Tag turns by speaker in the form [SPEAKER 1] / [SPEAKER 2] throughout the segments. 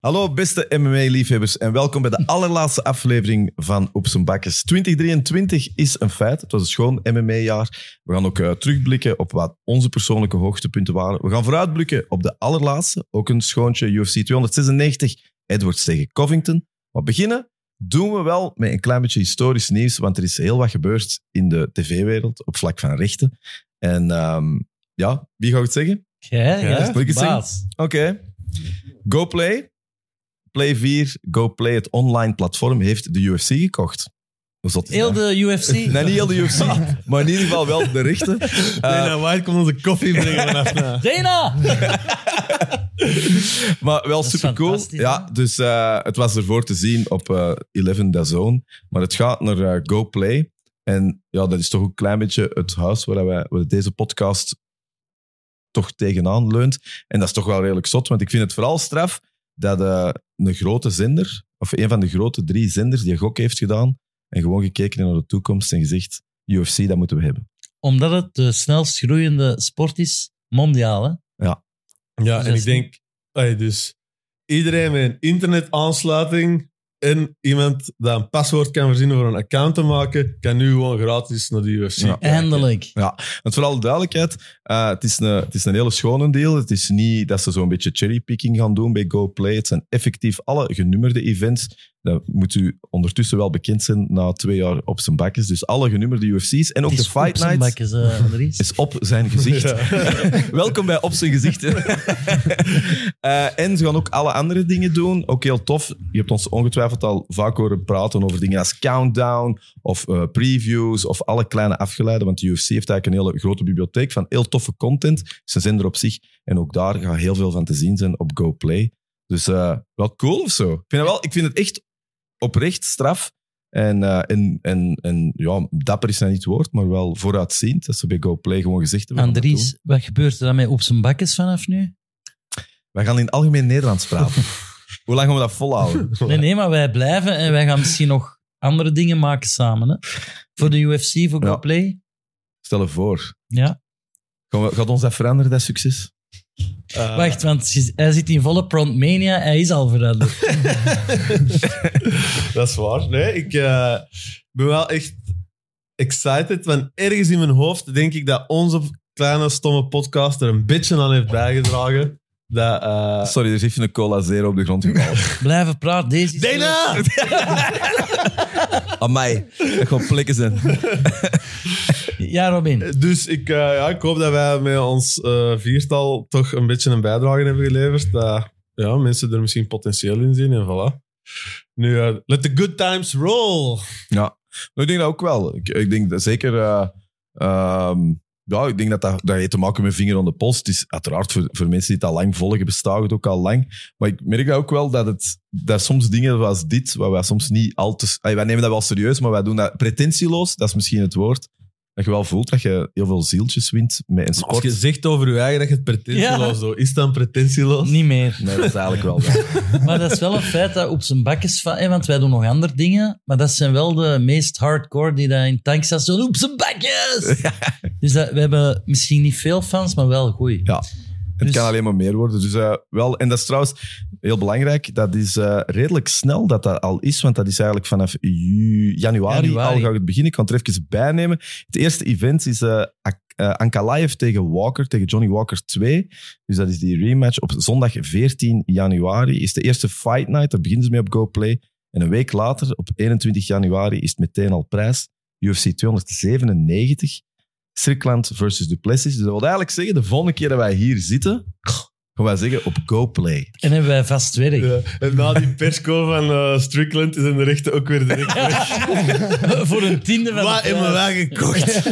[SPEAKER 1] Hallo beste MMA-liefhebbers en welkom bij de allerlaatste aflevering van Op z'n Bakkes. 2023 is een feit. Het was een schoon MMA-jaar. We gaan ook eh, terugblikken op wat onze persoonlijke hoogtepunten waren. We gaan vooruitblikken op de allerlaatste, ook een schoontje UFC 296, Edwards tegen Covington. Maar beginnen doen we wel met een klein beetje historisch nieuws, want er is heel wat gebeurd in de tv-wereld op vlak van rechten. En ehm, ja, wie gaat het zeggen?
[SPEAKER 2] Jij,
[SPEAKER 1] Ja,
[SPEAKER 2] ja,
[SPEAKER 1] moet ik het
[SPEAKER 2] baas.
[SPEAKER 1] Oké. GoPlay, Play 4, GoPlay, het online platform, heeft de UFC gekocht. Hoe zot is
[SPEAKER 2] Heel
[SPEAKER 1] dat?
[SPEAKER 2] de UFC.
[SPEAKER 1] Nee, niet heel de UFC, maar in ieder geval wel de rechten. Eh,
[SPEAKER 3] White komt onze koffie brengen vanaf na.
[SPEAKER 2] Dana!
[SPEAKER 1] maar wel
[SPEAKER 2] Dat is
[SPEAKER 1] super cool.
[SPEAKER 2] fantastisch,
[SPEAKER 1] Ja,
[SPEAKER 2] hè?
[SPEAKER 1] dus eh, het was ervoor te zien op eh 11 Dazone. Maar het gaat naar eh, GoPlay. En ja, dat is toch een klein beetje het huis waar, wij, waar deze podcast toch tegenaan leunt. En dat is toch wel redelijk zot, want ik vind het vooral straf dat eh, een grote zender, of een van de grote drie zenders die gok heeft gedaan, en gewoon gekeken naar de toekomst en gezegd, UFC, dat moeten we hebben.
[SPEAKER 2] Omdat het de snelst groeiende sport is, mondiaal. Hè?
[SPEAKER 3] Ja, en
[SPEAKER 2] Zes.
[SPEAKER 3] ik denk, ey, dus iedereen met een internetaansluiting en iemand dat een paswoord kan verzinnen voor een account te maken, kan nu gewoon gratis naar de UFC.
[SPEAKER 1] Ja.
[SPEAKER 3] kijken.
[SPEAKER 2] Eindelijk.
[SPEAKER 1] Want voor alle duidelijkheid, eh, het, is een, het is een hele schone deal. Het is niet dat ze zo'n beetje cherrypicking gaan doen bij GoPlay. Het zijn effectief alle genummerde events. Dat moet u ondertussen wel bekend zijn na twee jaar op zijn bakjes. Dus alle genummerde UFC's en ook
[SPEAKER 2] Het
[SPEAKER 1] de
[SPEAKER 2] is op
[SPEAKER 1] Fight
[SPEAKER 2] zijn
[SPEAKER 1] Nights
[SPEAKER 2] bakjes, eh, Andries.
[SPEAKER 1] is op zijn gezicht.
[SPEAKER 3] Ja.
[SPEAKER 1] Welkom bij Op zijn gezicht. Eh, en ze gaan ook alle andere dingen doen. Ook heel tof. Je hebt ons ongetwijfeld al vaak horen praten over dingen als countdown of eh, previews of alle kleine afgeleiden. Want de UFC heeft eigenlijk een hele grote bibliotheek van heel toffe content. Ze zijn er op zich. En ook daar gaat heel veel van te zien zijn op GoPlay. Dus eh, wel cool of zo. Ik vind, het wel, ik vind het echt oprecht straf. En, eh, en, en, en ja, dapper is nou niet het woord, maar wel vooruitziend. Dat ze bij GoPlay gewoon gezegd hebben. we gaan dat doen.
[SPEAKER 2] Andries, wat gebeurt er dan met op zijn bakjes vanaf nu?
[SPEAKER 1] Wij gaan in het algemeen Nederlands praten. Hoe lang gaan we dat volhouden?
[SPEAKER 2] Nee, nee, maar wij blijven en wij gaan misschien nog andere dingen maken samen. Hè? Voor de UFC, voor
[SPEAKER 1] Ja.
[SPEAKER 2] GoPlay.
[SPEAKER 1] Stel je voor.
[SPEAKER 2] Ja.
[SPEAKER 1] Gaan we- gaat ons dat veranderen, dat succes?
[SPEAKER 3] Eh,
[SPEAKER 2] Wacht, want hij zit in volle prontmania. Hij is al veranderd.
[SPEAKER 3] dat is waar. Nee, ik eh, ben wel echt excited, want ergens in mijn hoofd denk ik dat onze kleine stomme podcast er een beetje aan heeft bijgedragen. Dat, eh,
[SPEAKER 1] Sorry, er is even een cola zero op de grond gevallen.
[SPEAKER 2] Blijven praten. Deze is
[SPEAKER 3] Dana!
[SPEAKER 1] Amai, dat gewoon plekken zijn.
[SPEAKER 2] Ja, Robin.
[SPEAKER 3] Dus ik, eh, ja, ik hoop dat wij met ons eh, viertal toch een beetje een bijdrage hebben geleverd. Dat ja, mensen er misschien potentieel in zien en voilà. Nu, eh, let the good times roll.
[SPEAKER 1] Ja, Maar ik denk dat ook wel. Ik, ik denk dat zeker. eh, ehm, ja, ik denk dat dat, dat heeft te maken met vinger aan de post. Het is uiteraard voor, voor mensen die het al lang volgen, bestaat het ook al lang. Maar ik merk dat ook wel dat, het, dat soms dingen zoals dit, waar wij soms niet al te. Allee, wij nemen dat wel serieus, maar wij doen dat pretentieloos. Dat is misschien het woord. Dat je wel voelt dat je heel veel zieltjes wint met een
[SPEAKER 3] Als
[SPEAKER 1] sport.
[SPEAKER 3] je zegt over je eigen dat je het pretentieloos
[SPEAKER 2] Ja.
[SPEAKER 3] doet, is het dan pretentieloos?
[SPEAKER 2] Niet meer.
[SPEAKER 1] Nee, dat is eigenlijk wel. waar.
[SPEAKER 2] Maar dat is wel een feit dat op zijn bak is van... hè, want wij doen nog andere dingen, maar dat zijn wel de meest hardcore die daar in tankstas doen. Op zijn bakjes! Dus dat, we hebben misschien niet veel fans, maar wel goeie.
[SPEAKER 1] Ja. Het
[SPEAKER 2] Dus-
[SPEAKER 1] kan alleen maar meer worden. Dus eh, wel, en dat is trouwens heel belangrijk. Dat is eh, redelijk snel dat dat al is, want dat is eigenlijk vanaf ju- januari,
[SPEAKER 2] Januari.
[SPEAKER 1] al gaat het beginnen. Ik kan het er even bijnemen. Het eerste event is eh Ak- eh, Ankalaev tegen Walker, tegen Johnny Walker 2. Dus dat is die rematch. Op zondag 14 januari is de eerste Fight Night. Daar beginnen ze mee op GoPlay. En een week later, op 21 januari, is het meteen al prijs. UFC 297. Strickland versus Duplessis. Dus dat wil eigenlijk zeggen, de volgende keer dat wij hier zitten, gaan wij zeggen op GoPlay.
[SPEAKER 2] En hebben wij vast werk.
[SPEAKER 3] Ja. En na die persco van eh, Strickland is in de rechten ook weer direct weg.
[SPEAKER 2] Voor een tiende van de
[SPEAKER 3] Wat hebben
[SPEAKER 2] prijs.
[SPEAKER 3] wij gekocht?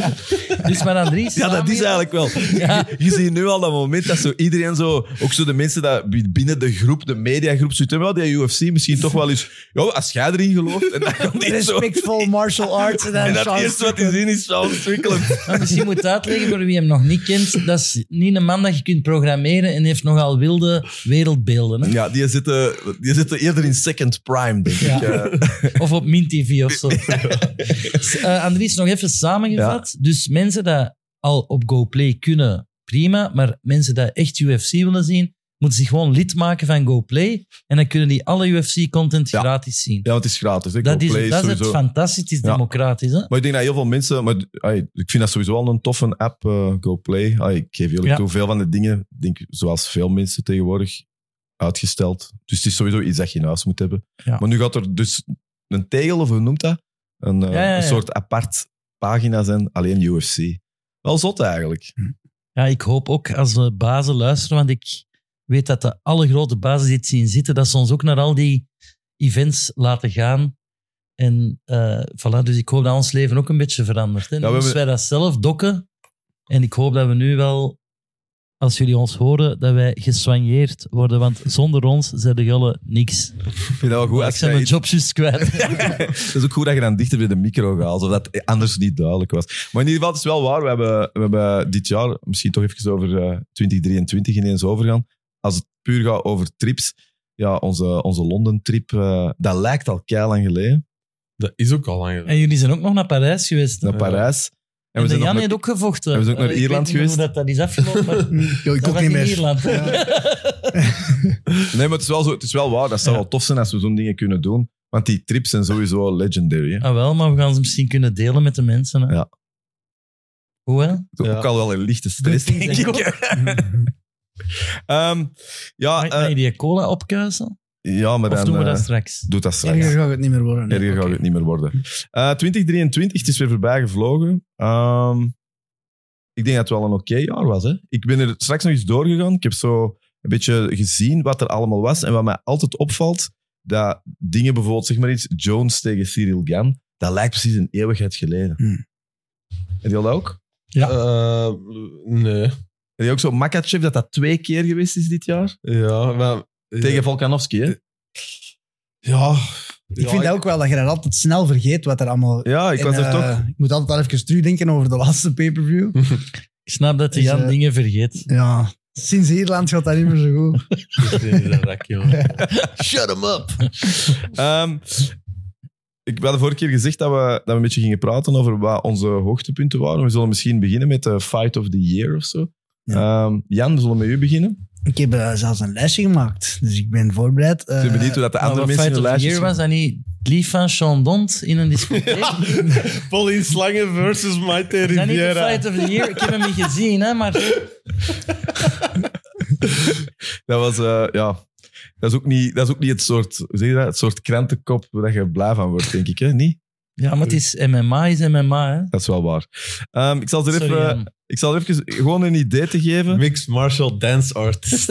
[SPEAKER 2] Dus maar Andries...
[SPEAKER 1] Ja, dat
[SPEAKER 2] samen-
[SPEAKER 1] is eigenlijk wel.
[SPEAKER 2] Ja.
[SPEAKER 1] Je, je ziet nu al dat moment dat zo iedereen zo, ook zo de mensen dat bi- binnen de groep, de mediagroep, zitten wel die UFC misschien toch wel eens, ja, als jij erin gelooft, en dan komt die zo.
[SPEAKER 4] Respectful martial arts en
[SPEAKER 1] En
[SPEAKER 4] dan
[SPEAKER 1] dat
[SPEAKER 4] Charles
[SPEAKER 1] eerste wat je ziet is Charles Strickland.
[SPEAKER 2] Maar misschien moet uitleggen voor wie hem nog niet kent. Dat is niet een man dat je kunt programmeren en heeft nogal wilde wereldbeelden. Hè?
[SPEAKER 1] Ja, die zitten, die zitten eerder in second prime, denk ik.
[SPEAKER 2] Ja.
[SPEAKER 1] Eh,
[SPEAKER 2] Of op MinTV of zo. Eh, Andries, nog even samengevat. Dus mensen die al op GoPlay kunnen, prima. Maar mensen die echt UFC willen zien, Moeten zich gewoon lid maken van GoPlay. En dan kunnen die alle UFC-content
[SPEAKER 1] Ja.
[SPEAKER 2] gratis zien.
[SPEAKER 1] Ja, want het is gratis. hè.
[SPEAKER 2] Dat is,
[SPEAKER 1] GoPlay is
[SPEAKER 2] dat is het
[SPEAKER 1] sowieso-
[SPEAKER 2] fantastisch. Het is
[SPEAKER 1] Ja.
[SPEAKER 2] democratisch. Hè?
[SPEAKER 1] Maar ik denk dat heel veel mensen... Maar, ai, ik vind dat sowieso al een toffe app, eh, GoPlay. Ai, ik geef jullie
[SPEAKER 2] Ja.
[SPEAKER 1] toe, veel van de dingen, denk, ik, zoals veel mensen tegenwoordig, uitgesteld. Dus het is sowieso iets dat je in huis moet hebben.
[SPEAKER 2] Ja.
[SPEAKER 1] Maar nu gaat er dus een tegel, of hoe noemt dat? Een, eh,
[SPEAKER 2] Ja, ja, ja.
[SPEAKER 1] een soort apart pagina zijn, alleen UFC. Wel zot eigenlijk.
[SPEAKER 2] Ja, ik hoop ook als we bazen luisteren, want ik weet dat de alle grote bazen die het zien zitten, dat ze ons ook naar al die events laten gaan. En eh voilà, dus ik hoop dat ons leven ook een beetje verandert. Hè.
[SPEAKER 1] we
[SPEAKER 2] Moesten
[SPEAKER 1] hebben-
[SPEAKER 2] wij dat zelf dokken. En ik hoop dat we nu wel, als jullie ons horen, dat wij geswanjeerd worden. Want zonder ons zijn de gullen niks.
[SPEAKER 1] Ik vind dat wel goed.
[SPEAKER 2] ik
[SPEAKER 1] Als
[SPEAKER 2] zijn
[SPEAKER 1] jij
[SPEAKER 2] mijn
[SPEAKER 1] iets-
[SPEAKER 2] jobjes kwijt.
[SPEAKER 1] Het is ook goed dat je dan dichter bij de micro gaat, of dat anders niet duidelijk was. Maar in ieder geval, het is wel waar. We hebben, we hebben dit jaar, misschien toch even over eh, 2023 ineens overgaan. Als het puur gaat over trips. Ja, onze, onze Londen-trip, eh, dat lijkt al lang geleden.
[SPEAKER 3] Dat is ook al lang geleden.
[SPEAKER 2] En jullie zijn ook nog naar Parijs geweest.
[SPEAKER 1] Naar
[SPEAKER 3] Ja.
[SPEAKER 1] Parijs.
[SPEAKER 2] En, de
[SPEAKER 1] nog
[SPEAKER 2] Jan
[SPEAKER 1] met-
[SPEAKER 2] heeft ook gevochten.
[SPEAKER 1] en we zijn ook naar
[SPEAKER 2] Eh, ik weet
[SPEAKER 1] Ierland
[SPEAKER 2] niet hoe
[SPEAKER 1] geweest.
[SPEAKER 2] dat, dat is afgelopen, maar...
[SPEAKER 4] Ja, Mm. ik
[SPEAKER 2] Dat was
[SPEAKER 4] ook niet
[SPEAKER 2] in
[SPEAKER 4] meer.
[SPEAKER 2] Ierland.
[SPEAKER 4] Ja.
[SPEAKER 1] Nee, maar het is, wel zo, het is wel waar. Dat zou
[SPEAKER 2] Ja.
[SPEAKER 1] wel tof zijn als we zo'n dingen kunnen doen. Want die trips zijn sowieso legendary. Hè?
[SPEAKER 2] Ah wel, maar we gaan ze misschien kunnen delen met de mensen. Hè?
[SPEAKER 1] Ja.
[SPEAKER 2] Hoe
[SPEAKER 1] Ah,
[SPEAKER 2] hè?
[SPEAKER 3] Ja.
[SPEAKER 1] Ook al wel een lichte stress,
[SPEAKER 2] Goed ding,
[SPEAKER 1] denk ik.
[SPEAKER 2] denk ik
[SPEAKER 1] Ehm, ja,
[SPEAKER 2] Mag
[SPEAKER 1] eh,
[SPEAKER 2] mag je die cola opkuisen?
[SPEAKER 1] ja, maar
[SPEAKER 2] Of
[SPEAKER 1] dan...
[SPEAKER 2] doen we dat
[SPEAKER 1] eh,
[SPEAKER 2] straks?
[SPEAKER 1] Doe dat straks.
[SPEAKER 4] Erger gaat het niet meer worden. nee.
[SPEAKER 1] Erger gaat
[SPEAKER 4] Oké.
[SPEAKER 1] het niet meer worden. Eh, 2023, het is weer voorbij gevlogen. Ehm, ik denk dat het wel een oké jaar was. Hè? Ik ben er straks nog eens doorgegaan. Ik heb zo een beetje gezien wat er allemaal was. En wat mij altijd opvalt, dat dingen bijvoorbeeld, zeg maar iets, Jones tegen Cyril Gan, dat lijkt precies een eeuwigheid geleden.
[SPEAKER 4] Hmm.
[SPEAKER 1] Heb je dat ook?
[SPEAKER 2] Ja.
[SPEAKER 3] Eh, nee.
[SPEAKER 1] Heb je ook zo Makachev, dat dat twee keer geweest is dit jaar?
[SPEAKER 3] Ja, maar...
[SPEAKER 1] Tegen Volkanovski, hè?
[SPEAKER 3] Ja.
[SPEAKER 4] Ik vind ook wel dat je dat altijd snel vergeet wat er allemaal...
[SPEAKER 1] Ja, ik
[SPEAKER 4] En,
[SPEAKER 1] was er
[SPEAKER 4] eh,
[SPEAKER 1] toch. Hm.
[SPEAKER 4] Ik moet altijd wel even terugdenken over de laatste pay-per-view.
[SPEAKER 2] Ik snap dat de
[SPEAKER 4] Is,
[SPEAKER 2] Jan
[SPEAKER 4] eh,
[SPEAKER 2] dingen vergeet.
[SPEAKER 4] Ja, sinds Ierland gaat dat niet meer zo goed.
[SPEAKER 3] Ik denk niet dat dat kan.
[SPEAKER 2] Shut him up!
[SPEAKER 1] Ehm, ik had de vorige keer gezegd dat we, dat we een beetje gingen praten over wat onze hoogtepunten waren. We zullen misschien beginnen met de Fight of the Year of zo. Ehm, Jan, we zullen met u beginnen.
[SPEAKER 4] Ik heb eh, zelfs een lijstje gemaakt, dus ik ben voorbereid.
[SPEAKER 1] Ik
[SPEAKER 4] Eh,
[SPEAKER 1] ben benieuwd hoe dat de andere mensen in
[SPEAKER 2] Fight
[SPEAKER 1] de
[SPEAKER 2] of the
[SPEAKER 1] lijstjes
[SPEAKER 2] Year was dat niet het lief van Chandont in een discotheek?
[SPEAKER 3] Polly Slangen versus Maite
[SPEAKER 2] Is dat niet de
[SPEAKER 3] Riviera.
[SPEAKER 2] Fight of the Year? Ik heb hem niet gezien, hè, maar...
[SPEAKER 1] Dat was, eh, ja... Dat is, ook niet, dat is ook niet het soort, hoe zeg je dat, het soort krantenkop waar je blij van wordt, denk ik. Hè? Niet?
[SPEAKER 2] Ja, maar het is MMA, is MMA, hè.
[SPEAKER 1] Dat is wel waar. Ehm, ik, zal er even,
[SPEAKER 2] Sorry, Jan.
[SPEAKER 1] ik zal er even gewoon een idee te geven.
[SPEAKER 3] Mixed martial dance artist.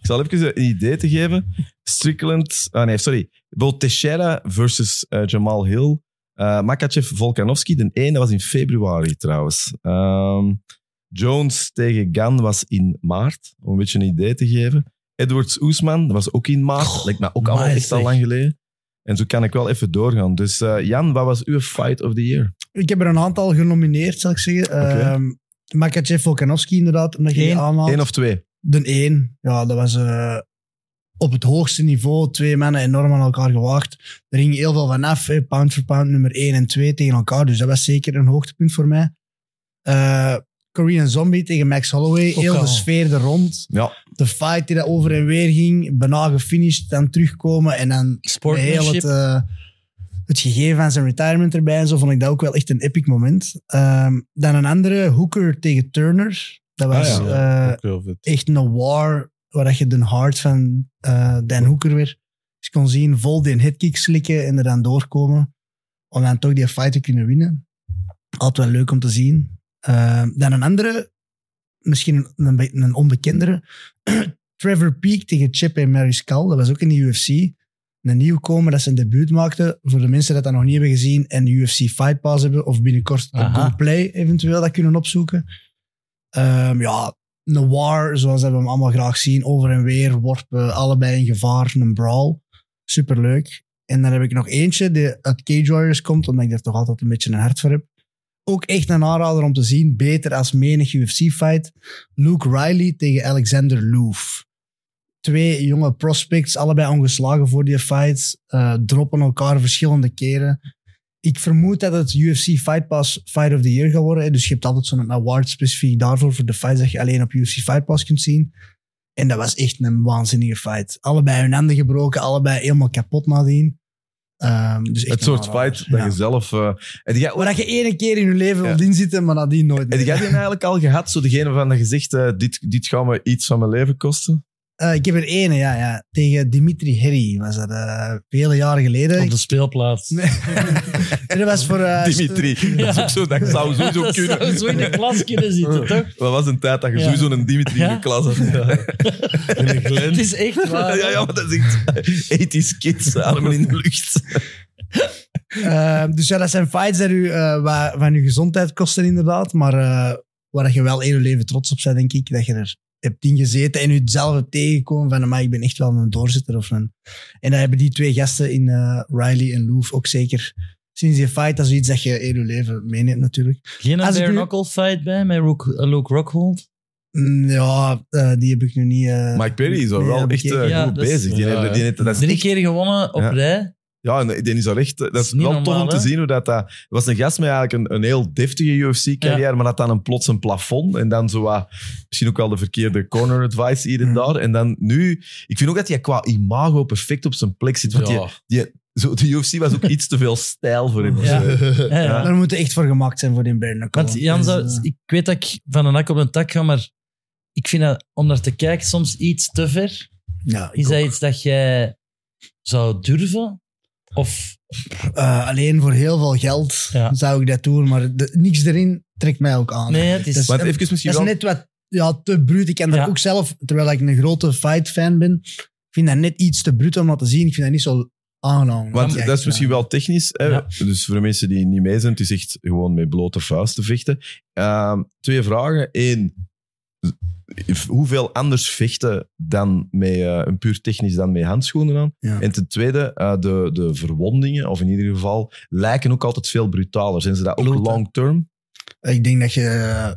[SPEAKER 1] Ik zal even een idee te geven. Strickland, ah nee, sorry. Wel Teixeira versus eh, Jamal Hill. Eh Makachev Volkanovski, de ene was in februari trouwens. Ehm, Jones tegen Gan was in maart, om een beetje een idee te geven. Edwards Oesman dat was ook in maart.
[SPEAKER 2] Goh,
[SPEAKER 1] Lijkt me ook allemaal
[SPEAKER 2] maar
[SPEAKER 1] echt al
[SPEAKER 2] zeg.
[SPEAKER 1] lang geleden. En zo kan ik wel even doorgaan. Dus eh, Jan, wat was uw fight of the year?
[SPEAKER 4] Ik heb er een aantal genomineerd, zal ik zeggen.
[SPEAKER 1] Oké.
[SPEAKER 4] Ehm Makachev Volkanovski inderdaad, omdat je die
[SPEAKER 2] Eén.
[SPEAKER 4] aanhaalt.
[SPEAKER 1] Eén of twee?
[SPEAKER 4] De één, ja, dat was eh, op het hoogste niveau. Twee mannen enorm aan elkaar gewaagd. Er ging heel veel vanaf, hè, pound for pound, nummer één en twee tegen elkaar. Dus dat was zeker een hoogtepunt voor mij. Eh Korean Zombie tegen Max Holloway.
[SPEAKER 2] Ook
[SPEAKER 4] heel
[SPEAKER 2] al.
[SPEAKER 4] de sfeer er rond.
[SPEAKER 1] Ja,
[SPEAKER 4] De fight die daar over en weer ging. Bijna gefinished, dan terugkomen en dan heel het,
[SPEAKER 2] Sportmanship.
[SPEAKER 4] eh, het gegeven van zijn retirement erbij en zo vond ik dat ook wel echt een epic moment. Ehm, dan een andere, Hooker tegen Turner. Dat
[SPEAKER 1] Ah,
[SPEAKER 4] was
[SPEAKER 1] ja.
[SPEAKER 4] eh,
[SPEAKER 3] Ook heel vet.
[SPEAKER 4] echt een war waar dat je de hart van eh Dan Hoeker weer dus kon zien. Vol die hitkick slikken en er dan doorkomen. Om dan toch die fight te kunnen winnen. Altijd wel leuk om te zien. Eh, dan een andere, misschien een, een, be- een onbekendere. Trevor Peak tegen Chip en Mariscal. Dat was ook in de UFC. Een nieuwkomer dat zijn debuut maakte. Voor de mensen dat dat nog niet hebben gezien en de UFC Fight Pass hebben. Of binnenkort op
[SPEAKER 2] Aha.
[SPEAKER 4] Play eventueel dat kunnen opzoeken. Ehm, ja, een war, zoals dat we hem allemaal graag zien. Over en weer worpen, allebei in gevaar. Een brawl. Superleuk. En dan heb ik nog eentje die uit Cage Warriors komt, omdat ik daar toch altijd een beetje een hart voor heb. Ook echt een aanrader om te zien. Beter als menig UFC-fight. Luke Riley tegen Alexander Louf. Twee jonge prospects, allebei ongeslagen voor die fight. eh, droppen elkaar verschillende keren. Ik vermoed dat het UFC Fight Pass Fight of the Year gaat worden. hè. Dus je hebt altijd zo'n award specifiek daarvoor, voor de fights dat je alleen op UFC Fight Pass kunt zien. En dat was echt een waanzinnige fight. Allebei hun handen gebroken, allebei helemaal kapot nadien. Ehm, dus echt
[SPEAKER 1] Het
[SPEAKER 4] een
[SPEAKER 1] soort
[SPEAKER 4] aanrader.
[SPEAKER 1] fight dat
[SPEAKER 4] Ja.
[SPEAKER 1] je zelf... eh en jij,
[SPEAKER 4] Waar dat je één keer in je leven
[SPEAKER 1] Ja.
[SPEAKER 4] wilt inzitten, maar nadien nooit
[SPEAKER 1] heb
[SPEAKER 4] meer.
[SPEAKER 1] jij die eigenlijk al gehad? Zo degene van dat gezicht, eh, dit, dit gaat me iets van mijn leven kosten?
[SPEAKER 4] Eh, ik heb er één, ja, ja. Tegen Dimitri Herry was dat eh, vele jaren geleden.
[SPEAKER 2] Op de speelplaats.
[SPEAKER 4] Nee. En dat was voor... eh,
[SPEAKER 1] Dimitri. Dat, is ook zo, dat zou sowieso
[SPEAKER 2] Dat
[SPEAKER 1] kunnen.
[SPEAKER 2] zou zo in de klas kunnen zitten, toch?
[SPEAKER 1] Dat was een tijd dat je
[SPEAKER 2] Ja.
[SPEAKER 1] sowieso een Dimitri in
[SPEAKER 2] Ja.
[SPEAKER 1] de klas had.
[SPEAKER 3] En ik
[SPEAKER 2] Het
[SPEAKER 3] Glenn.
[SPEAKER 2] is echt waar.
[SPEAKER 1] Ja, ja, maar dat is echt 80 kids, armen in de lucht.
[SPEAKER 4] Eh, dus ja, dat zijn fights dat u, eh, wa- van je gezondheid kosten, inderdaad. Maar eh, waar dat je wel heel je leven trots op bent, denk ik. Dat je er hebt in gezeten en jezelf hebt tegengekomen van, maar ik ben echt wel een doorzitter. Of een... En dat hebben die twee gasten in eh, Riley en Louf ook zeker. Sinds die fight, dat is iets dat je heel je leven meeneemt natuurlijk.
[SPEAKER 2] Geen
[SPEAKER 4] Als ik
[SPEAKER 2] bare
[SPEAKER 4] nu-
[SPEAKER 2] knuckle fight bij met Rook- eh, Luke Rockhold.
[SPEAKER 4] Mm, ja, eh, die heb ik nu niet... eh,
[SPEAKER 1] Mike Perry is al
[SPEAKER 4] Nee,
[SPEAKER 1] wel
[SPEAKER 4] dat
[SPEAKER 1] echt
[SPEAKER 4] bekeken.
[SPEAKER 1] eh,
[SPEAKER 2] Ja,
[SPEAKER 1] goed
[SPEAKER 2] dat is-
[SPEAKER 1] bezig. Die
[SPEAKER 3] Ja,
[SPEAKER 1] heeft- die heeft- dat is
[SPEAKER 2] Drie
[SPEAKER 1] echt-
[SPEAKER 2] keer gewonnen op
[SPEAKER 1] Ja.
[SPEAKER 2] rij.
[SPEAKER 1] Ja, en die is al echt... Dat
[SPEAKER 2] Dat
[SPEAKER 1] is
[SPEAKER 2] is niet
[SPEAKER 1] wel tof
[SPEAKER 2] normaal,
[SPEAKER 1] om te
[SPEAKER 2] hè?
[SPEAKER 1] zien hoe dat... dat het was een gast met eigenlijk een, een heel deftige UFC-carrière, maar dat dan een plots een plafond. En dan zo wat... Misschien ook wel de verkeerde corner advice hier en
[SPEAKER 2] Mhm.
[SPEAKER 4] Mm.
[SPEAKER 1] daar. En dan nu... Ik vind ook dat hij qua imago perfect op zijn plek zit. Want die, zo, de UFC was ook iets te veel stijl voor hem.
[SPEAKER 2] Ja.
[SPEAKER 3] Ja.
[SPEAKER 2] Ja, ja.
[SPEAKER 1] Ja.
[SPEAKER 4] Daar moet je echt voor gemaakt zijn voor die Bernard
[SPEAKER 2] Want Jan, zou, ik weet dat ik van een hak op een tak ga, maar ik vind dat om naar te kijken soms iets te ver.
[SPEAKER 4] ja,
[SPEAKER 2] Is
[SPEAKER 4] ik
[SPEAKER 2] dat
[SPEAKER 4] ook.
[SPEAKER 2] iets dat jij zou durven? Of
[SPEAKER 4] Eh, alleen voor heel veel geld
[SPEAKER 2] Ja.
[SPEAKER 4] zou ik dat doen, maar de- niks erin trekt mij ook aan.
[SPEAKER 2] nee, het is.
[SPEAKER 4] Dus-
[SPEAKER 1] Maar even misschien
[SPEAKER 4] Dat is
[SPEAKER 1] wel...
[SPEAKER 4] net wat ja, te bruut. Ik kan er
[SPEAKER 2] Ja.
[SPEAKER 4] ook zelf, terwijl ik een grote fight-fan ben, ik vind dat net iets te bruut om dat te zien. Ik vind dat niet zo aangenaam.
[SPEAKER 1] Want
[SPEAKER 4] Ja,
[SPEAKER 1] dat is misschien wel technisch. Hè?
[SPEAKER 2] Ja.
[SPEAKER 1] Dus voor de mensen die niet mee zijn, het is echt gewoon met blote vuisten vechten. Ehm, twee vragen. Eén, v- hoeveel anders vechten dan met, eh, een puur technisch dan met handschoenen aan?
[SPEAKER 4] Ja.
[SPEAKER 1] En ten tweede, eh, de, de verwondingen, of in ieder geval, lijken ook altijd veel brutaler. Zijn ze dat ook
[SPEAKER 4] Bloed, hè?
[SPEAKER 1] long term?
[SPEAKER 4] Ik denk dat je eh,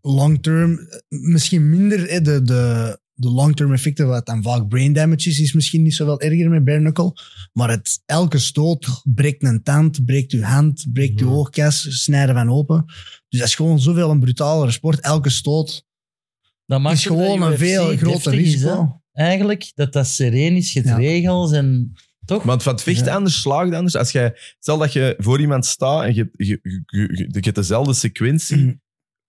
[SPEAKER 4] long-term, eh, misschien minder eh, de, de, de long-term effecten, wat dan vaak brain damage is, is misschien niet zo wel erger met bare knuckle. Maar het, elke stoot breekt een tand, breekt uw hand, breekt uw
[SPEAKER 3] Mhm.
[SPEAKER 4] oogkas, snijden van open. Dus dat is gewoon zoveel een brutalere sport. Elke stoot
[SPEAKER 2] dat maakt
[SPEAKER 4] is
[SPEAKER 2] ook dat
[SPEAKER 4] gewoon
[SPEAKER 2] UFC
[SPEAKER 4] een veel groter
[SPEAKER 2] deftig is, hè?
[SPEAKER 4] risico.
[SPEAKER 2] Eigenlijk, dat dat sereen is, je hebt
[SPEAKER 4] Ja.
[SPEAKER 2] regels en. Toch?
[SPEAKER 1] Want van het vechten
[SPEAKER 4] Ja.
[SPEAKER 1] anders, slagen anders. Als jij, stel dat je voor iemand staat en je, je, je, je- je hebt dezelfde sequentie.
[SPEAKER 4] Mhm.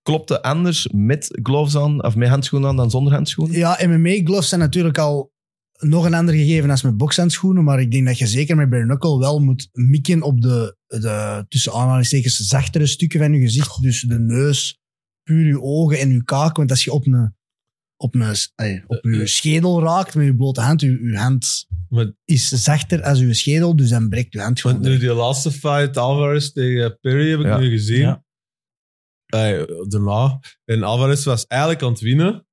[SPEAKER 1] Klopt het anders met gloves aan of met handschoenen aan dan zonder handschoenen?
[SPEAKER 4] Ja, MMA-gloves zijn natuurlijk al nog een ander gegeven als met bokshandschoenen, maar ik denk dat je zeker met bare knuckle wel moet mikken op de, de tussen aanhalingstekens zachtere stukken van je gezicht, dus de neus, puur je ogen en je kaak, want als je op een op een, allee, op je schedel raakt met je blote hand, je, je hand
[SPEAKER 3] Maar-
[SPEAKER 4] is zachter als je schedel, dus dan breekt je hand
[SPEAKER 3] Want
[SPEAKER 4] gewoon.
[SPEAKER 3] nu die laatste fight, Alvarez tegen Perry, heb ik
[SPEAKER 1] Ja.
[SPEAKER 3] nu gezien.
[SPEAKER 2] Ja.
[SPEAKER 3] Ay, daarna. En Alvarez was eigenlijk aan het winnen.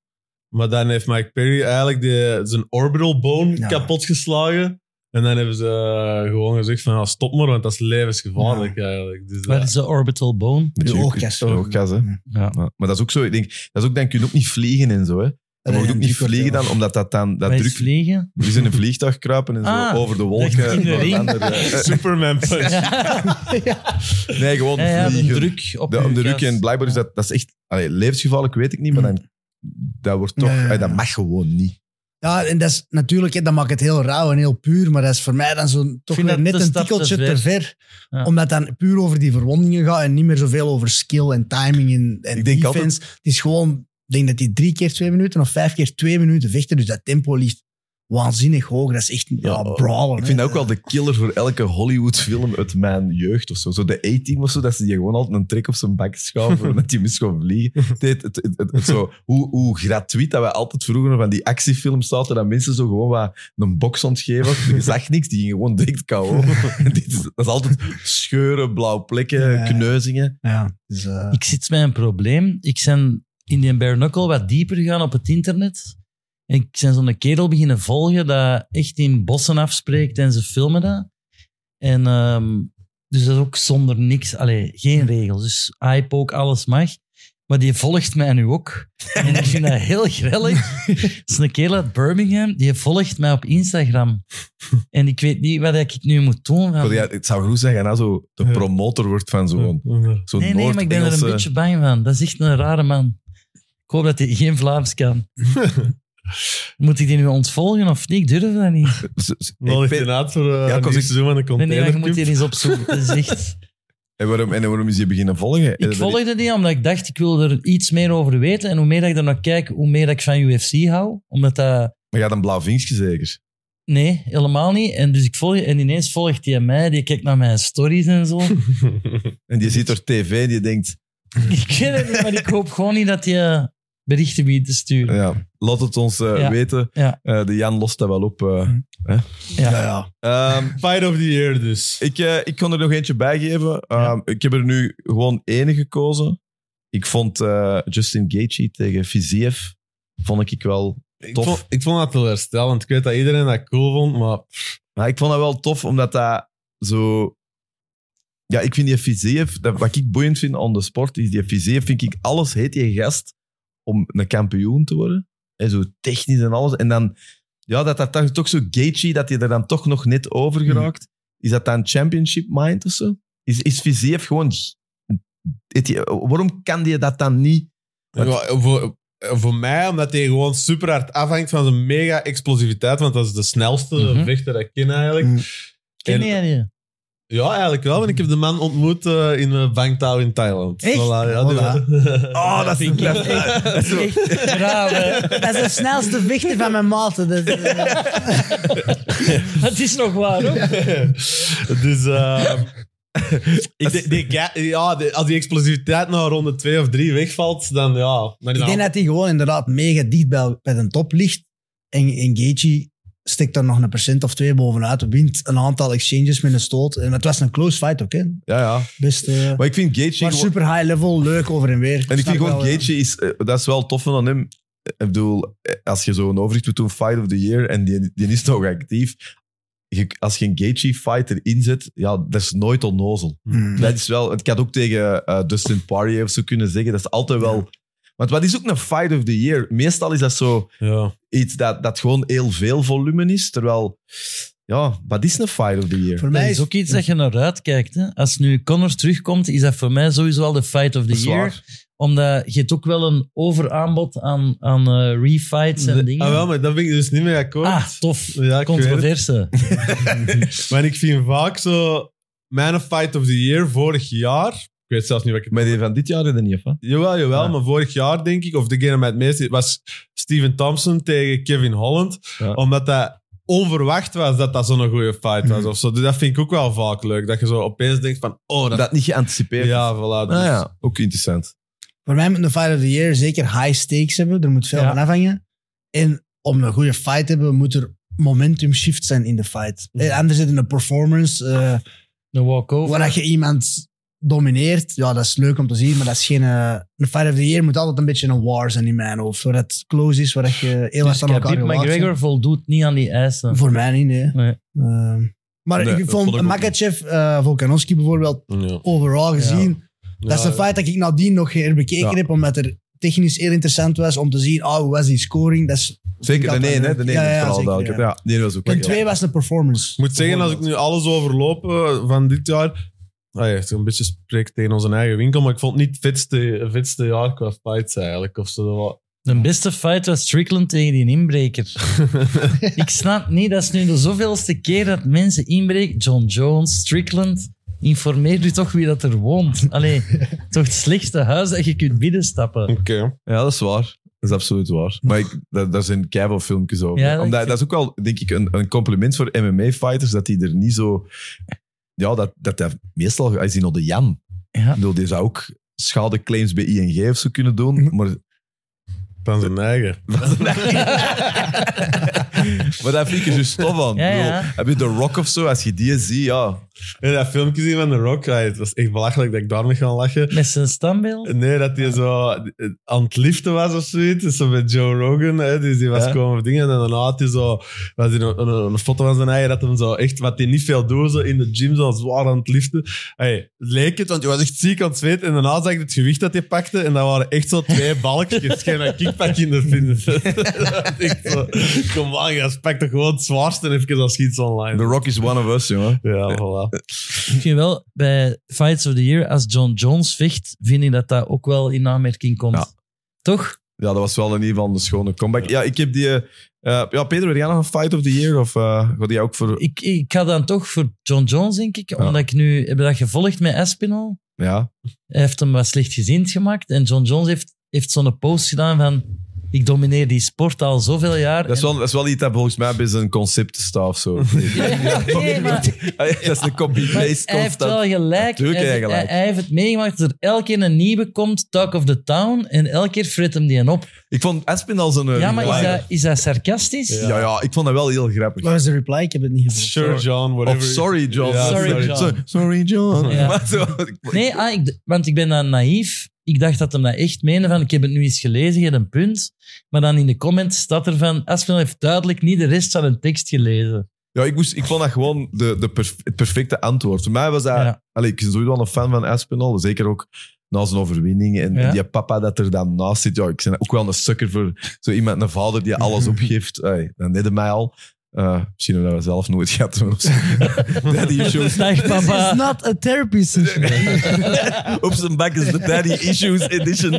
[SPEAKER 3] Maar dan heeft Mike Perry eigenlijk de, zijn orbital bone
[SPEAKER 4] Ja.
[SPEAKER 3] kapot geslagen. En dan hebben ze eh, gewoon gezegd van, ja, stop maar, want dat is levensgevaarlijk eigenlijk. Dus,
[SPEAKER 2] Waar
[SPEAKER 3] eh,
[SPEAKER 2] is de orbital bone?
[SPEAKER 1] Met
[SPEAKER 4] Je
[SPEAKER 1] je-
[SPEAKER 4] oogkas.
[SPEAKER 1] je oogkas, hè.
[SPEAKER 2] Ja.
[SPEAKER 1] Ja, Maar dat is ook zo, ik denk, dat is ook, dan kun je ook niet vliegen en zo. Hè. Dan
[SPEAKER 4] Allee,
[SPEAKER 1] mag je ook niet
[SPEAKER 4] die wordt
[SPEAKER 1] vliegen
[SPEAKER 4] wel-
[SPEAKER 1] dan, omdat dat dan, dat
[SPEAKER 2] Dat is
[SPEAKER 1] druk
[SPEAKER 2] vliegen.
[SPEAKER 1] is in een vliegtuig kruipen en zo,
[SPEAKER 2] Ah,
[SPEAKER 1] over de
[SPEAKER 2] dat
[SPEAKER 1] wolken.
[SPEAKER 2] is in de
[SPEAKER 1] naar
[SPEAKER 2] ring.
[SPEAKER 1] andere- eh,
[SPEAKER 3] Superman punch.
[SPEAKER 2] Ja,
[SPEAKER 1] nee, gewoon
[SPEAKER 2] ja, ja, de
[SPEAKER 1] vliegen.
[SPEAKER 2] druk op
[SPEAKER 1] de, om de
[SPEAKER 2] je
[SPEAKER 1] druk.
[SPEAKER 2] jas.
[SPEAKER 1] En blijkbaar is dat, dat is echt, allee, levensgevaarlijk weet ik niet,
[SPEAKER 2] Mm.
[SPEAKER 1] maar dan, dat wordt toch,
[SPEAKER 4] Ja, ja, ja.
[SPEAKER 1] eh, dat mag gewoon niet.
[SPEAKER 4] Ja, en dat is natuurlijk, hè, dat maakt het heel rauw en heel puur, maar dat is voor mij dan zo'n, toch
[SPEAKER 2] vind
[SPEAKER 4] weer
[SPEAKER 2] dat
[SPEAKER 4] net
[SPEAKER 2] de
[SPEAKER 4] een
[SPEAKER 2] stap te
[SPEAKER 4] tikkeltje te ver.
[SPEAKER 2] ver. Ja.
[SPEAKER 4] Omdat dan puur over die verwondingen gaat en niet meer zoveel over skill en timing en, en
[SPEAKER 1] Ik denk
[SPEAKER 4] defense.
[SPEAKER 1] altijd-
[SPEAKER 4] Het is gewoon, ik denk dat die drie keer twee minuten of vijf keer twee minuten vechten, dus dat tempo ligt waanzinnig hoog. Dat is echt ja, brawlen.
[SPEAKER 1] oh. Ik
[SPEAKER 4] hè.
[SPEAKER 1] vind dat ook wel de killer voor elke Hollywood-film uit mijn jeugd of zo. Zo de A-team of zo, dat ze die gewoon altijd een trek op zijn bek schaven omdat die mis gewoon vliegen. Het, het, het, het- het zo, hoe, hoe gratuit dat we altijd vroeger van die actiefilms zaten, dat mensen zo gewoon wat een box ontgeven. Je zag niks, die gingen gewoon direct KO. Dit is, dat is altijd scheuren, blauwe plekken,
[SPEAKER 4] Ja.
[SPEAKER 1] kneuzingen.
[SPEAKER 4] Ja, dus, eh,
[SPEAKER 2] Ik zit met een probleem. Ik ben in die bare knuckle wat dieper gegaan op het internet. En ik ben zo'n kerel beginnen volgen dat echt in bossen afspreekt en ze filmen dat. En ehm, dus dat is ook zonder niks. Allee, geen regels. Dus iPoke, alles mag. Maar die volgt mij nu ook. En ik vind dat heel grillig. Dat is een kerel uit Birmingham, die volgt mij op Instagram. En ik weet niet wat ik nu moet doen. Van...
[SPEAKER 1] Ik wil- ja, het zou goed zijn als je nou zo de
[SPEAKER 3] Ja.
[SPEAKER 1] promotor wordt van zo'n zo
[SPEAKER 2] Nee, nee, maar ik ben er een beetje bang van. Dat is echt een rare man. Ik hoop dat hij geen Vlaams kan. Moet ik die nu ontvolgen of niet? Ik durf dat niet.
[SPEAKER 1] Z- z-
[SPEAKER 3] Dan
[SPEAKER 1] ik
[SPEAKER 3] ligt
[SPEAKER 1] ben-
[SPEAKER 3] je naad voor eh
[SPEAKER 1] Ja,
[SPEAKER 3] een
[SPEAKER 1] ik was
[SPEAKER 3] nieuw
[SPEAKER 1] ik-
[SPEAKER 3] seizoen van de
[SPEAKER 2] Nee, nee, maar
[SPEAKER 3] container.
[SPEAKER 2] je moet die eens opzoeken. Dat is echt...
[SPEAKER 1] en, waarom, en waarom is je beginnen volgen? Eh,
[SPEAKER 2] Ik volgde die omdat ik dacht, ik wil er iets meer over weten. En hoe meer dat ik er naar kijk, hoe meer dat ik van UFC hou. Omdat dat...
[SPEAKER 1] Maar je had een blauw vinkje zeker?
[SPEAKER 2] Nee, helemaal niet. En dus ik volg... En ineens volgt die mij. Die kijkt naar mijn stories en zo.
[SPEAKER 1] En die ziet door tv en die denkt,
[SPEAKER 2] ik ken het niet, maar ik hoop gewoon niet dat die berichten begint te sturen.
[SPEAKER 1] ja, laat het ons eh,
[SPEAKER 2] Ja.
[SPEAKER 1] weten.
[SPEAKER 2] Ja. Mm.
[SPEAKER 1] Eh, de Jan lost dat wel op. eh.
[SPEAKER 2] Ja.
[SPEAKER 4] Ja, ja.
[SPEAKER 1] Ehm,
[SPEAKER 3] Fight of the year dus.
[SPEAKER 1] ik, eh, ik kon er nog eentje bij geven. Ehm, Ik heb er nu gewoon één gekozen. Ik vond eh, Justin Gaethje tegen Fiziev, vond ik wel
[SPEAKER 3] Ik
[SPEAKER 1] tof.
[SPEAKER 3] vond, ik vond dat teleurstellend. Ik weet dat iedereen dat cool vond, maar
[SPEAKER 1] Maar ik vond dat wel tof, omdat dat zo... Ja, ik vind die Fiziev... dat- Wat ik boeiend vind aan de sport, is die Fiziev, vind ik, alles heet die gast om een kampioen te worden. En zo technisch en alles. En dan... Ja, dat dat dan toch zo Gaethje, dat hij er dan toch nog net over geraakt. Is dat dan championship mind of zo? Is, is Fiziev gewoon... heet die- waarom kan die dat dan niet? Wat?
[SPEAKER 3] Ja, voor, voor mij, omdat hij gewoon super hard afhangt van zijn mega explosiviteit, want dat is de snelste
[SPEAKER 2] Mhm.
[SPEAKER 3] vechter dat ik ken eigenlijk.
[SPEAKER 1] Mhm.
[SPEAKER 2] Ken
[SPEAKER 3] En-
[SPEAKER 2] jij die?
[SPEAKER 3] Ja, eigenlijk wel, want ik heb de man ontmoet eh, in eh, Bangtao in Thailand.
[SPEAKER 4] Echt?
[SPEAKER 3] Voilà, ja, die-
[SPEAKER 4] Voilà.
[SPEAKER 1] Oh, dat vind ik
[SPEAKER 2] echt, echt, echt raar, hè.
[SPEAKER 4] Dat is de snelste vechter van mijn maten. Dus, eh,
[SPEAKER 2] Het is nog waar, hoor.
[SPEAKER 3] dus ehm, ik denk- die guy- ja, die- als die explosiviteit na ronde 2 of 3 wegvalt, dan ja. Dan is
[SPEAKER 4] ik
[SPEAKER 3] dat-
[SPEAKER 4] denk dat hij gewoon inderdaad mega dicht bij, bij de top ligt. En, en Gaethje stikt er nog een procent of twee bovenuit. Wint een aantal exchanges met een stoot. En het was een close fight ook, hè.
[SPEAKER 1] Ja, ja.
[SPEAKER 4] Best, eh, maar
[SPEAKER 1] Maar ik vind Gaethje... gewoon-
[SPEAKER 4] super high level, leuk over en weer.
[SPEAKER 1] En ik
[SPEAKER 4] Snap
[SPEAKER 1] vind gewoon,
[SPEAKER 4] wel, eh,
[SPEAKER 1] Gaethje is... eh, dat is wel tof van hem. Ik bedoel, eh, als je zo'n overzicht doet doen, Fight of the Year, en die, die is nog actief. Je- als je een Gaethje-fighter inzet, ja, dat is nooit onnozel.
[SPEAKER 4] Hmm.
[SPEAKER 1] Dat is wel... Ik had ook tegen eh, Dustin Poirier of zo kunnen zeggen, dat is altijd wel... Want wat is ook een Fight of the Year? Meestal is dat zo
[SPEAKER 3] ja.
[SPEAKER 1] iets dat, dat gewoon heel veel volume is, terwijl... Ja, wat is een Fight of the Year?
[SPEAKER 4] Voor
[SPEAKER 2] Dat
[SPEAKER 4] mij
[SPEAKER 2] is ook iets dat je naar uitkijkt. Hè. Als nu Connors terugkomt, is dat voor mij sowieso al de fight of
[SPEAKER 1] Dat
[SPEAKER 2] the
[SPEAKER 1] is
[SPEAKER 2] year.
[SPEAKER 1] waar.
[SPEAKER 2] Omdat je hebt ook wel een overaanbod aan, aan eh, refights en dingen.
[SPEAKER 3] Ah, wel, maar dat vind ik dus niet meer akkoord.
[SPEAKER 2] Ah, tof.
[SPEAKER 3] ja, ik weet het.
[SPEAKER 2] Controverse.
[SPEAKER 3] Maar ik vind vaak zo... Mijn Fight of the Year vorig jaar... Ik weet zelfs niet wat ik...
[SPEAKER 1] Maar die van dit jaar er niet af, hè?
[SPEAKER 3] Jawel, jawel.
[SPEAKER 1] Ja.
[SPEAKER 3] Maar vorig jaar, denk ik, of degene met het meeste... was Steven Thompson tegen Kevin Holland.
[SPEAKER 1] Ja.
[SPEAKER 3] Omdat dat onverwacht was dat dat zo'n goede fight was.
[SPEAKER 4] Mhm.
[SPEAKER 3] Of zo. Dus dat vind ik ook wel vaak leuk. Dat je zo opeens denkt van... Oh, dat...
[SPEAKER 1] Dat niet geanticipeerd.
[SPEAKER 3] ja, voilà. dat
[SPEAKER 1] Ah,
[SPEAKER 3] is-
[SPEAKER 1] ja, ook interessant.
[SPEAKER 4] Voor mij moet een fight of the year zeker high stakes hebben. Er moet veel
[SPEAKER 2] Ja.
[SPEAKER 4] van afhangen. En om een goede fight te hebben, moet er momentum shift zijn in de fight.
[SPEAKER 3] Ja.
[SPEAKER 4] Eh, Anders zit in een performance eh
[SPEAKER 2] Een walkover.
[SPEAKER 4] waar dat je iemand domineert. Ja, dat is leuk om te zien, maar dat is geen... eh, een fight of the year moet altijd een beetje een war zijn in mijn hoofd. Waar het close is, waar dat je
[SPEAKER 2] Dus
[SPEAKER 4] heel hard aan elkaar
[SPEAKER 2] Khabib
[SPEAKER 4] gewaagd
[SPEAKER 2] McGregor
[SPEAKER 4] bent.
[SPEAKER 2] voldoet niet aan die eisen.
[SPEAKER 4] Voor mij niet, nee.
[SPEAKER 2] Nee.
[SPEAKER 4] Ehm, maar
[SPEAKER 1] Nee,
[SPEAKER 4] ik
[SPEAKER 1] dat vond ik
[SPEAKER 4] vond
[SPEAKER 1] ook
[SPEAKER 4] Makachev, eh Volkanovski bijvoorbeeld,
[SPEAKER 3] Ja.
[SPEAKER 4] overal gezien... Dat is
[SPEAKER 3] Ja,
[SPEAKER 4] een feit dat ik nadien nog herbekeken
[SPEAKER 1] Ja.
[SPEAKER 4] heb, omdat er technisch heel interessant was om te zien, oh, hoe was die scoring? Dat is,
[SPEAKER 1] Zeker de
[SPEAKER 4] Dat
[SPEAKER 1] nee,
[SPEAKER 4] dan
[SPEAKER 1] hè?
[SPEAKER 4] ook.
[SPEAKER 1] De nee
[SPEAKER 4] Ja,
[SPEAKER 1] is
[SPEAKER 4] ja,
[SPEAKER 1] vooral
[SPEAKER 4] zeker,
[SPEAKER 1] duidelijk.
[SPEAKER 4] ja.
[SPEAKER 1] Ja, die was ook
[SPEAKER 4] punt
[SPEAKER 1] leuk.
[SPEAKER 4] twee was een performance.
[SPEAKER 3] Ik moet zeggen, als ik nu alles overloop eh, van dit jaar... Ah, ja, het een beetje spreekt tegen onze eigen winkel, maar ik vond het niet het vetste, vetste jaar qua fights eigenlijk. Of zo.
[SPEAKER 2] De beste fight was Strickland tegen die inbreker. ik snap niet, dat is nu de zoveelste keer dat mensen inbreken. John Jones, Strickland. Informeer u toch wie dat er woont. Allee, toch het slechtste huis dat je kunt binnenstappen.
[SPEAKER 3] Oké.
[SPEAKER 1] Ja, dat is waar. Dat is absoluut waar. Maar ik, daar, daar zijn keihard filmpjes over.
[SPEAKER 2] Ja, dat
[SPEAKER 1] Omdat,
[SPEAKER 2] ik-
[SPEAKER 1] dat is ook wel, denk ik, een, een compliment voor MMA-fighters, dat die er niet zo... Ja, dat, dat, dat meestal... Hij is die nog de Jan.
[SPEAKER 2] Ja.
[SPEAKER 1] Ik bedoel, die zou ook schadeclaims bij ING of zo kunnen doen, maar,
[SPEAKER 3] Van zijn eigen.
[SPEAKER 1] maar daar vind ik er dus tof aan.
[SPEAKER 2] Ja,
[SPEAKER 1] Ik bedoel,
[SPEAKER 2] ja.
[SPEAKER 1] Heb je The Rock of zo, als je die ziet, ja.
[SPEAKER 3] En dat filmpje zien van The Rock, ah, het was echt belachelijk dat ik daarmee ga lachen.
[SPEAKER 2] Met zijn standbeeld.
[SPEAKER 3] Nee, dat hij zo eh, aan het liften was of zoiets. Dus zo met Joe Rogan, hè, dus die was
[SPEAKER 1] Ja.
[SPEAKER 3] komen dingen. En daarna had hij zo, was hij een, een, een foto van zijn eigen, dat hem zo echt, wat hij niet veel doet, zo in de gym, zo zwaar aan het liften. Hey, leek het, want hij was echt ziek aan het zweten. En daarna zag ik het gewicht dat hij pakte. En dat waren echt zo twee balkjes. Geen een kickpack in de fitness. Dat ik zo, Kom aan, gast, pak toch gewoon het zwaarste en even als je iets
[SPEAKER 1] The
[SPEAKER 3] online.
[SPEAKER 1] Rock is one of us, jongen.
[SPEAKER 3] Ja, voilà.
[SPEAKER 2] Ik vind wel, bij Fights of the Year, als John Jones vecht, vind ik dat dat ook wel in aanmerking komt.
[SPEAKER 1] Ja.
[SPEAKER 2] Toch?
[SPEAKER 1] Ja, dat was wel in ieder geval een schone comeback. Ja, ik heb die... eh, eh, ja, Pedro, heb jij nog een Fight of the Year? Of eh gaat die ook voor...
[SPEAKER 2] Ik, ik ga dan toch voor John Jones, denk ik. Omdat ik nu... Heb je dat gevolgd met Espinal?
[SPEAKER 1] Ja.
[SPEAKER 2] Hij heeft hem wat slechtgezind gemaakt. En John Jones heeft, heeft zo'n post gedaan van... Ik domineer die sport al zoveel jaar.
[SPEAKER 1] Dat is, wel, dat is wel iets dat volgens mij bij zijn concept staat of zo. Ah,
[SPEAKER 2] Ja, ja, nee, maar-
[SPEAKER 1] dat is een
[SPEAKER 2] maar
[SPEAKER 1] copy-paste
[SPEAKER 2] hij heeft wel
[SPEAKER 1] constant.
[SPEAKER 2] gelijk.
[SPEAKER 1] Natuurlijk
[SPEAKER 2] Hij-
[SPEAKER 1] heb je gelijk.
[SPEAKER 2] Hij, hij heeft het meegemaakt dat er elke keer een nieuwe komt, Talk of the Town, en elke keer frit hem die een op.
[SPEAKER 1] Ik vond Espin al zo'n...
[SPEAKER 2] Ja, maar is dat, is dat sarcastisch?
[SPEAKER 1] Ja. eh, ja, ik vond dat wel heel grappig.
[SPEAKER 4] Wat is de reply? Ik heb het niet gevoeld.
[SPEAKER 3] Sure, John, whatever.
[SPEAKER 1] Of Oh, sorry, John.
[SPEAKER 3] Ja,
[SPEAKER 2] Sorry, sorry. John.
[SPEAKER 1] Sorry, sorry, John.
[SPEAKER 2] Ja.
[SPEAKER 1] Maar zo,
[SPEAKER 2] Nee, ah, ik, want ik ben dan naïef. Ik dacht dat hem dat echt meende van, ik heb het nu eens gelezen, je hebt een punt. Maar dan in de comments staat er van, Aspinall heeft duidelijk niet de rest van een tekst gelezen.
[SPEAKER 1] Ja, ik, moest, ik vond dat gewoon de, de perf- het perfecte antwoord. Voor mij was dat...
[SPEAKER 2] Ja.
[SPEAKER 1] Allee, ik ben sowieso wel een fan van Espinal. Zeker ook na zijn overwinning. En
[SPEAKER 2] Ja.
[SPEAKER 1] die papa dat er dan naast zit. Ja, ik ben ook wel een sukker voor zo iemand, een vader die alles opgeeft. Ay, dat deden mij al. Eh, misschien hebben we dat zelf nooit gehad. maar op z'n- daddy issues.
[SPEAKER 2] Dag
[SPEAKER 4] It's
[SPEAKER 2] papa.
[SPEAKER 4] not a therapy session.
[SPEAKER 1] Op zijn bak is de daddy issues edition.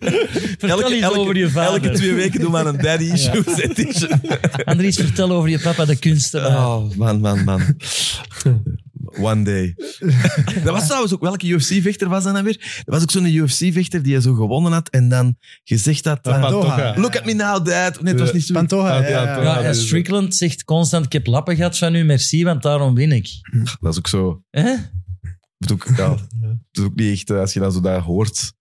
[SPEAKER 2] Vertel iets over je vader.
[SPEAKER 1] Elke twee weken doen we aan een daddy issues edition.
[SPEAKER 2] Andries, vertel over je papa de kunstenaar.
[SPEAKER 1] Oh, man, man, man. One day. dat was trouwens ook, welke UFC-vechter was dat nou weer? Dat was ook zo'n UFC-vechter die je zo gewonnen had en dan gezegd had...
[SPEAKER 3] Ja,
[SPEAKER 1] eh,
[SPEAKER 3] Pantoja.
[SPEAKER 1] Look at me now, dad. Nee, het was niet zo.
[SPEAKER 4] Pantoja,
[SPEAKER 3] Ja,
[SPEAKER 4] ja,
[SPEAKER 3] ja,
[SPEAKER 4] ja.
[SPEAKER 3] toch.
[SPEAKER 2] Ja, en Strickland zegt constant, ik heb lappen gehad van u, merci, want daarom win ik.
[SPEAKER 1] Dat is ook zo...
[SPEAKER 2] Hè?
[SPEAKER 1] Het is ook, ja, het is ook niet echt, eh, als je dat zo daar hoort,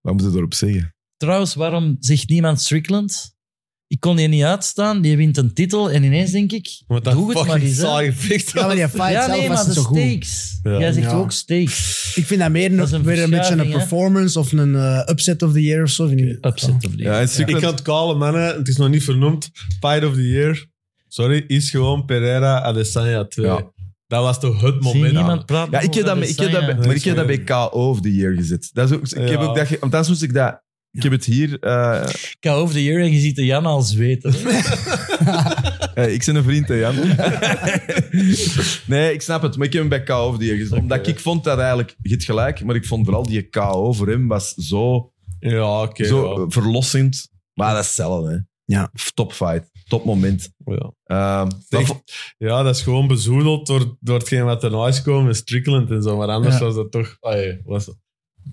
[SPEAKER 1] wat moet je erop zeggen?
[SPEAKER 2] Trouwens, waarom zegt niemand Strickland? Ik kon hier niet uitstaan, die wint een titel en ineens denk ik,
[SPEAKER 3] Wat dat
[SPEAKER 2] doe het maar
[SPEAKER 3] fucking
[SPEAKER 2] eens. hè.
[SPEAKER 3] saai gevecht
[SPEAKER 4] Ja, maar die fight
[SPEAKER 2] Ja,
[SPEAKER 4] zelf
[SPEAKER 2] nee,
[SPEAKER 4] was
[SPEAKER 2] maar de
[SPEAKER 4] niet zo goed.
[SPEAKER 2] stakes.
[SPEAKER 3] Ja.
[SPEAKER 2] Jij zegt
[SPEAKER 4] Ja.
[SPEAKER 2] ook stakes.
[SPEAKER 4] Ik vind dat meer
[SPEAKER 2] Dat is een
[SPEAKER 4] een, weer een beetje een
[SPEAKER 2] verschuiving, hè?
[SPEAKER 4] performance of een eh, upset of the year of zo. Vind ik.
[SPEAKER 2] Upset of the
[SPEAKER 1] Ja, en
[SPEAKER 3] Ik
[SPEAKER 1] Strickland-
[SPEAKER 3] kan het callen, mannen. Het is nog niet vernoemd. Fight of the Year. Sorry, is gewoon Pereira Adesanya 2.
[SPEAKER 1] Ja.
[SPEAKER 3] Dat was toch het
[SPEAKER 2] Zie
[SPEAKER 3] moment.
[SPEAKER 2] niemand praten
[SPEAKER 1] Ja, ik heb
[SPEAKER 2] over
[SPEAKER 1] dat, bij- ik heb dat, bij-
[SPEAKER 2] Adesanya.
[SPEAKER 1] maar ik heb dat bij KO of the Year gezet. Dat is ook, ik heb
[SPEAKER 3] Ja.
[SPEAKER 1] ook dat, ge- want anders moest ik dat... Ik heb het hier... eh,
[SPEAKER 2] Ik ga over de year en je ziet de Jan al zweten.
[SPEAKER 1] Hey, Eh, ik ben een vriend, hè, Jan. nee, ik snap het. Maar ik heb hem bij KO die gezien. Omdat
[SPEAKER 3] Oké.
[SPEAKER 1] ik vond dat eigenlijk... Je hebt gelijk, maar ik vond vooral die KO voor hem was zo,
[SPEAKER 3] Ja, oké.
[SPEAKER 1] zo
[SPEAKER 3] ja.
[SPEAKER 1] eh, verlossend. Maar dat is hetzelfde, hè.
[SPEAKER 4] Ja.
[SPEAKER 1] Top fight. Top moment.
[SPEAKER 3] Ja.
[SPEAKER 1] Ehm, dat
[SPEAKER 3] Echt.
[SPEAKER 1] vo-
[SPEAKER 3] Ja, dat is gewoon bezoedeld door, door hetgeen wat er nou is komen met Strickland en zo. Maar anders
[SPEAKER 4] Ja.
[SPEAKER 3] was dat toch... Ay, was een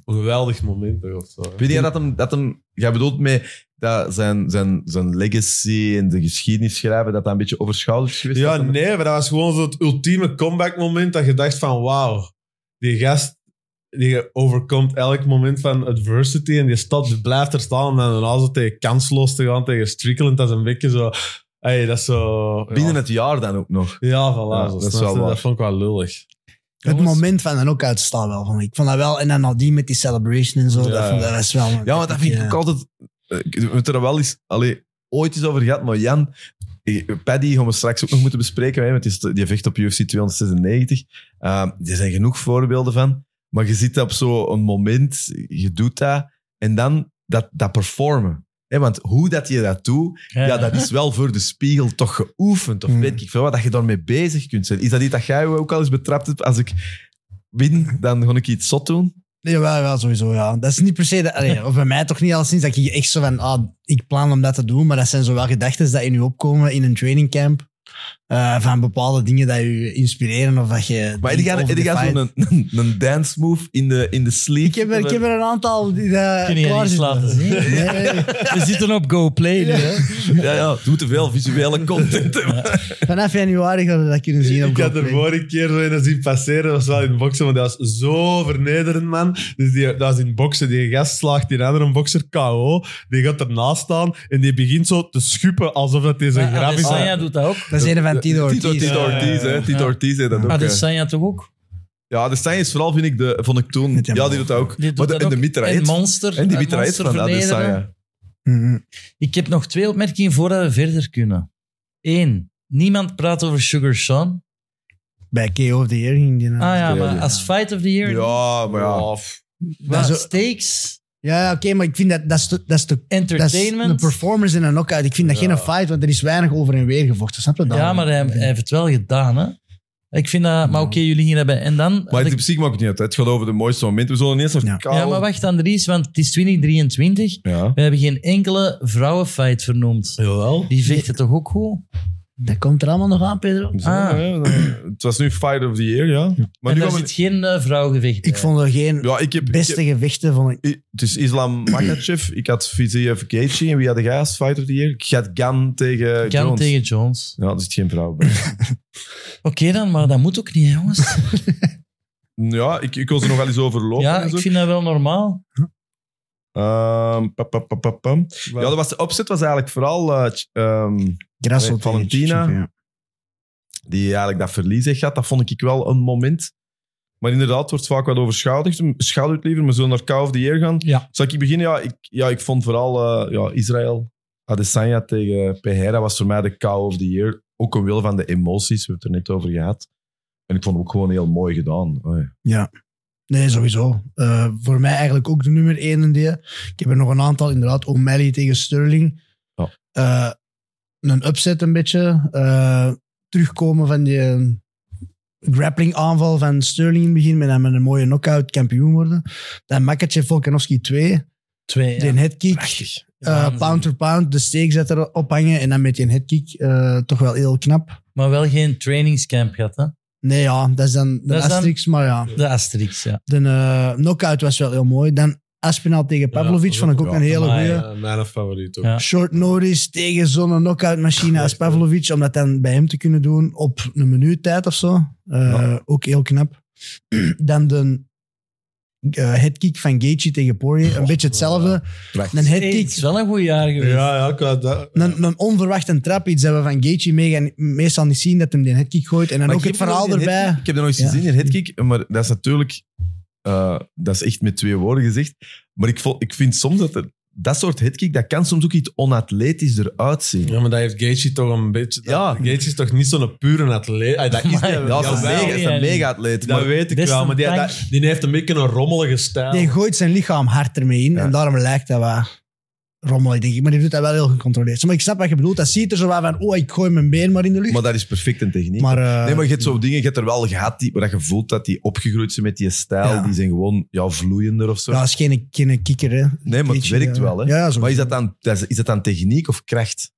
[SPEAKER 3] geweldig moment toch, of zo. hè.
[SPEAKER 1] weet je dat hem... Dat hem jij bedoelt mee dat zijn, zijn, zijn legacy en de geschiedenis schrijven, dat dat een beetje overschouderd is geweest?
[SPEAKER 3] Ja,
[SPEAKER 1] Dat hem-
[SPEAKER 3] nee, maar dat was gewoon zo het ultieme comeback moment dat je dacht van wauw, die gast die overkomt elk moment van adversity en die stad die blijft er staan om dan daarna zo tegen kansloos te gaan, tegen Strickland, dat is een beetje zo... Hey, dat is zo...
[SPEAKER 1] Binnen
[SPEAKER 3] ja.
[SPEAKER 1] het jaar dan ook nog.
[SPEAKER 3] Ja, voilà.
[SPEAKER 1] Ja,
[SPEAKER 3] zo,
[SPEAKER 1] dat is
[SPEAKER 3] snap
[SPEAKER 1] wel
[SPEAKER 3] je?
[SPEAKER 1] waar.
[SPEAKER 3] dat vond ik wel lullig.
[SPEAKER 4] Het
[SPEAKER 2] Jongens.
[SPEAKER 4] moment van en ook uitstaan wel. Van. Ik vond dat wel. En dan nadien met die celebration en zo.
[SPEAKER 3] Ja.
[SPEAKER 4] Dat, vond, dat is wel...
[SPEAKER 1] Ja, maar dat vind ik
[SPEAKER 4] Ja.
[SPEAKER 1] ook altijd... eh, Ik we hebben het er wel eens allee, ooit eens over gehad, maar Jan... eh, Paddy gaan we straks ook nog moeten bespreken, hè, want die, is- die vecht op UFC 296. Ehm er zijn genoeg voorbeelden van. Maar je zit op zo'n moment, je doet dat, en dan dat, dat performen. Hè, want hoe dat je dat doet, ja. dat is wel voor de spiegel toch geoefend, of
[SPEAKER 4] Hmm.
[SPEAKER 1] weet ik veel wat, dat je daarmee bezig kunt zijn. Is dat iets dat jij ook al eens betrapt hebt? Als ik win, dan ga ik iets zot doen?
[SPEAKER 4] Jawel, wel, sowieso, ja. Dat is niet per se... Dat, allee, of bij mij toch niet al sinds dat je echt zo van... Ah, ik plan om dat te doen. Maar dat zijn zo wel gedachten die in je opkomen in een trainingcamp. eh, van bepaalde dingen die je inspireren of dat je...
[SPEAKER 1] Maar heb
[SPEAKER 4] denkt
[SPEAKER 1] jij-
[SPEAKER 4] over
[SPEAKER 1] heb
[SPEAKER 4] de
[SPEAKER 1] jij
[SPEAKER 4] fight.
[SPEAKER 1] zo'n een, een dance move in de, in de sleep?
[SPEAKER 4] Ik heb, er, ik heb er een aantal die dat
[SPEAKER 2] Kun je
[SPEAKER 4] klaar
[SPEAKER 2] eens
[SPEAKER 4] zitten.
[SPEAKER 2] laten zien?
[SPEAKER 4] Nee,
[SPEAKER 2] We zitten op GoPlay nu, hè.
[SPEAKER 1] Ja, ja, doe te veel visuele content.
[SPEAKER 4] vanaf januari gaan we dat kunnen zien op
[SPEAKER 3] Ik had de
[SPEAKER 4] GoPlay.
[SPEAKER 3] vorige keer zo een zien passeren, dat was wel in boksen, maar dat was zo vernederend, man. Dus die, dat was in boksen, die gast slaagt die andere bokser KO, die gaat ernaast staan en die begint zo te schuppen alsof dat deze
[SPEAKER 2] Maar
[SPEAKER 3] graf is.
[SPEAKER 2] Ah, Adesanya doet dat ook.
[SPEAKER 4] Dat is een van Tito Ortiz.
[SPEAKER 1] Tito, Tito Ortiz, hè. Tito Ortiz hè, dat ook. hè.
[SPEAKER 2] Adesanya toch ook?
[SPEAKER 1] Ja, de Stijn is vooral, vind ik, de, vond ik toen...
[SPEAKER 4] Met hem.
[SPEAKER 1] Ja, die doet dat ook.
[SPEAKER 2] Die doet
[SPEAKER 1] Maar de,
[SPEAKER 2] dat
[SPEAKER 1] en de
[SPEAKER 2] ook. En
[SPEAKER 1] mitraïd.
[SPEAKER 2] Monster.
[SPEAKER 1] En die
[SPEAKER 2] eh,
[SPEAKER 1] mitraïd
[SPEAKER 2] Monster
[SPEAKER 1] van
[SPEAKER 2] vernederen.
[SPEAKER 1] Adesanya.
[SPEAKER 4] Mhm.
[SPEAKER 2] Ik heb nog twee opmerkingen voordat we verder kunnen. Eén, niemand praat over Sugar Sean.
[SPEAKER 4] Bij KO of the Year ging die nou.
[SPEAKER 2] Ah ja,
[SPEAKER 1] ja,
[SPEAKER 2] maar
[SPEAKER 1] ja.
[SPEAKER 2] als Fight of the Year.
[SPEAKER 1] Ja, maar ja.
[SPEAKER 3] Ja, pff.
[SPEAKER 2] Maar
[SPEAKER 4] Dat is-
[SPEAKER 2] stakes,
[SPEAKER 4] Ja, ja, oké, maar ik vind dat dat is, te- dat is te Dat is een
[SPEAKER 2] entertainment.
[SPEAKER 4] performance en een knockout. Ik vind dat
[SPEAKER 3] Ja.
[SPEAKER 4] geen fight, want er is weinig over en weer gevochten. Snap je dat?
[SPEAKER 2] eh, ja, maar hij, hij heeft het wel gedaan, hè? Ik vind dat, maar oké, jullie gingen dat bij. En dan. had
[SPEAKER 1] Maar in
[SPEAKER 2] ik-
[SPEAKER 1] principe maakt het niet uit. hè. Het gaat over de mooiste momenten. We zullen eerst nog
[SPEAKER 4] Ja.
[SPEAKER 1] kaal...
[SPEAKER 2] ja, maar wacht, Andries, want het is 2023.
[SPEAKER 1] Ja.
[SPEAKER 2] We hebben geen enkele vrouwenfight vernoemd.
[SPEAKER 3] Jawel.
[SPEAKER 2] Die vechten toch ook goed?
[SPEAKER 4] Dat komt er allemaal nog aan, Pedro.
[SPEAKER 1] Zo, hè. eh, Het was nu Fight of the Year, ja. Maar
[SPEAKER 2] en
[SPEAKER 1] nu
[SPEAKER 2] daar
[SPEAKER 1] gaan we...
[SPEAKER 2] zit geen eh, vrouwengevecht
[SPEAKER 4] Ik
[SPEAKER 2] bij.
[SPEAKER 4] vond er geen
[SPEAKER 1] Ja, ik heb... ik
[SPEAKER 4] beste gevechten van een...
[SPEAKER 1] heb- i- het is Islam Makhachev. ik had Viziev Gaethje. En wie had de gast? Fight of the Year? Ik had Gan tegen
[SPEAKER 2] Kan
[SPEAKER 1] Jones.
[SPEAKER 2] tegen Jones.
[SPEAKER 1] Ja, er zit geen vrouw bij.
[SPEAKER 2] Oké dan, maar dat moet ook niet, hè, jongens.
[SPEAKER 1] ja, ik, ik wil ze nog wel eens overlopen.
[SPEAKER 2] ja,
[SPEAKER 1] en zo.
[SPEAKER 2] ik vind dat wel normaal.
[SPEAKER 1] Ehm, pam, pam, pam, pam, pam. Ja, dat was, de opzet was eigenlijk vooral eh, ch- ehm,
[SPEAKER 4] Grasso
[SPEAKER 1] Nee,
[SPEAKER 4] tegen
[SPEAKER 1] Valentina.
[SPEAKER 4] Tsjetsjen, ja.
[SPEAKER 1] die eigenlijk dat verlies heeft gehad. Dat vond ik wel een moment. Maar inderdaad, het wordt vaak wat overschaduwd. Schaduwt liever, maar we zullen naar Cow of the Year gaan.
[SPEAKER 2] Ja.
[SPEAKER 1] Zal ik beginnen? Ja, ik, ja, ik vond vooral eh, ja, Israël. Adesanya tegen Pereira was voor mij de Cow of the Year. Ook een wil van de emoties, we hebben het er net over gehad. En ik vond hem ook gewoon heel mooi gedaan. Oei.
[SPEAKER 4] Nee, sowieso. Eh, voor mij eigenlijk ook de nummer één in die. Ik heb er nog een aantal, inderdaad. O'Malley tegen Sterling.
[SPEAKER 1] Ja.
[SPEAKER 4] Eh, een upset een beetje. Eh, terugkomen van die eh, grappling aanval van Sterling in het begin. Met hem met een mooie knockout kampioen worden. Dan Makachev Volkanovski 2.
[SPEAKER 2] Twee.
[SPEAKER 4] Die
[SPEAKER 2] Ja.
[SPEAKER 4] headkick.
[SPEAKER 1] Prachtig.
[SPEAKER 4] eh,
[SPEAKER 2] Waanzin.
[SPEAKER 4] pound for pound. De steek zetten erop hangen. En dan met die headkick. eh, toch wel heel knap.
[SPEAKER 2] Maar wel geen trainingscamp gehad, hè?
[SPEAKER 4] Nee, ja, dat is dan de
[SPEAKER 2] Dat is dan-
[SPEAKER 4] asterix. Maar ja.
[SPEAKER 2] De Asterix, ja.
[SPEAKER 4] De eh, knockout was wel heel mooi. Dan Aspinal tegen Pavlovic
[SPEAKER 3] Ja,
[SPEAKER 4] vond ik ook
[SPEAKER 1] ja,
[SPEAKER 4] een hele
[SPEAKER 2] amai,
[SPEAKER 4] goeie.
[SPEAKER 2] ja.
[SPEAKER 3] Ja, Eh, mijn favoriet ook.
[SPEAKER 2] Ja.
[SPEAKER 4] Short notice tegen zo'n knockout machine als Pavlovic. Om dat dan bij hem te kunnen doen op een minuut tijd of zo. Eh,
[SPEAKER 1] Ja.
[SPEAKER 4] Ook heel knap. Dan de eh, headkick van Gaethje tegen Poirier. Een beetje hetzelfde.
[SPEAKER 1] Prachtig.
[SPEAKER 4] Een
[SPEAKER 2] Hey, het
[SPEAKER 4] headkick.
[SPEAKER 2] is wel een goed jaar geweest.
[SPEAKER 3] Ja, ja, ik had dat.
[SPEAKER 4] Een, een onverwachte trap. Iets dat we van Gaethje mega- meestal niet zien. Dat hem die headkick gooit. En dan
[SPEAKER 1] Maar
[SPEAKER 4] ook
[SPEAKER 1] ik
[SPEAKER 4] het
[SPEAKER 1] heb nog
[SPEAKER 4] verhaal
[SPEAKER 1] die
[SPEAKER 4] erbij.
[SPEAKER 1] headkick- Ik heb er nog eens
[SPEAKER 4] Ja.
[SPEAKER 1] gezien, in headkick. Maar dat is natuurlijk... eh, dat is echt met twee woorden gezegd. Maar ik, vo- ik vind soms dat er, dat soort headkick... Dat kan soms ook iets onatletisch eruit zien.
[SPEAKER 3] Ja, maar dat heeft Gaethje toch een beetje... Dat,
[SPEAKER 1] Ja.
[SPEAKER 3] Gaethje is toch niet zo'n pure atleet? Ah, dat is
[SPEAKER 2] Maar-
[SPEAKER 3] hij wel.
[SPEAKER 1] Ja, dat is een
[SPEAKER 3] Jawel.
[SPEAKER 1] mega- dat is een mega-atleet.
[SPEAKER 3] Dat
[SPEAKER 1] maar-
[SPEAKER 3] weet ik
[SPEAKER 2] Best
[SPEAKER 3] wel, maar die,
[SPEAKER 2] een
[SPEAKER 3] dat-
[SPEAKER 2] tank.
[SPEAKER 3] die heeft een beetje een rommelige stijl.
[SPEAKER 4] Die gooit zijn lichaam hard ermee in.
[SPEAKER 1] Ja.
[SPEAKER 4] En daarom lijkt dat wel rommelig, denk ik. Maar die doet dat wel heel gecontroleerd. Maar ik snap wat je bedoelt. Dat ziet er zo wel van, oh, ik gooi mijn been maar in de lucht.
[SPEAKER 1] Maar
[SPEAKER 4] Maar,
[SPEAKER 1] dat is perfect een techniek.
[SPEAKER 4] eh,
[SPEAKER 1] nee, maar je hebt zo dingen, je hebt er wel gehad die, waar je voelt dat die opgegroeid zijn met die stijl.
[SPEAKER 4] Ja.
[SPEAKER 1] Die zijn gewoon ja, vloeiender of zo.
[SPEAKER 4] ja, dat is geen, geen kikker, hè.
[SPEAKER 1] nee, maar het
[SPEAKER 4] Beetje,
[SPEAKER 1] werkt
[SPEAKER 4] ja.
[SPEAKER 1] wel. Hè.
[SPEAKER 4] Ja, ja, zo.
[SPEAKER 1] maar is dat, dan, dat is, is dat dan techniek of kracht?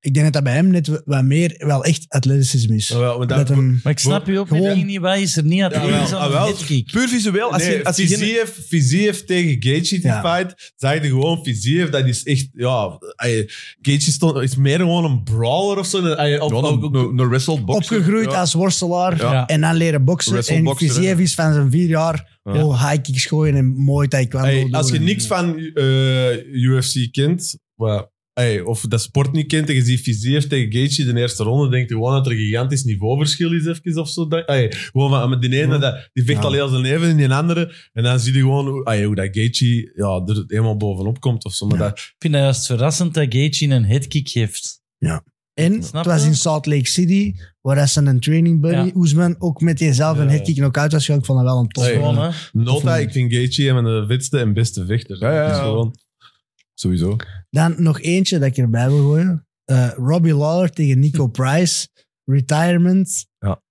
[SPEAKER 4] Ik denk dat dat bij hem net w- wat meer wel echt atleticisme is.
[SPEAKER 3] Ja, wel, maar dat-
[SPEAKER 4] dat hem,
[SPEAKER 2] Maar ik snap je ook
[SPEAKER 4] Gewoon-
[SPEAKER 2] niet, wat is er niet aan
[SPEAKER 3] Ja,
[SPEAKER 2] het
[SPEAKER 3] wel, ah, wel.
[SPEAKER 2] headkick.
[SPEAKER 1] Puur visueel. Als
[SPEAKER 3] Nee,
[SPEAKER 1] je, als je geen-
[SPEAKER 3] Fiziev, Fiziev tegen Gaethje die
[SPEAKER 4] Ja.
[SPEAKER 3] fight, zag je gewoon Fiziev, dat is echt, ja, ey, Gaethje stond, is meer gewoon een brawler of zo. En, ey, op-
[SPEAKER 1] Ja,
[SPEAKER 3] op-
[SPEAKER 1] een, een, een wrestleboxer.
[SPEAKER 4] opgegroeid
[SPEAKER 1] Ja.
[SPEAKER 4] als worstelaar
[SPEAKER 2] Ja.
[SPEAKER 4] en dan leren boksen. En
[SPEAKER 1] Wrestleboxer,
[SPEAKER 4] Fiziev is van zijn vier jaar
[SPEAKER 1] Ja.
[SPEAKER 4] oh, high kicks gooien en mooi taekwondo
[SPEAKER 3] ey, als je
[SPEAKER 4] doen.
[SPEAKER 3] niks van eh, UFC kent, wat- ey, of dat sport niet kent, en je ziet Fiziev tegen Gaethje in de eerste ronde, denkt je gewoon dat er een gigantisch niveauverschil is even of zo. Dat, ey, gewoon van, met die ene,
[SPEAKER 4] Ja.
[SPEAKER 3] dat, die vecht
[SPEAKER 4] Ja.
[SPEAKER 3] al heel zijn leven in die andere. En dan zie je gewoon hoe, ey, hoe dat Gaethje ja, er helemaal bovenop komt of zo. Maar
[SPEAKER 4] Ja.
[SPEAKER 3] dat,
[SPEAKER 2] Ik vind dat juist verrassend dat Gaethje een headkick heeft.
[SPEAKER 4] En
[SPEAKER 2] Snap
[SPEAKER 4] het was
[SPEAKER 2] je?
[SPEAKER 4] in Salt Lake City, waar dat zijn een training buddy,
[SPEAKER 2] Ja.
[SPEAKER 4] Oesman, ook met diezelfde
[SPEAKER 3] Ja, ja.
[SPEAKER 4] headkick knock-out was gegaan. Ik vond dat wel een tof.
[SPEAKER 3] Hey.
[SPEAKER 2] Gewoon, hè.
[SPEAKER 3] Nota, ik vind Gaethje een van de witste en beste vechters.
[SPEAKER 1] Ja, ja,
[SPEAKER 3] Dat is
[SPEAKER 1] ja.
[SPEAKER 3] gewoon-
[SPEAKER 1] Sowieso.
[SPEAKER 4] Dan nog eentje dat ik erbij wil gooien. Eh, Robbie Lawler tegen Nico Price. Retirement.
[SPEAKER 1] Ja.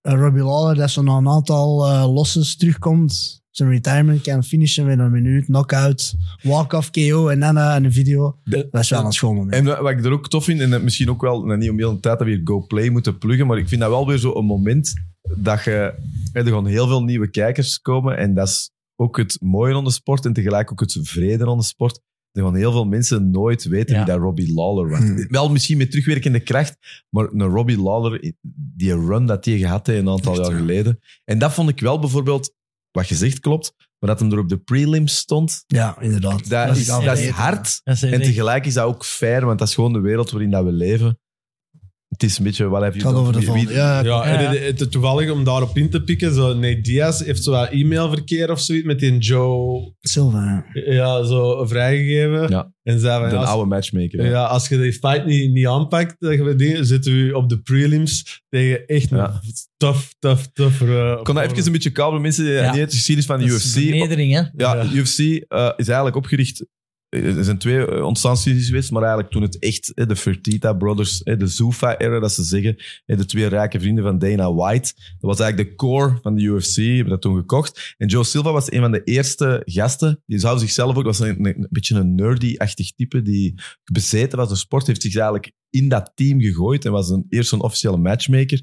[SPEAKER 4] Eh, Robbie Lawler dat zo na een aantal eh, losses terugkomt. Zijn retirement kan finishen met een minuut, knockout, walk-off KO en dan eh, een video.
[SPEAKER 1] De-
[SPEAKER 4] dat is wel een schoon moment.
[SPEAKER 1] En wat wat ik er ook tof vind, en dat misschien ook wel, nou, niet om heel de tijd dat we hier GoPlay moeten pluggen, maar ik vind dat wel weer zo'n moment dat je, hè, er gaan heel veel nieuwe kijkers komen en dat is ook het mooie aan de sport en tegelijk ook het vrede aan de sport. Er gaan heel veel mensen nooit weten
[SPEAKER 2] Ja.
[SPEAKER 1] wie dat Robbie Lawler was.
[SPEAKER 4] Hmm.
[SPEAKER 1] Wel misschien met terugwerkende kracht, maar een Robbie Lawler, die run dat hij gehad heeft een aantal
[SPEAKER 4] Echt,
[SPEAKER 1] jaar
[SPEAKER 4] ja.
[SPEAKER 1] geleden. En dat vond ik wel bijvoorbeeld, wat je zegt klopt, maar dat hem er op de prelims stond,
[SPEAKER 4] ja, inderdaad.
[SPEAKER 1] dat,
[SPEAKER 4] was
[SPEAKER 1] is,
[SPEAKER 4] ik al
[SPEAKER 1] dat is
[SPEAKER 4] vergeten.
[SPEAKER 1] hard.
[SPEAKER 2] Dat is
[SPEAKER 1] En
[SPEAKER 2] echt-
[SPEAKER 1] tegelijk is dat ook fair, want dat is gewoon de wereld waarin dat we leven. Het is een beetje wat heb je
[SPEAKER 4] Het gaat over de volgende. Ja,
[SPEAKER 3] Ja,
[SPEAKER 2] Ja.
[SPEAKER 3] en het- het- toevallig om daarop in te pikken, zo, nee, Diaz heeft zo wat e-mailverkeer of zoiets met die Joe
[SPEAKER 4] Silva. ja.
[SPEAKER 3] ja, zo vrijgegeven.
[SPEAKER 1] Ja.
[SPEAKER 3] En zei van,
[SPEAKER 1] Een
[SPEAKER 3] ja, als,
[SPEAKER 1] oude matchmaker. hè.
[SPEAKER 3] ja, als je die fight niet, niet aanpakt, eh, dan gaan we die- zitten we op de prelims tegen echt
[SPEAKER 1] Ja.
[SPEAKER 3] een tough, tough, tough... eh,
[SPEAKER 1] Ik kon dat even een beetje kabelen. Mensen eh, die
[SPEAKER 2] Ja.
[SPEAKER 1] niet het geschiedenis van de
[SPEAKER 2] Dat is
[SPEAKER 1] UFC.
[SPEAKER 2] vernedering, hè.
[SPEAKER 1] Ja,
[SPEAKER 3] Ja.
[SPEAKER 1] de UFC eh, is eigenlijk opgericht er zijn twee eh, ontstaansstudies geweest, maar eigenlijk toen het echt eh, de Fertitta Brothers, eh, de Zuffa-era, dat ze zeggen, eh, de twee rijke vrienden van Dana White, dat was eigenlijk de core van de UFC, hebben dat toen gekocht. En Joe Silva was een van de eerste gasten, die zou zichzelf ook, was een, een- een beetje een nerdy-achtig type, die bezeten was door sport, heeft zich eigenlijk in dat team gegooid en was een, eerst een officiële matchmaker.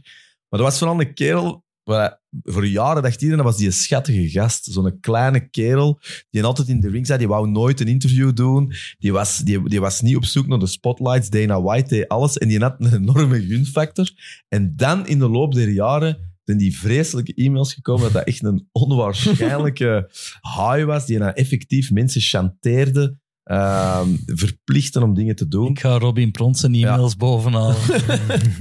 [SPEAKER 1] Maar dat was vooral een kerel, waar, voor jaren dacht iedereen, dat was die schattige gast, zo'n kleine kerel, die altijd in de ring zat. Die wou nooit een interview doen. Die was, die, die was niet op zoek naar de spotlights. Dana White deed alles. En die had een enorme gunfactor. En dan in de loop der jaren zijn die vreselijke e-mails gekomen dat dat echt een onwaarschijnlijke high was. Die nou effectief mensen chanteerde, ehm, verplichten om dingen te doen.
[SPEAKER 2] Ik ga Robin Pront zijn e-mails bovenhalen.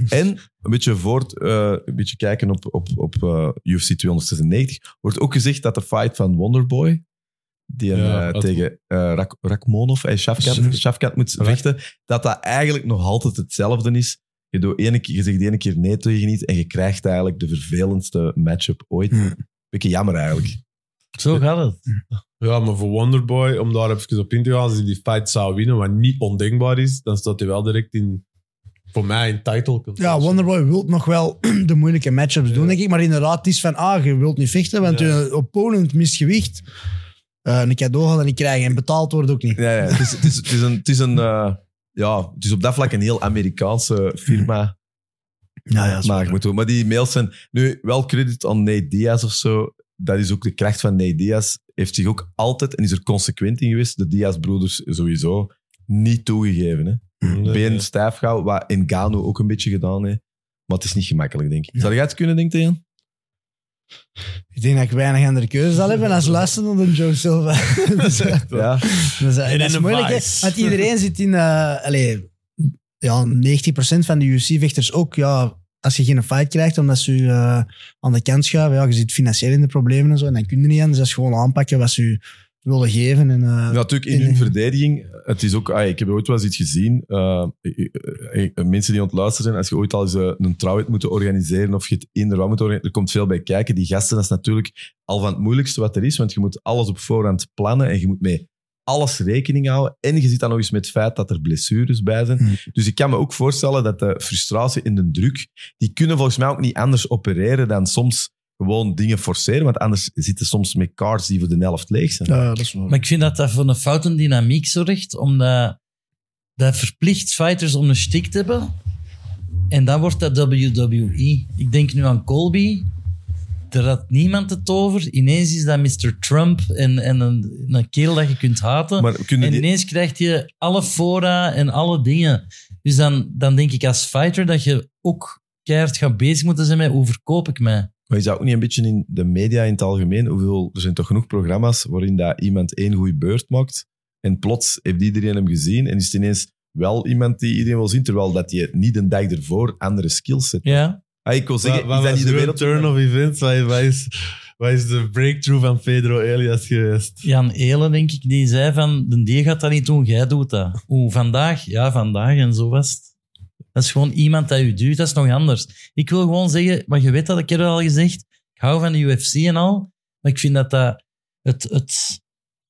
[SPEAKER 1] En een beetje, voort, eh, een beetje kijken op, op, op eh, UFC 296. Wordt ook gezegd dat de fight van Wonderboy, die hem,
[SPEAKER 3] Ja,
[SPEAKER 1] eh,
[SPEAKER 3] dat-
[SPEAKER 1] tegen eh Rak Rakmonov en Shafkat, Shafkat moet vechten, dat dat eigenlijk nog altijd hetzelfde is. Je, doet ene, keer- je zegt de ene keer nee tegen iets en je krijgt eigenlijk de vervelendste matchup ooit.
[SPEAKER 4] Hm.
[SPEAKER 1] Beetje jammer eigenlijk.
[SPEAKER 2] Zo gaat het.
[SPEAKER 3] Ja, maar voor Wonderboy, om daar even op in te gaan, als hij die fight zou winnen, wat niet ondenkbaar is, dan staat hij wel direct in, voor mij, in title.
[SPEAKER 4] Ja,
[SPEAKER 3] eh,
[SPEAKER 4] Wonderboy wilt nog wel de moeilijke matchups doen, denk ik. Maar inderdaad, het is van, ah, je wilt niet vechten, want
[SPEAKER 3] Ja.
[SPEAKER 4] je opponent mist gewicht. Eh, een cadeau gaan en niet krijgen. En betaald wordt ook niet.
[SPEAKER 1] Ja, ja, het, is, het, is, het is een... Het is een eh, ja, het is op dat vlak een heel Amerikaanse firma.
[SPEAKER 4] Ja, ja,
[SPEAKER 1] maar, ik moet doen. maar die mails zijn... Nu, wel credit aan Nate Diaz of zo. Dat is ook de kracht van Nate Diaz. Heeft zich ook altijd, en is er consequent in geweest, de Diaz-broeders sowieso, niet toegegeven. Hè?
[SPEAKER 3] Nee,
[SPEAKER 1] Been
[SPEAKER 3] nee.
[SPEAKER 1] stijf gehouden, wat Ngannou ook een beetje gedaan heeft. Maar het is niet gemakkelijk, denk ik. Zou jij het kunnen, denk je? Ian?
[SPEAKER 4] Ik denk dat ik weinig andere keuze zal hebben als luisteren dan Joe Silva. dus, eh,
[SPEAKER 1] Ja.
[SPEAKER 4] dus,
[SPEAKER 3] En
[SPEAKER 4] eh, dat
[SPEAKER 3] in
[SPEAKER 4] is
[SPEAKER 3] de
[SPEAKER 4] moeilijk, hè.
[SPEAKER 3] vice.
[SPEAKER 4] Want iedereen zit in... eh, allee, ja, 90% van de UFC-vechters ook, ja... Als je geen fight krijgt, omdat ze je eh, aan de kant schuiven, ja, je zit financieel in de problemen en zo, en dan kun je niet anders. Dat is gewoon aanpakken wat ze je willen geven. En, eh,
[SPEAKER 1] Natuurlijk, in
[SPEAKER 4] in-
[SPEAKER 1] hun verdediging. Het is ook, ah, ik heb ooit wel eens iets gezien. eh, eh, eh, eh, mensen die aan het luisteren zijn, als je ooit al eens eh, een trouw hebt moeten organiseren of je het inderdaad moet organiseren, er komt veel bij kijken. Die gasten, dat is natuurlijk al van het moeilijkste wat er is, want je moet alles op voorhand plannen en je moet mee alles rekening houden. En je zit dan nog eens met het feit dat er blessures bij zijn.
[SPEAKER 4] Mm.
[SPEAKER 1] Dus ik kan me ook voorstellen dat de frustratie en de druk, die kunnen volgens mij ook niet anders opereren dan soms gewoon dingen forceren, want anders zitten soms met cars die voor de helft leeg zijn.
[SPEAKER 4] ja, dat is waar.
[SPEAKER 2] Maar ik vind dat dat voor een foute dynamiek zorgt, omdat dat verplicht fighters om een stick te hebben. En dan wordt dat WWE. Ik denk nu aan Colby. Daar had niemand het over. Ineens is dat Mr. Trump en, en een, een kerel dat je kunt haten.
[SPEAKER 1] Maar kunnen
[SPEAKER 2] en
[SPEAKER 1] die-
[SPEAKER 2] ineens krijg je alle fora en alle dingen. Dus dan, dan denk ik als fighter dat je ook keihard gaat bezig moeten zijn met hoe verkoop ik mij.
[SPEAKER 1] Maar is dat ook niet een beetje in de media in het algemeen? Hoeveel, er zijn toch genoeg programma's waarin dat iemand één goede beurt maakt en plots heeft iedereen hem gezien en is het ineens wel iemand die iedereen wil zien, terwijl dat je niet een dag ervoor andere skills zet.
[SPEAKER 2] Ja.
[SPEAKER 1] Ah, ik wil zeggen,
[SPEAKER 3] Wat- wat
[SPEAKER 1] is dat
[SPEAKER 3] was
[SPEAKER 1] niet de
[SPEAKER 3] uw
[SPEAKER 1] wereld...
[SPEAKER 3] turn of events? Wat wat is, wat is de breakthrough van Pedro Elias geweest?
[SPEAKER 2] Jan Elen, denk ik, die zei van, de die gaat dat niet doen, jij doet dat. Oeh, vandaag? Ja, vandaag en zo was het. Dat is gewoon iemand dat u duwt, dat is nog anders. Ik wil gewoon zeggen, maar je weet dat, ik heb het al gezegd, ik hou van de UFC en al, maar ik vind dat dat het, het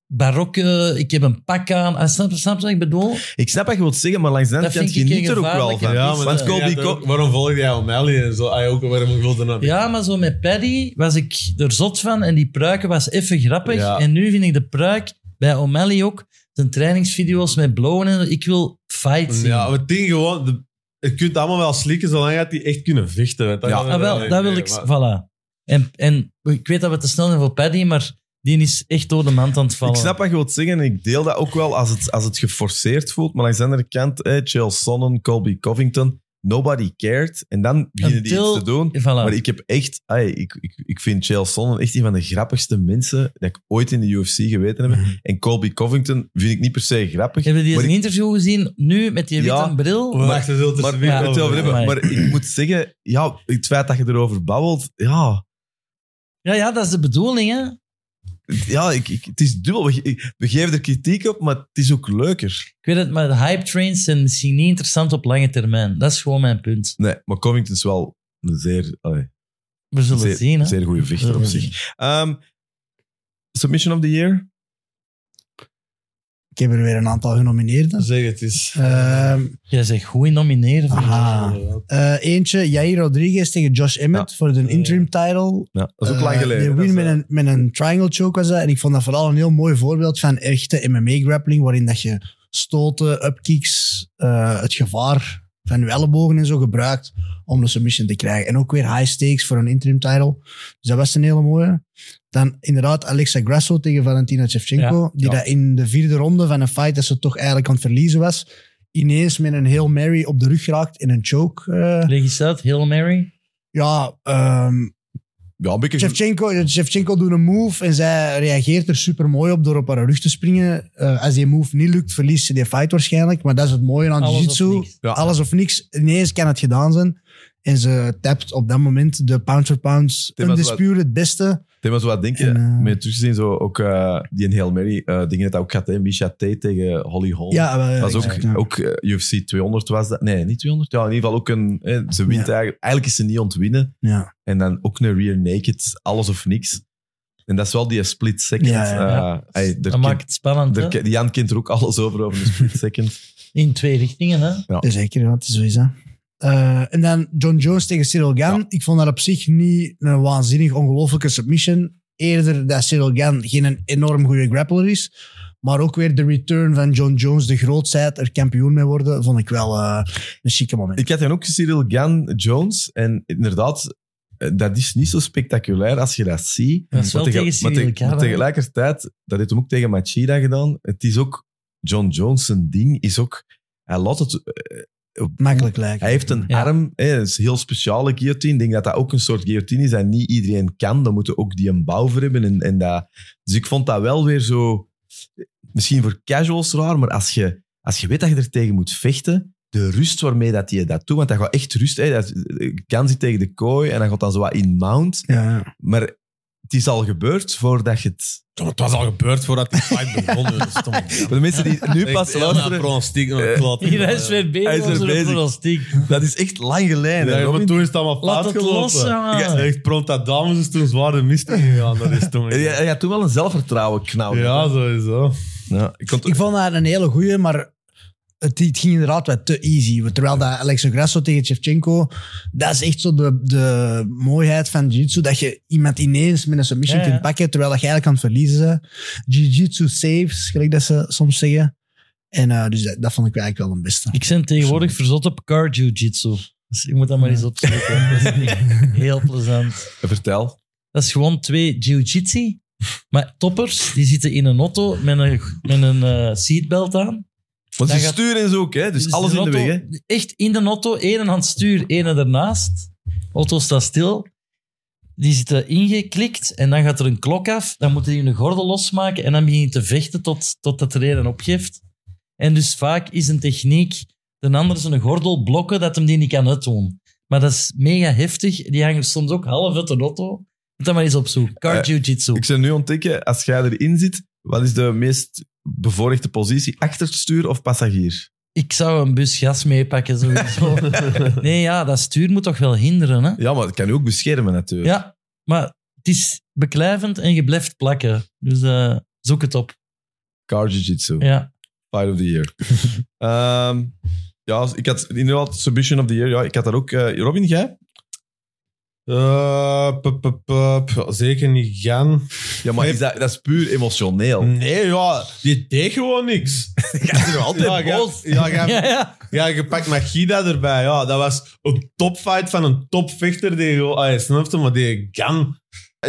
[SPEAKER 2] barokke, ik heb een pak aan, ah, snap, snap je wat ik bedoel?
[SPEAKER 1] Ik snap wat je wilt zeggen, maar langs de andere
[SPEAKER 2] Dat
[SPEAKER 1] kant
[SPEAKER 2] vind ik
[SPEAKER 1] geniet er ook wel
[SPEAKER 2] gevaarlijk,
[SPEAKER 1] van.
[SPEAKER 2] hè. Ja,
[SPEAKER 1] Ja,
[SPEAKER 2] maar
[SPEAKER 1] Want
[SPEAKER 2] dat-
[SPEAKER 1] Colby...
[SPEAKER 3] Ja,
[SPEAKER 1] Co-
[SPEAKER 3] daar- waarom volg jij O'Malley en zo? Hij ook, waarom wilde dat?
[SPEAKER 2] Ja, maar zo met Paddy was ik er zot van en die pruiken was even grappig.
[SPEAKER 3] Ja.
[SPEAKER 2] En nu vind ik de pruik bij O'Malley ook, zijn trainingsvideo's met blowen en zo, ik wil fight zien.
[SPEAKER 3] Ja, maar het ding gewoon... De, je kunt het allemaal wel slikken, zolang je die echt kunnen vechten. want dat
[SPEAKER 1] Ja.
[SPEAKER 3] gaan we
[SPEAKER 2] Ah, wel,
[SPEAKER 3] niet
[SPEAKER 2] dat wil
[SPEAKER 3] doen,
[SPEAKER 2] ik...
[SPEAKER 3] maar-
[SPEAKER 2] Voilà. En, en ik weet dat we te snel zijn voor Paddy, maar die is echt door de mand aan het vallen.
[SPEAKER 1] Ik snap wat je wilt zeggen en ik deel dat ook wel als het, als het geforceerd voelt. Maar langs de andere kant, eh, Chael Sonnen, Colby Covington, nobody cared. En dan beginnen die
[SPEAKER 2] Until-
[SPEAKER 1] iets te doen.
[SPEAKER 2] Voilà.
[SPEAKER 1] Maar ik heb echt, ai, ik, ik, ik vind Chael Sonnen echt een van de grappigste mensen dat ik ooit in de UFC geweten heb. En Colby Covington vind ik niet per se grappig.
[SPEAKER 2] Mhm. Hebben die eens
[SPEAKER 1] maar
[SPEAKER 2] een
[SPEAKER 1] ik-
[SPEAKER 2] interview gezien, nu, met die witte
[SPEAKER 1] Ja. Oh,
[SPEAKER 2] bril?
[SPEAKER 3] Wacht, we zullen het
[SPEAKER 1] maar,
[SPEAKER 3] er
[SPEAKER 1] maar-
[SPEAKER 3] weer
[SPEAKER 1] het
[SPEAKER 3] over
[SPEAKER 1] over hebben.
[SPEAKER 2] Amai.
[SPEAKER 1] maar ik moet zeggen, ja, het feit dat je erover babbelt, ja,
[SPEAKER 2] Ja, ja, dat is de bedoeling, hè.
[SPEAKER 1] ja ik, ik, het is dubbel. We, ik- we geven er kritiek op, maar het is ook leuker.
[SPEAKER 2] Ik weet het, maar de hype trains zijn misschien niet interessant op lange termijn. Dat is gewoon mijn punt.
[SPEAKER 1] Nee, maar Covington is wel een zeer, allee,
[SPEAKER 2] We zullen
[SPEAKER 1] zeer,
[SPEAKER 2] zien, hè.
[SPEAKER 1] zeer goede vechter op zich. Ehm, submission of the year?
[SPEAKER 4] Ik heb er weer een aantal genomineerden.
[SPEAKER 3] Zeg het eens.
[SPEAKER 4] Ehm,
[SPEAKER 2] Jij zegt goed
[SPEAKER 1] Ah,
[SPEAKER 2] nomineren. vind ik.
[SPEAKER 4] aha. Eh, eentje, Jair Rodriguez tegen Josh Emmett voor de interim title.
[SPEAKER 1] Ja, dat is ook lang
[SPEAKER 4] Eh,
[SPEAKER 1] geleden.
[SPEAKER 4] Die
[SPEAKER 1] Dat is,
[SPEAKER 4] win met
[SPEAKER 1] eh,
[SPEAKER 4] een, met een triangle choke was dat. En ik vond dat vooral een heel mooi voorbeeld van echte MMA-grappling, waarin dat je stoten, upkicks, eh, het gevaar van je ellebogen en zo gebruikt om de submission te krijgen. En ook weer high stakes voor een interim title. Dus dat was een hele mooie. Dan inderdaad Alexa Grasso tegen Valentina Shevchenko, die
[SPEAKER 1] ja.
[SPEAKER 4] dat in de vierde ronde van een fight dat ze toch eigenlijk aan het verliezen was, ineens met een Hail Mary op de rug raakt in een choke. eh.
[SPEAKER 2] Leg eens uit, Hail Mary.
[SPEAKER 4] ja, ehm,
[SPEAKER 1] ja, een
[SPEAKER 2] Mhm.
[SPEAKER 1] beetje...
[SPEAKER 4] Shevchenko, eh, Shevchenko doet een move en zij reageert er super mooi op door op haar rug te springen. Eh, als die move niet lukt, verliest ze die fight waarschijnlijk. Maar dat is het mooie aan
[SPEAKER 2] Alles of
[SPEAKER 4] jiu-jitsu.
[SPEAKER 2] niks.
[SPEAKER 1] Ja.
[SPEAKER 4] Alles of niks. Ineens kan het gedaan zijn. En ze tapt op dat moment de pound for pound
[SPEAKER 1] Tim, dat is
[SPEAKER 4] undisputed beste.
[SPEAKER 1] Tim, wat wat denk je?
[SPEAKER 4] En, eh,
[SPEAKER 1] Met terugzien zo ook eh, die een Hail Mary, eh dingen dat ook gaat, hè? Misha Tate tegen Holly Holm.
[SPEAKER 4] Ja, wel,
[SPEAKER 1] Oh. Dat is ook,
[SPEAKER 4] exact, ja.
[SPEAKER 1] ook eh, UFC 200 was dat. Nee, niet 200. Ja, in ieder geval ook een... Hè, ze wint
[SPEAKER 4] Ja.
[SPEAKER 1] eigenlijk... Eigenlijk is ze niet ontwinnen.
[SPEAKER 4] Ja.
[SPEAKER 1] En dan ook een rear naked, alles of niks. En dat is wel die split second.
[SPEAKER 4] Ja, ja,
[SPEAKER 2] ja.
[SPEAKER 1] eh, ey, daar
[SPEAKER 2] Dat
[SPEAKER 1] kent-
[SPEAKER 2] maakt het spannend.
[SPEAKER 1] daar
[SPEAKER 2] hè?
[SPEAKER 1] kent- Jan kent er ook alles over, over een split second.
[SPEAKER 2] In twee richtingen, hè?
[SPEAKER 4] Ja, Zeker, ja, het is sowieso. Eh, en dan John Jones tegen Cyril Gan. Ik vond dat op zich niet een waanzinnig ongelofelijke submission. Eerder dat Cyril Gan geen een enorm goede grappler is. Maar ook weer de return van John Jones, de grootheid, er kampioen mee worden, vond ik wel eh, een chique moment.
[SPEAKER 1] Ik had dan ook Cyril Gan Jones. En inderdaad, eh, dat is niet zo spectaculair als je dat ziet.
[SPEAKER 2] Dat is wel
[SPEAKER 1] Maar
[SPEAKER 2] tegen
[SPEAKER 1] tege- maar
[SPEAKER 2] Cyril
[SPEAKER 1] tege- maar
[SPEAKER 2] Kara.
[SPEAKER 1] tegelijkertijd, dat heeft hem ook tegen Machida gedaan. Het is ook John Jones zijn ding. Is ook, hij, laat het,
[SPEAKER 4] Makkelijk lijken.
[SPEAKER 1] hij heeft een
[SPEAKER 2] Ja.
[SPEAKER 1] arm. Hè, dat is een heel speciale guillotine. Ik denk dat dat ook een soort guillotine is dat niet iedereen kan. Daar moeten ook die een bouw voor hebben. En, en dat, dus ik vond dat wel weer zo... Misschien voor casuals raar, maar als je, als je weet dat je er tegen moet vechten... De rust waarmee dat je dat doet, want dat gaat echt rust. Hè. Dat, kan zit tegen de kooi en dan gaat dan zo wat in mount.
[SPEAKER 4] Ja.
[SPEAKER 1] Maar het is al gebeurd voordat je het
[SPEAKER 3] Het was al gebeurd voordat die fight begon. Stom.
[SPEAKER 1] Voor de mensen die nu pas luisteren,
[SPEAKER 3] pronostiek.
[SPEAKER 1] Eh,
[SPEAKER 2] Hier is weer bezig.
[SPEAKER 1] Hij is weer
[SPEAKER 2] onze
[SPEAKER 1] bezig.
[SPEAKER 2] pronostiek.
[SPEAKER 1] dat is echt lang geleden. hè,
[SPEAKER 3] Ja, maar
[SPEAKER 1] Robin?
[SPEAKER 3] toen is het allemaal
[SPEAKER 2] Laat
[SPEAKER 3] fout
[SPEAKER 2] het
[SPEAKER 3] gelopen.
[SPEAKER 2] los, jongen.
[SPEAKER 3] Ja, echt, prompt dat dames is toen zwaar de mist ingegaan. Dat is toen.
[SPEAKER 1] Hij-
[SPEAKER 3] Ja,
[SPEAKER 1] Hij had toen wel een zelfvertrouwen knauw.
[SPEAKER 3] sowieso.
[SPEAKER 1] Ja, ik kon
[SPEAKER 4] Ik vond dat een hele goeie, maar het, het ging inderdaad wat te easy. Terwijl dat Alexa Grasso tegen Shevchenko, dat is echt zo de, de mooiheid van jiu-jitsu, dat je iemand ineens met een submission
[SPEAKER 2] Ja, ja.
[SPEAKER 4] kunt pakken, terwijl dat je eigenlijk aan het verliezen bent. Jiu-jitsu saves, gelijk dat ze soms zeggen. En eh, dus dat, dat vond ik eigenlijk wel een beste.
[SPEAKER 2] Ik ben tegenwoordig verzot op car jiu-jitsu. Dus ik moet dat maar eens opzoeken. Dat is echt heel plezant.
[SPEAKER 1] vertel.
[SPEAKER 2] Dat is gewoon twee jiu-jitsu. Maar toppers, die zitten in een auto met een, met een eh, seatbelt aan.
[SPEAKER 1] Want ze
[SPEAKER 2] Dan gaat-
[SPEAKER 1] sturen is ook, hè? Dus, alles in de weg,
[SPEAKER 2] auto-
[SPEAKER 1] hè?
[SPEAKER 2] Echt in de auto, één aan het stuur, één ernaast. Auto staat stil. Die zitten ingeklikt en dan gaat er een klok af. Dan moeten die hun gordel losmaken en dan begin je te vechten tot, totdat er één opgeeft. En dus vaak is een techniek de ander zijn gordel blokken dat hem die niet kan uitdoen. Maar dat is mega heftig. Die hangen soms ook half uit de auto. Moet dat maar eens opzoeken. Car
[SPEAKER 1] Eh,
[SPEAKER 2] jiu-jitsu.
[SPEAKER 1] Ik zou nu ontdekken, als jij erin zit, wat is de meest bevoorrechte positie? Achter het stuur of passagier?
[SPEAKER 2] Ik zou een bus gas meepakken sowieso. nee ja, dat stuur moet toch wel hinderen hè?
[SPEAKER 1] Ja, maar dat kan je ook beschermen, natuurlijk.
[SPEAKER 2] Ja, maar het is beklijvend en je blijft plakken. Dus eh, zoek het op.
[SPEAKER 1] Car Jiu-Jitsu,
[SPEAKER 2] Ja.
[SPEAKER 1] Fight of the Year. Ehm, ja, ik had inderdaad Submission of the Year. Ja, ik had daar ook... eh, Robin, jij?
[SPEAKER 3] Eh, pup, pup, pup. Ja, Zeker niet gaan.
[SPEAKER 1] Ja, maar is dat, dat is puur emotioneel.
[SPEAKER 3] Nee, ja, die deed gewoon niks.
[SPEAKER 1] Ja, ze zijn altijd
[SPEAKER 3] ja, jij-
[SPEAKER 1] boos.
[SPEAKER 3] Ja, jij-
[SPEAKER 2] Ja, ja.
[SPEAKER 3] ja, je pakt Magida erbij. Ja, dat was een topfight van een topvechter. Die gewoon, ah, je snapt hem, maar die Gan.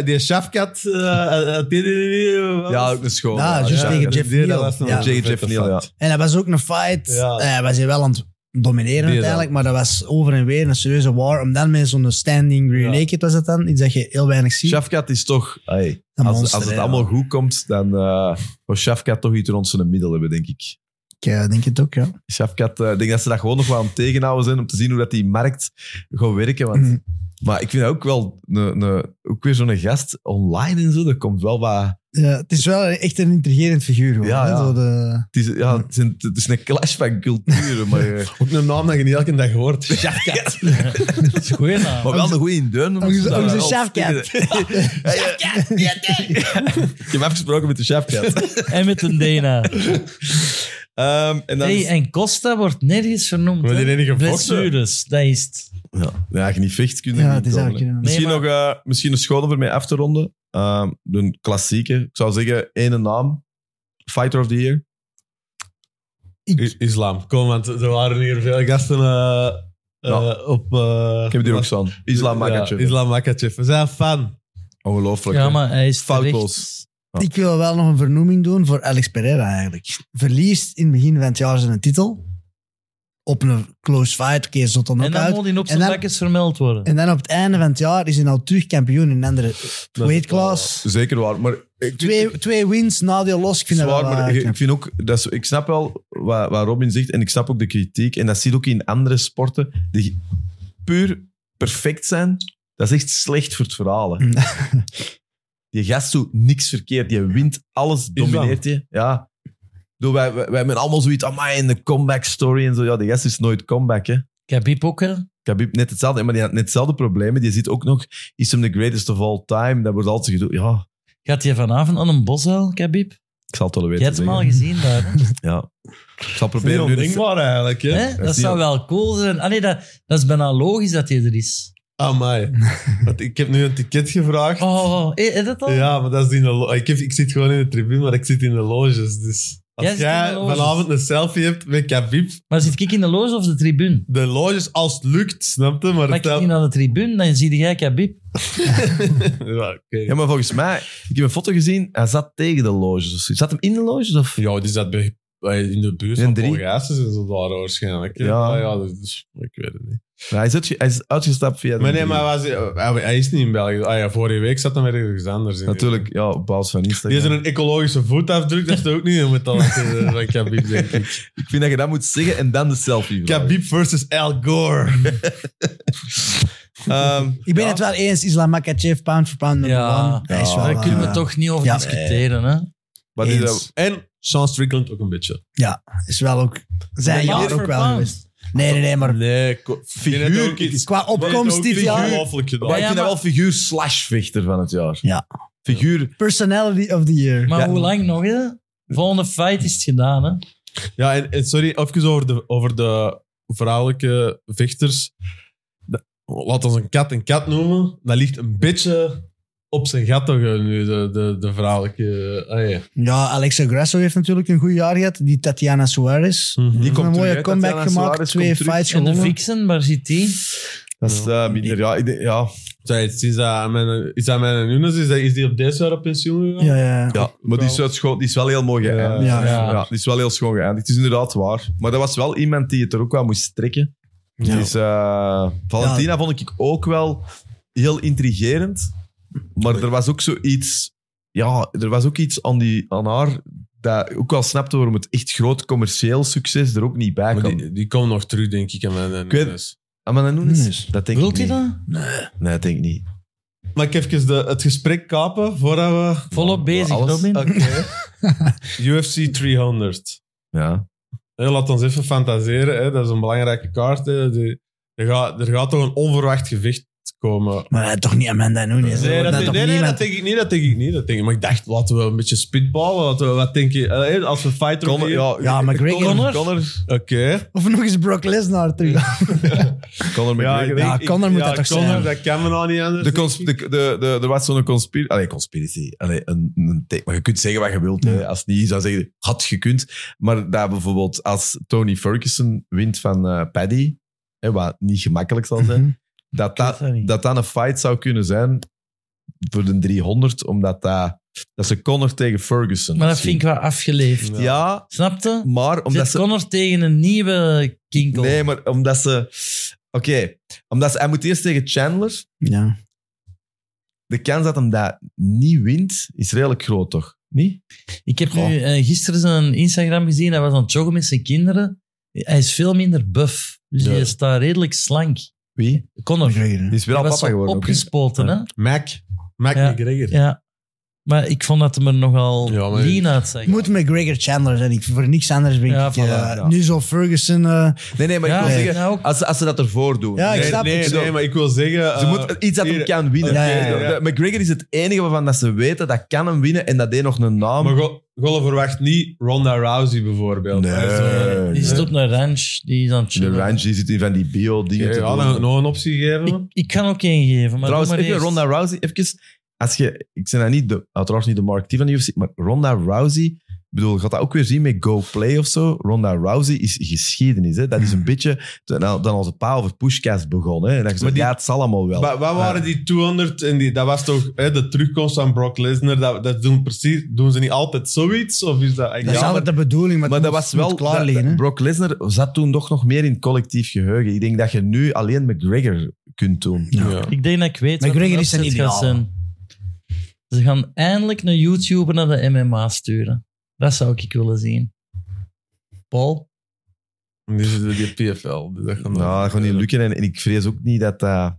[SPEAKER 3] Die Shafkat. eh, eh, eh, die- die- die- die-
[SPEAKER 1] Ja, ook een schoon.
[SPEAKER 4] Ja,
[SPEAKER 3] Nou,
[SPEAKER 4] juist tegen
[SPEAKER 1] ja.
[SPEAKER 4] Jeff
[SPEAKER 3] die- die-
[SPEAKER 4] Neal.
[SPEAKER 3] dat was een
[SPEAKER 4] Ja.
[SPEAKER 1] Tegen Jeff Neal, ja.
[SPEAKER 3] fight.
[SPEAKER 4] En dat was ook een fight.
[SPEAKER 3] Ja.
[SPEAKER 4] Eh, hij was hier wel aan het domineren
[SPEAKER 3] Die
[SPEAKER 4] uiteindelijk, maar dat was over en weer een serieuze war. Om dan met zo'n standing rear
[SPEAKER 3] Ja.
[SPEAKER 4] naked was dat dan, iets dat je heel weinig ziet.
[SPEAKER 1] Shafkat is toch... Hey,
[SPEAKER 4] Een
[SPEAKER 1] als,
[SPEAKER 4] monster,
[SPEAKER 1] als het
[SPEAKER 4] hè,
[SPEAKER 1] allemaal goed komt, dan eh wil Shafkat toch iets rond zijn middel hebben, denk ik.
[SPEAKER 4] Ik eh, denk het ook, ja.
[SPEAKER 1] Shafkat, eh, ik denk dat ze dat gewoon nog wel aan het tegenhouden zijn om te zien hoe dat die markt gaat werken. Want,
[SPEAKER 4] Mhm.
[SPEAKER 1] Maar ik vind dat ook wel... Een, een- ook weer zo'n gast online en zo, dat komt wel wat...
[SPEAKER 4] Ja, het is wel echt een intrigerend figuur. Gewoon,
[SPEAKER 1] Ja,
[SPEAKER 4] hè,
[SPEAKER 1] ja.
[SPEAKER 4] Zo de,
[SPEAKER 1] Het is, ja, het is, een, het is een clash van culturen, maar, eh,
[SPEAKER 3] Ook een naam dat je niet elke dag hoort.
[SPEAKER 2] Shafkat. dat is een goeie naam.
[SPEAKER 1] maar wel een goede deun. omdat
[SPEAKER 4] Onze-
[SPEAKER 1] ze daar
[SPEAKER 4] onze
[SPEAKER 1] wel
[SPEAKER 4] chefcat.
[SPEAKER 1] spelen. Ja, ja. Ik heb afgesproken met de chefcat.
[SPEAKER 2] En met een DNA.
[SPEAKER 1] Ehm en dan
[SPEAKER 2] Hey,
[SPEAKER 1] is-
[SPEAKER 2] en Costa wordt nergens vernoemd.
[SPEAKER 3] Maar die
[SPEAKER 2] hè?
[SPEAKER 3] enige vocht, hè?
[SPEAKER 2] Blessures, dat is het.
[SPEAKER 1] Ja, ja, je niet vecht kunnen.
[SPEAKER 4] ja,
[SPEAKER 1] niet
[SPEAKER 4] het is
[SPEAKER 1] komen,
[SPEAKER 4] eigenlijk...
[SPEAKER 1] hè.
[SPEAKER 4] een-
[SPEAKER 2] Nee,
[SPEAKER 1] Misschien,
[SPEAKER 2] maar-
[SPEAKER 1] nog, eh, misschien een schoon om ermee af te ronden. Ehm, de klassieke. Ik zou zeggen, ene naam. Fighter of the Year.
[SPEAKER 3] I- Islam. Kom, want er waren hier veel gasten eh, eh,
[SPEAKER 1] Ja.
[SPEAKER 3] op... eh,
[SPEAKER 1] Ik heb die er ook staan. Islam
[SPEAKER 3] Ja,
[SPEAKER 1] Makachev.
[SPEAKER 3] Islam Makachev. We zijn fan.
[SPEAKER 1] Ongelooflijk.
[SPEAKER 2] Ja,
[SPEAKER 1] hè.
[SPEAKER 2] maar hij is
[SPEAKER 1] Foutloos.
[SPEAKER 2] terecht.
[SPEAKER 1] Ja.
[SPEAKER 4] Ik wil wel nog een vernoeming doen voor Alex Pereira eigenlijk. Verliest in het begin van het jaar zijn titel. Op een close fight. Oké, zot dan
[SPEAKER 2] En
[SPEAKER 4] ook
[SPEAKER 2] dan
[SPEAKER 4] uit.
[SPEAKER 2] moet hij op
[SPEAKER 4] En
[SPEAKER 2] zijn
[SPEAKER 4] dan-
[SPEAKER 2] bakjes vermeld worden.
[SPEAKER 4] En dan op het einde van het jaar is hij al terug kampioen in een andere weight class.
[SPEAKER 1] Zeker waar. Maar ik,
[SPEAKER 4] Twee, twee wins, nadeel los. Ik vind dat
[SPEAKER 1] Zwaar,
[SPEAKER 4] wel,
[SPEAKER 1] maar
[SPEAKER 4] eh,
[SPEAKER 1] ik- ik, vind ook, dat is, ik snap wel wat, wat Robin zegt en ik snap ook de kritiek. En dat zie je ook in andere sporten die puur perfect zijn. Dat is echt slecht voor het verhaal.
[SPEAKER 4] Mm.
[SPEAKER 1] hè. die gast doet niks verkeerd. Die wint alles, domineert je. Ja. Doe, wij, wij, wij hebben allemaal zoiets, amai, en de comeback story en zo. Ja, die gast is nooit comeback, hè.
[SPEAKER 2] Khabib ook, hè?
[SPEAKER 1] Khabib net hetzelfde, maar die had net hetzelfde problemen. Die zit ook nog, is hem the greatest of all time? Dat wordt altijd gedoe. Ja,
[SPEAKER 2] Gaat hij vanavond aan een bosuil, Khabib?
[SPEAKER 1] ik zal het wel
[SPEAKER 2] Je
[SPEAKER 1] weten.
[SPEAKER 2] hebt hem al
[SPEAKER 1] zeggen.
[SPEAKER 2] gezien daar. hè?
[SPEAKER 1] Ja. Ik zal
[SPEAKER 3] Heel
[SPEAKER 1] proberen nu de
[SPEAKER 3] ondenkbaar eigenlijk, hè?
[SPEAKER 2] Hè?
[SPEAKER 1] dat
[SPEAKER 2] Dat
[SPEAKER 1] is
[SPEAKER 2] zou
[SPEAKER 1] niet-
[SPEAKER 2] wel cool zijn. Allee, dat, dat is bijna logisch dat hij er is.
[SPEAKER 3] Amai. Want ik heb nu een ticket gevraagd.
[SPEAKER 2] Oh, eh, is dat al?
[SPEAKER 3] Ja, maar dat is in de lo- ik, heb, ik zit gewoon in de tribune, maar ik zit in de loges. Dus als
[SPEAKER 2] Jij
[SPEAKER 3] jij,
[SPEAKER 2] zit in de loges.
[SPEAKER 3] vanavond een selfie hebt met Khabib,
[SPEAKER 2] Maar zit ik in de loge of de tribune?
[SPEAKER 3] de loges als het lukt, snap je? Maar,
[SPEAKER 2] Maar
[SPEAKER 3] het
[SPEAKER 2] ik niet naar de tribune, dan zie jij Khabib.
[SPEAKER 3] ja, ik weet
[SPEAKER 1] Ja,
[SPEAKER 3] niet.
[SPEAKER 1] maar volgens mij, ik heb een foto gezien, hij zat tegen de loges. of zo. Zat hem in de loges? Of?
[SPEAKER 3] ja, dus die zat bij, bij- in de buurt
[SPEAKER 1] En
[SPEAKER 3] van
[SPEAKER 1] drie.
[SPEAKER 3] Bulgaarse en zo daar waarschijnlijk. hè.
[SPEAKER 1] Ja.
[SPEAKER 3] Maar ja, dus, ik weet het niet.
[SPEAKER 1] Ja, hij, is uitge- hij is uitgestapt via de
[SPEAKER 3] Maar nee, maar was, hij, hij is niet in België. Ah ja, vorige week zat hij met ergens anders in.
[SPEAKER 1] Natuurlijk, ja, op basis van
[SPEAKER 3] Die
[SPEAKER 1] Instagram.
[SPEAKER 3] is een ecologische voetafdruk, dat is toch ook niet met dat eh, van Khabib, denk ik.
[SPEAKER 1] Ik vind dat je dat moet zeggen en dan de selfie. vragen.
[SPEAKER 3] Khabib versus Al Gore.
[SPEAKER 1] Ehm,
[SPEAKER 4] ik ben het wel eens. Islam Makachev, pound for pound number
[SPEAKER 2] Ja.
[SPEAKER 4] one. Hij is wel,
[SPEAKER 2] Daar
[SPEAKER 4] eh,
[SPEAKER 2] kunnen we toch niet over
[SPEAKER 4] Ja.
[SPEAKER 2] discussiëren, hè?
[SPEAKER 1] wat is
[SPEAKER 4] Eens.
[SPEAKER 1] dat?
[SPEAKER 3] En Sean Strickland ook een beetje.
[SPEAKER 4] is wel ook... Zijn
[SPEAKER 2] Pound
[SPEAKER 4] jaar
[SPEAKER 2] for
[SPEAKER 4] ook wel
[SPEAKER 2] pound.
[SPEAKER 4] geweest. Nee, nee, nee, maar
[SPEAKER 3] Nee, ko-
[SPEAKER 1] Figuur,
[SPEAKER 3] Die net ook
[SPEAKER 1] het
[SPEAKER 3] iets-
[SPEAKER 4] qua opkomst dit jaar...
[SPEAKER 3] Ongelooflijk gedaan.
[SPEAKER 1] Maar ik
[SPEAKER 2] ja,
[SPEAKER 1] vind dat
[SPEAKER 2] maar-
[SPEAKER 1] wel figuur slash vechter van het jaar.
[SPEAKER 4] Ja.
[SPEAKER 1] Figuur,
[SPEAKER 4] Personality of the year.
[SPEAKER 2] Maar
[SPEAKER 1] Ja.
[SPEAKER 2] hoe lang nog, hè? Volgende fight is het gedaan, hè?
[SPEAKER 3] Ja, en, en sorry, even over de, over de vrouwelijke vechters. De- laat ons een kat een kat noemen. Dat ligt een beetje op zijn gat toch eh, nu, de, de, de vrouwelijke... eh, ah, ja.
[SPEAKER 4] Ja, Alexa Grasso heeft natuurlijk een goed jaar gehad. Die Tatiana Suarez.
[SPEAKER 3] Mhm.
[SPEAKER 1] die komt
[SPEAKER 4] een
[SPEAKER 1] terug,
[SPEAKER 4] mooie
[SPEAKER 1] hè,
[SPEAKER 4] comeback
[SPEAKER 1] Tatiana
[SPEAKER 4] gemaakt.
[SPEAKER 1] Suarez
[SPEAKER 4] twee
[SPEAKER 1] komt terug.
[SPEAKER 4] fights
[SPEAKER 2] En de
[SPEAKER 4] gewonnen.
[SPEAKER 2] Vixen, waar zit die?
[SPEAKER 1] Dat is eh, minder, ja. ik denk- ja.
[SPEAKER 3] Zij- Is dat mijn, is dat mijn Nunes? Is, dat- is die op deze jaar op pensioen gegaan?
[SPEAKER 4] Ja, ja. ja.
[SPEAKER 1] ja. Maar die is, uit schoon- die is wel heel mooi geëindigd.
[SPEAKER 4] Ja.
[SPEAKER 1] Ja. die is wel heel schoon geëindigd. Het is inderdaad waar. Maar dat was wel iemand die het er ook wel moest trekken.
[SPEAKER 3] Ja.
[SPEAKER 1] Dus eh, Valentina vond ik ook wel heel intrigerend. Maar er was ook zoiets... Ja, er was ook iets aan, die, aan haar dat ik ook wel snapte waarom het echt groot commercieel succes er ook niet bij
[SPEAKER 3] Maar
[SPEAKER 1] kwam. Ah,
[SPEAKER 3] die, die komt nog terug, denk ik, Amanda
[SPEAKER 1] weet-
[SPEAKER 3] Nunes.
[SPEAKER 1] Amanda Nunes?
[SPEAKER 4] Nunes.
[SPEAKER 1] Dat denk
[SPEAKER 2] Wilt
[SPEAKER 1] ik
[SPEAKER 2] hij
[SPEAKER 1] niet.
[SPEAKER 2] dat?
[SPEAKER 1] Nee, dat denk ik niet.
[SPEAKER 3] Mag ik even de, het gesprek kapen voordat we...
[SPEAKER 2] Volop bezig,
[SPEAKER 1] alles-
[SPEAKER 2] Robin.
[SPEAKER 3] Oké. UFC 300.
[SPEAKER 1] Ja.
[SPEAKER 3] Hè, laat ons even fantaseren. Hè. Dat is een belangrijke kaart. Hè. Die- er, gaat, er gaat toch een onverwacht gevecht komen.
[SPEAKER 4] Maar hij had toch niet Amanda Nunes.
[SPEAKER 3] Nee, dat,
[SPEAKER 4] had
[SPEAKER 3] nee,
[SPEAKER 4] toch
[SPEAKER 3] nee,
[SPEAKER 4] niemand-
[SPEAKER 3] dat denk ik niet. Dat denk ik niet. Dat denk ik. Maar ik dacht, laten we een beetje spitballen. Laten we, wat denk je? Eh, Hè, Als we fighter...
[SPEAKER 1] Connor, ja,
[SPEAKER 4] Ja, McGregor.
[SPEAKER 1] Connor,
[SPEAKER 2] Connor?
[SPEAKER 1] Connor,
[SPEAKER 3] Oké.
[SPEAKER 4] Of nog eens Brock Lesnar terug.
[SPEAKER 1] Connor
[SPEAKER 3] Ja, ik
[SPEAKER 1] McGregor.
[SPEAKER 3] denk-
[SPEAKER 4] Ja,
[SPEAKER 3] ik-
[SPEAKER 4] Connor moet dat toch
[SPEAKER 3] Connor,
[SPEAKER 4] zijn.
[SPEAKER 3] dat kan me nou niet
[SPEAKER 2] Dus
[SPEAKER 3] anders.
[SPEAKER 1] De cons- de, de, de, er was zo'n conspiracy. Allee, conspiracy. Allee, een, een te- maar je kunt zeggen wat je wilt. Hè. Als het niet is, dan zeg je, had gekund. Maar daar bijvoorbeeld, als Tony Ferguson wint van eh, Paddy, hè, wat niet gemakkelijk zal zijn,
[SPEAKER 4] Mhm.
[SPEAKER 1] dat,
[SPEAKER 2] Mhm.
[SPEAKER 1] dat,
[SPEAKER 2] weet dat niet.
[SPEAKER 1] dat dat een fight zou kunnen zijn voor de 300, omdat dat, dat ze Connor tegen Ferguson
[SPEAKER 2] Maar dat
[SPEAKER 1] zien.
[SPEAKER 2] vind ik wel afgeleefd.
[SPEAKER 3] Ja.
[SPEAKER 1] Ja,
[SPEAKER 2] Snapte?
[SPEAKER 1] maar omdat
[SPEAKER 2] Zet
[SPEAKER 1] ze...
[SPEAKER 2] Connor tegen een nieuwe kinkel.
[SPEAKER 1] Nee, maar omdat ze... Oké, omdat ze... Hij moet eerst tegen Chandler.
[SPEAKER 4] Ja.
[SPEAKER 1] De kans dat hem dat niet wint, is redelijk groot, toch? Niet?
[SPEAKER 2] Ik heb nu
[SPEAKER 1] Goh.
[SPEAKER 2] eh, gisteren zijn Instagram gezien. Hij was aan het joggen met zijn kinderen. Hij is veel minder buff. Dus
[SPEAKER 1] Ja.
[SPEAKER 2] hij staat redelijk slank.
[SPEAKER 1] Wie?
[SPEAKER 2] Connor.
[SPEAKER 4] McGregor, hè.
[SPEAKER 1] Die is weer al
[SPEAKER 2] Hij was
[SPEAKER 1] papa
[SPEAKER 2] zo
[SPEAKER 1] geworden. ook, hè?
[SPEAKER 2] opgespoten, hè?
[SPEAKER 3] Mac. Mac
[SPEAKER 2] Ja.
[SPEAKER 3] McGregor.
[SPEAKER 2] Ja. Maar ik vond dat hem er nogal
[SPEAKER 3] Ja, maar-
[SPEAKER 2] lean uitzag.
[SPEAKER 4] Het moet McGregor Chandler zijn. Ik, voor niks anders ben
[SPEAKER 2] Ja,
[SPEAKER 4] ik...
[SPEAKER 2] voilà,
[SPEAKER 4] eh,
[SPEAKER 1] ja.
[SPEAKER 4] Nu zo Ferguson... eh,
[SPEAKER 1] Nee, nee, maar ik
[SPEAKER 2] Ja,
[SPEAKER 1] wil
[SPEAKER 4] nee.
[SPEAKER 1] zeggen,
[SPEAKER 2] nou ook.
[SPEAKER 1] als, als ze dat ervoor doen.
[SPEAKER 4] Ja, ik
[SPEAKER 3] nee,
[SPEAKER 4] snap
[SPEAKER 3] nee,
[SPEAKER 4] het.
[SPEAKER 3] nee, maar ik wil zeggen...
[SPEAKER 1] Ze
[SPEAKER 3] eh,
[SPEAKER 1] moet iets dat hem
[SPEAKER 3] hier-
[SPEAKER 1] kan winnen.
[SPEAKER 4] Ja, ja,
[SPEAKER 3] ja.
[SPEAKER 1] De- McGregor is het enige waarvan dat ze weten dat kan hem winnen en dat deed nog een naam.
[SPEAKER 3] Maar Go- Golle verwacht niet Ronda Rousey bijvoorbeeld. Dus, eh,
[SPEAKER 1] Nee.
[SPEAKER 3] Hè, zo.
[SPEAKER 2] Die zit op een ranch, die is aan het
[SPEAKER 1] de
[SPEAKER 2] chillen.
[SPEAKER 1] ranch die zit in van die bio-dingen.
[SPEAKER 3] Ja,
[SPEAKER 1] te
[SPEAKER 3] ja,
[SPEAKER 1] doen.
[SPEAKER 3] dan nog een optie geven.
[SPEAKER 2] Ik, ik kan ook één geven, maar
[SPEAKER 1] Trouwens,
[SPEAKER 2] doe maar
[SPEAKER 1] even
[SPEAKER 2] eerst.
[SPEAKER 1] Ronda Rousey, even, als je, ik zeg dat niet, de, uiteraard niet de Mark T van de UFC, maar Ronda Rousey, ik bedoel, je gaat dat ook weer zien met Go Play of zo. Ronda Rousey is geschiedenis, hè. Dat is een beetje, te- nou, dan onze pa over pushcast begon, hè. En dat je zo,
[SPEAKER 3] Maar die-
[SPEAKER 1] ja, het zal allemaal wel.
[SPEAKER 3] Maar wat waren die 200? En die, dat was toch hè, de terugkomst van Brock Lesnar? Dat, dat doen, precies, doen ze niet altijd zoiets? Of is dat...
[SPEAKER 4] dat is
[SPEAKER 3] Ja,
[SPEAKER 4] altijd de bedoeling, maar,
[SPEAKER 1] maar
[SPEAKER 4] het
[SPEAKER 1] dat
[SPEAKER 4] moet-
[SPEAKER 1] was
[SPEAKER 4] moet
[SPEAKER 1] wel...
[SPEAKER 4] klaar
[SPEAKER 1] dat-
[SPEAKER 4] liggen, hè.
[SPEAKER 1] Brock Lesnar zat toen toch nog meer in het collectief geheugen. Ik denk dat je nu alleen McGregor kunt doen.
[SPEAKER 3] maar-
[SPEAKER 4] Ja.
[SPEAKER 3] ja.
[SPEAKER 2] Ik denk dat ik weet
[SPEAKER 4] Maar
[SPEAKER 2] wat
[SPEAKER 4] Gregor
[SPEAKER 2] de
[SPEAKER 4] is een
[SPEAKER 2] opzet gaat
[SPEAKER 4] ideaal.
[SPEAKER 2] zijn. Ze gaan eindelijk een YouTuber naar de MMA sturen. Dat zou ik willen zien. Paul?
[SPEAKER 3] Die zitten die PFL. Dus dat gaat nog-
[SPEAKER 1] Nou, dat gaat niet lukken. En, en ik vrees ook niet dat dat...